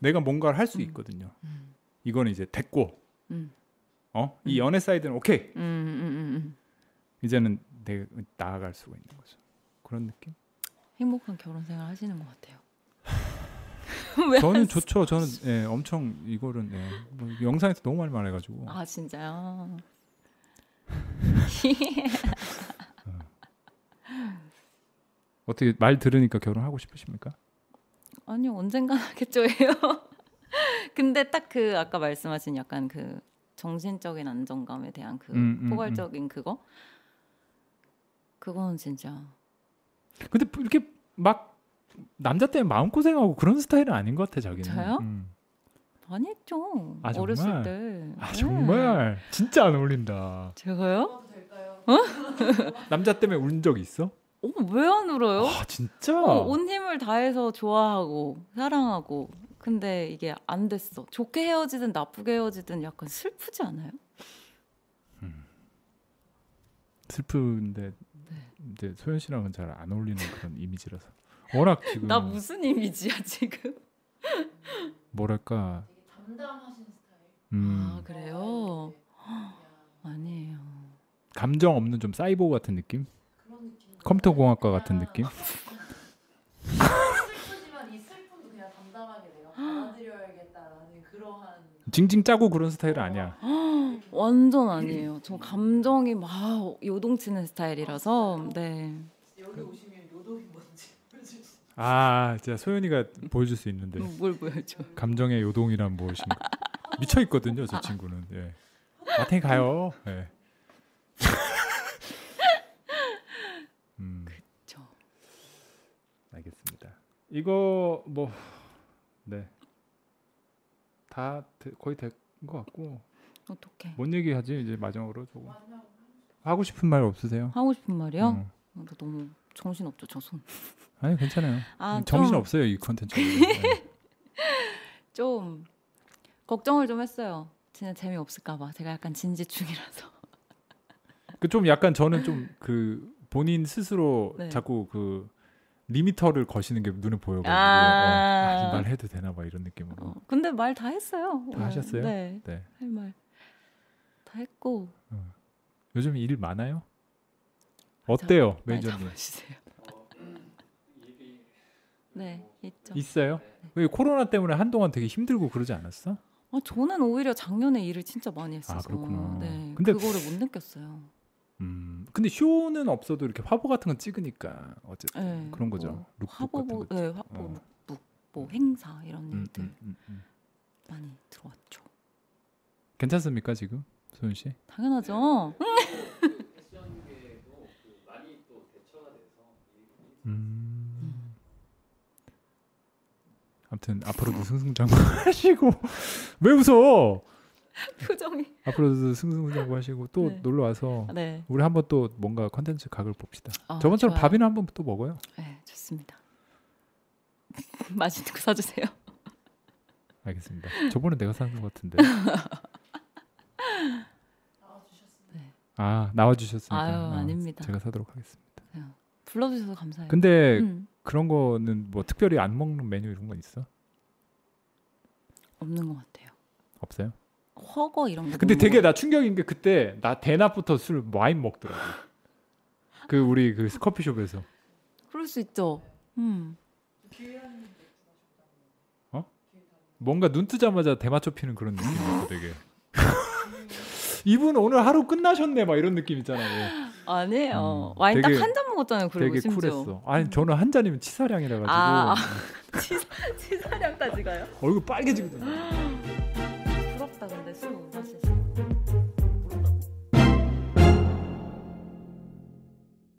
[SPEAKER 1] 내가 뭔가를 할 수
[SPEAKER 2] 음.
[SPEAKER 1] 있거든요
[SPEAKER 2] 음.
[SPEAKER 1] 이건 이제 됐고
[SPEAKER 2] 음.
[SPEAKER 1] 어? 이 연애 사이드는 오케이.
[SPEAKER 2] 음, 음, 음, 음.
[SPEAKER 1] 이제는 내 나아갈 수가 있는 거죠. 그런 느낌?
[SPEAKER 2] 행복한 결혼 생활 하시는 것 같아요.
[SPEAKER 1] 저는 좋죠. 저는 예, 엄청 이거는 예, 뭐 영상에서 너무 많이 말해가지고
[SPEAKER 2] 아 진짜요?
[SPEAKER 1] 어떻게 말 들으니까 결혼하고 싶으십니까?
[SPEAKER 2] 아니요 언젠가 하겠죠 예요. <laughs> 근데 딱 그 아까 말씀하신 약간 그 정신적인 안정감에 대한 그
[SPEAKER 1] 음, 음,
[SPEAKER 2] 포괄적인 그거 그거는 진짜
[SPEAKER 1] 근데 이렇게 막 남자 때문에 마음 고생하고 그런 스타일은 아닌 것 같아 자기는.
[SPEAKER 2] 저요?
[SPEAKER 1] 음.
[SPEAKER 2] 많이 했죠.
[SPEAKER 1] 아,
[SPEAKER 2] 어렸을
[SPEAKER 1] 정말?
[SPEAKER 2] 때.
[SPEAKER 1] 아
[SPEAKER 2] 네.
[SPEAKER 1] 정말 진짜 안 어울린다.
[SPEAKER 2] 제가요?
[SPEAKER 3] 먹어도 될까요?
[SPEAKER 1] 남자 때문에 운 적 있어?
[SPEAKER 2] 왜 안 울어요?
[SPEAKER 1] 아 진짜.
[SPEAKER 2] 어, 온 힘을 다해서 좋아하고 사랑하고 근데 이게 안 됐어. 좋게 헤어지든 나쁘게 헤어지든 약간 슬프지 않아요?
[SPEAKER 1] 슬픈데
[SPEAKER 2] 네.
[SPEAKER 1] 이제 소연 씨랑은 잘 안 어울리는 그런 이미지라서 워낙 지금
[SPEAKER 2] 나 무슨 이미지야 지금?
[SPEAKER 1] 뭐랄까
[SPEAKER 3] 되게 담담하신 스타일.
[SPEAKER 1] 음,
[SPEAKER 2] 아 그래요?
[SPEAKER 3] 그냥
[SPEAKER 2] 아니에요.
[SPEAKER 1] 감정 없는 좀 사이보 같은 느낌?
[SPEAKER 3] 그런 느낌.
[SPEAKER 1] 컴퓨터 공학과 같은 느낌?
[SPEAKER 3] 슬프지만 이 슬픔도 그냥 담담하게 내가 받아들여야겠다라는 그러한.
[SPEAKER 1] 징징 짜고 그런 스타일은 아니야.
[SPEAKER 2] 완전 아니에요. 저 감정이 막 요동치는 스타일이라서 네.
[SPEAKER 3] 여기 오시면 요동이 뭔지 보여주시.
[SPEAKER 1] 아 진짜 소연이가 보여줄 수 있는데
[SPEAKER 2] 뭐 뭘 보여줘?
[SPEAKER 1] 감정의 요동이란 무엇인가 미쳐 있거든요 저 친구는. 예. 마탱이 가요. 예. 음.
[SPEAKER 2] 저
[SPEAKER 1] 알겠습니다. 이거 뭐 네. 다 되- 거의 된 것 같고
[SPEAKER 2] 어떡해?
[SPEAKER 1] 뭔 얘기하지 이제 마지막으로 조금
[SPEAKER 3] 마지막
[SPEAKER 1] 하고 싶은 말 없으세요?
[SPEAKER 2] 하고 싶은 말이요?
[SPEAKER 1] 음.
[SPEAKER 2] 어, 나 너무 정신 없죠 저 손.
[SPEAKER 1] 아니 괜찮아요.
[SPEAKER 2] 아,
[SPEAKER 1] 정신
[SPEAKER 2] 좀-
[SPEAKER 1] 없어요 이
[SPEAKER 2] <laughs>
[SPEAKER 1] 컨텐츠. 네.
[SPEAKER 2] 좀 걱정을 좀 했어요. 진짜 재미 없을까봐 제가 약간 진지충이라서.
[SPEAKER 1] 그좀 약간 저는 좀 그 본인 스스로
[SPEAKER 2] 네.
[SPEAKER 1] 자꾸 그 리미터를 거시는 게 눈에 보여가지고
[SPEAKER 2] 아.
[SPEAKER 1] 어, 아, 이 말해도 되나 봐 이런 느낌으로.
[SPEAKER 2] 어, 근데 말 다 했어요.
[SPEAKER 1] 다 하셨어요?
[SPEAKER 2] 네,
[SPEAKER 1] 네.
[SPEAKER 2] 할 말 다 했고.
[SPEAKER 1] 요즘 일 많아요? 어때요 매니저님?
[SPEAKER 2] 주세요. 네, 있죠.
[SPEAKER 1] 있어요?
[SPEAKER 2] 네.
[SPEAKER 1] 왜 코로나 때문에 한동안 되게 힘들고 그러지 않았어?
[SPEAKER 2] 아, 저는 오히려 작년에 일을 진짜 많이 했어서.
[SPEAKER 1] 아, 그렇구나.
[SPEAKER 2] 네,
[SPEAKER 1] 근데-
[SPEAKER 2] 그거를 못 느꼈어요.
[SPEAKER 1] 음, 근데 쇼는 없어도 이렇게 화보 같은 건 찍으니까 어쨌든
[SPEAKER 2] 네,
[SPEAKER 1] 그런 거죠.
[SPEAKER 2] 뭐
[SPEAKER 1] 룩북 같은
[SPEAKER 2] 화보보,
[SPEAKER 1] 거.
[SPEAKER 2] 네, 화보,
[SPEAKER 1] 어.
[SPEAKER 2] 룩북, 뭐 행사 이런
[SPEAKER 1] 음,
[SPEAKER 2] 일들
[SPEAKER 1] 음, 음, 음.
[SPEAKER 2] 많이 들어왔죠.
[SPEAKER 1] 괜찮습니까 지금 소연 씨?
[SPEAKER 2] 당연하죠.
[SPEAKER 1] 음. 아무튼 앞으로도 승승장구하시고 <laughs> 왜 웃어?
[SPEAKER 2] 표정이.
[SPEAKER 1] 앞으로도 승승장구하시고 또
[SPEAKER 2] 네.
[SPEAKER 1] 놀러 와서
[SPEAKER 2] 네.
[SPEAKER 1] 우리 한번 또 뭔가 컨텐츠 각을 봅시다.
[SPEAKER 2] 아,
[SPEAKER 1] 저번처럼
[SPEAKER 2] 좋아요.
[SPEAKER 1] 밥이나 한번 또 먹어요.
[SPEAKER 2] 네, 좋습니다. <laughs> 맛있는 거 사주세요.
[SPEAKER 1] 알겠습니다. 저번에 내가 산 것 같은데.
[SPEAKER 2] <laughs>
[SPEAKER 3] 나와주셨습니다.
[SPEAKER 1] 아 나와 주셨으니까.
[SPEAKER 2] 네. 아유, 아닙니다.
[SPEAKER 1] 제가 사도록 하겠습니다.
[SPEAKER 2] 불러주셔서 감사해요.
[SPEAKER 1] 근데
[SPEAKER 2] 음,
[SPEAKER 1] 그런 거는 뭐 특별히 안 먹는 메뉴 이런 건 있어?
[SPEAKER 2] 없는 것 같아요.
[SPEAKER 1] 없어요?
[SPEAKER 2] 허거 이런 거.
[SPEAKER 1] 근데
[SPEAKER 2] 너무
[SPEAKER 1] 되게 나 충격인 게 그때 나 대낮부터 술 와인 먹더라고. 그 우리 그 커피숍에서
[SPEAKER 2] 그럴 수 있죠. 음.
[SPEAKER 3] 기회라는 게
[SPEAKER 1] 뭔가 눈 뜨자마자 대마초 피는 그런 느낌이었어 되게. <laughs> 이분 오늘 하루 끝나셨네 막 이런 느낌 있잖아. 왜.
[SPEAKER 2] 아니에요.
[SPEAKER 1] 음,
[SPEAKER 2] 와인
[SPEAKER 1] 되게-
[SPEAKER 2] 딱 한 잔 먹었잖아요. 그리고
[SPEAKER 1] 되게
[SPEAKER 2] 심지어.
[SPEAKER 1] 쿨했어. 아니 저는 한 잔이면 치사량이라 가지고
[SPEAKER 2] 아, 아. 치사, 치사량까지 가요?
[SPEAKER 1] 얼굴 빨개지거든.
[SPEAKER 2] 부럽다 근데 술.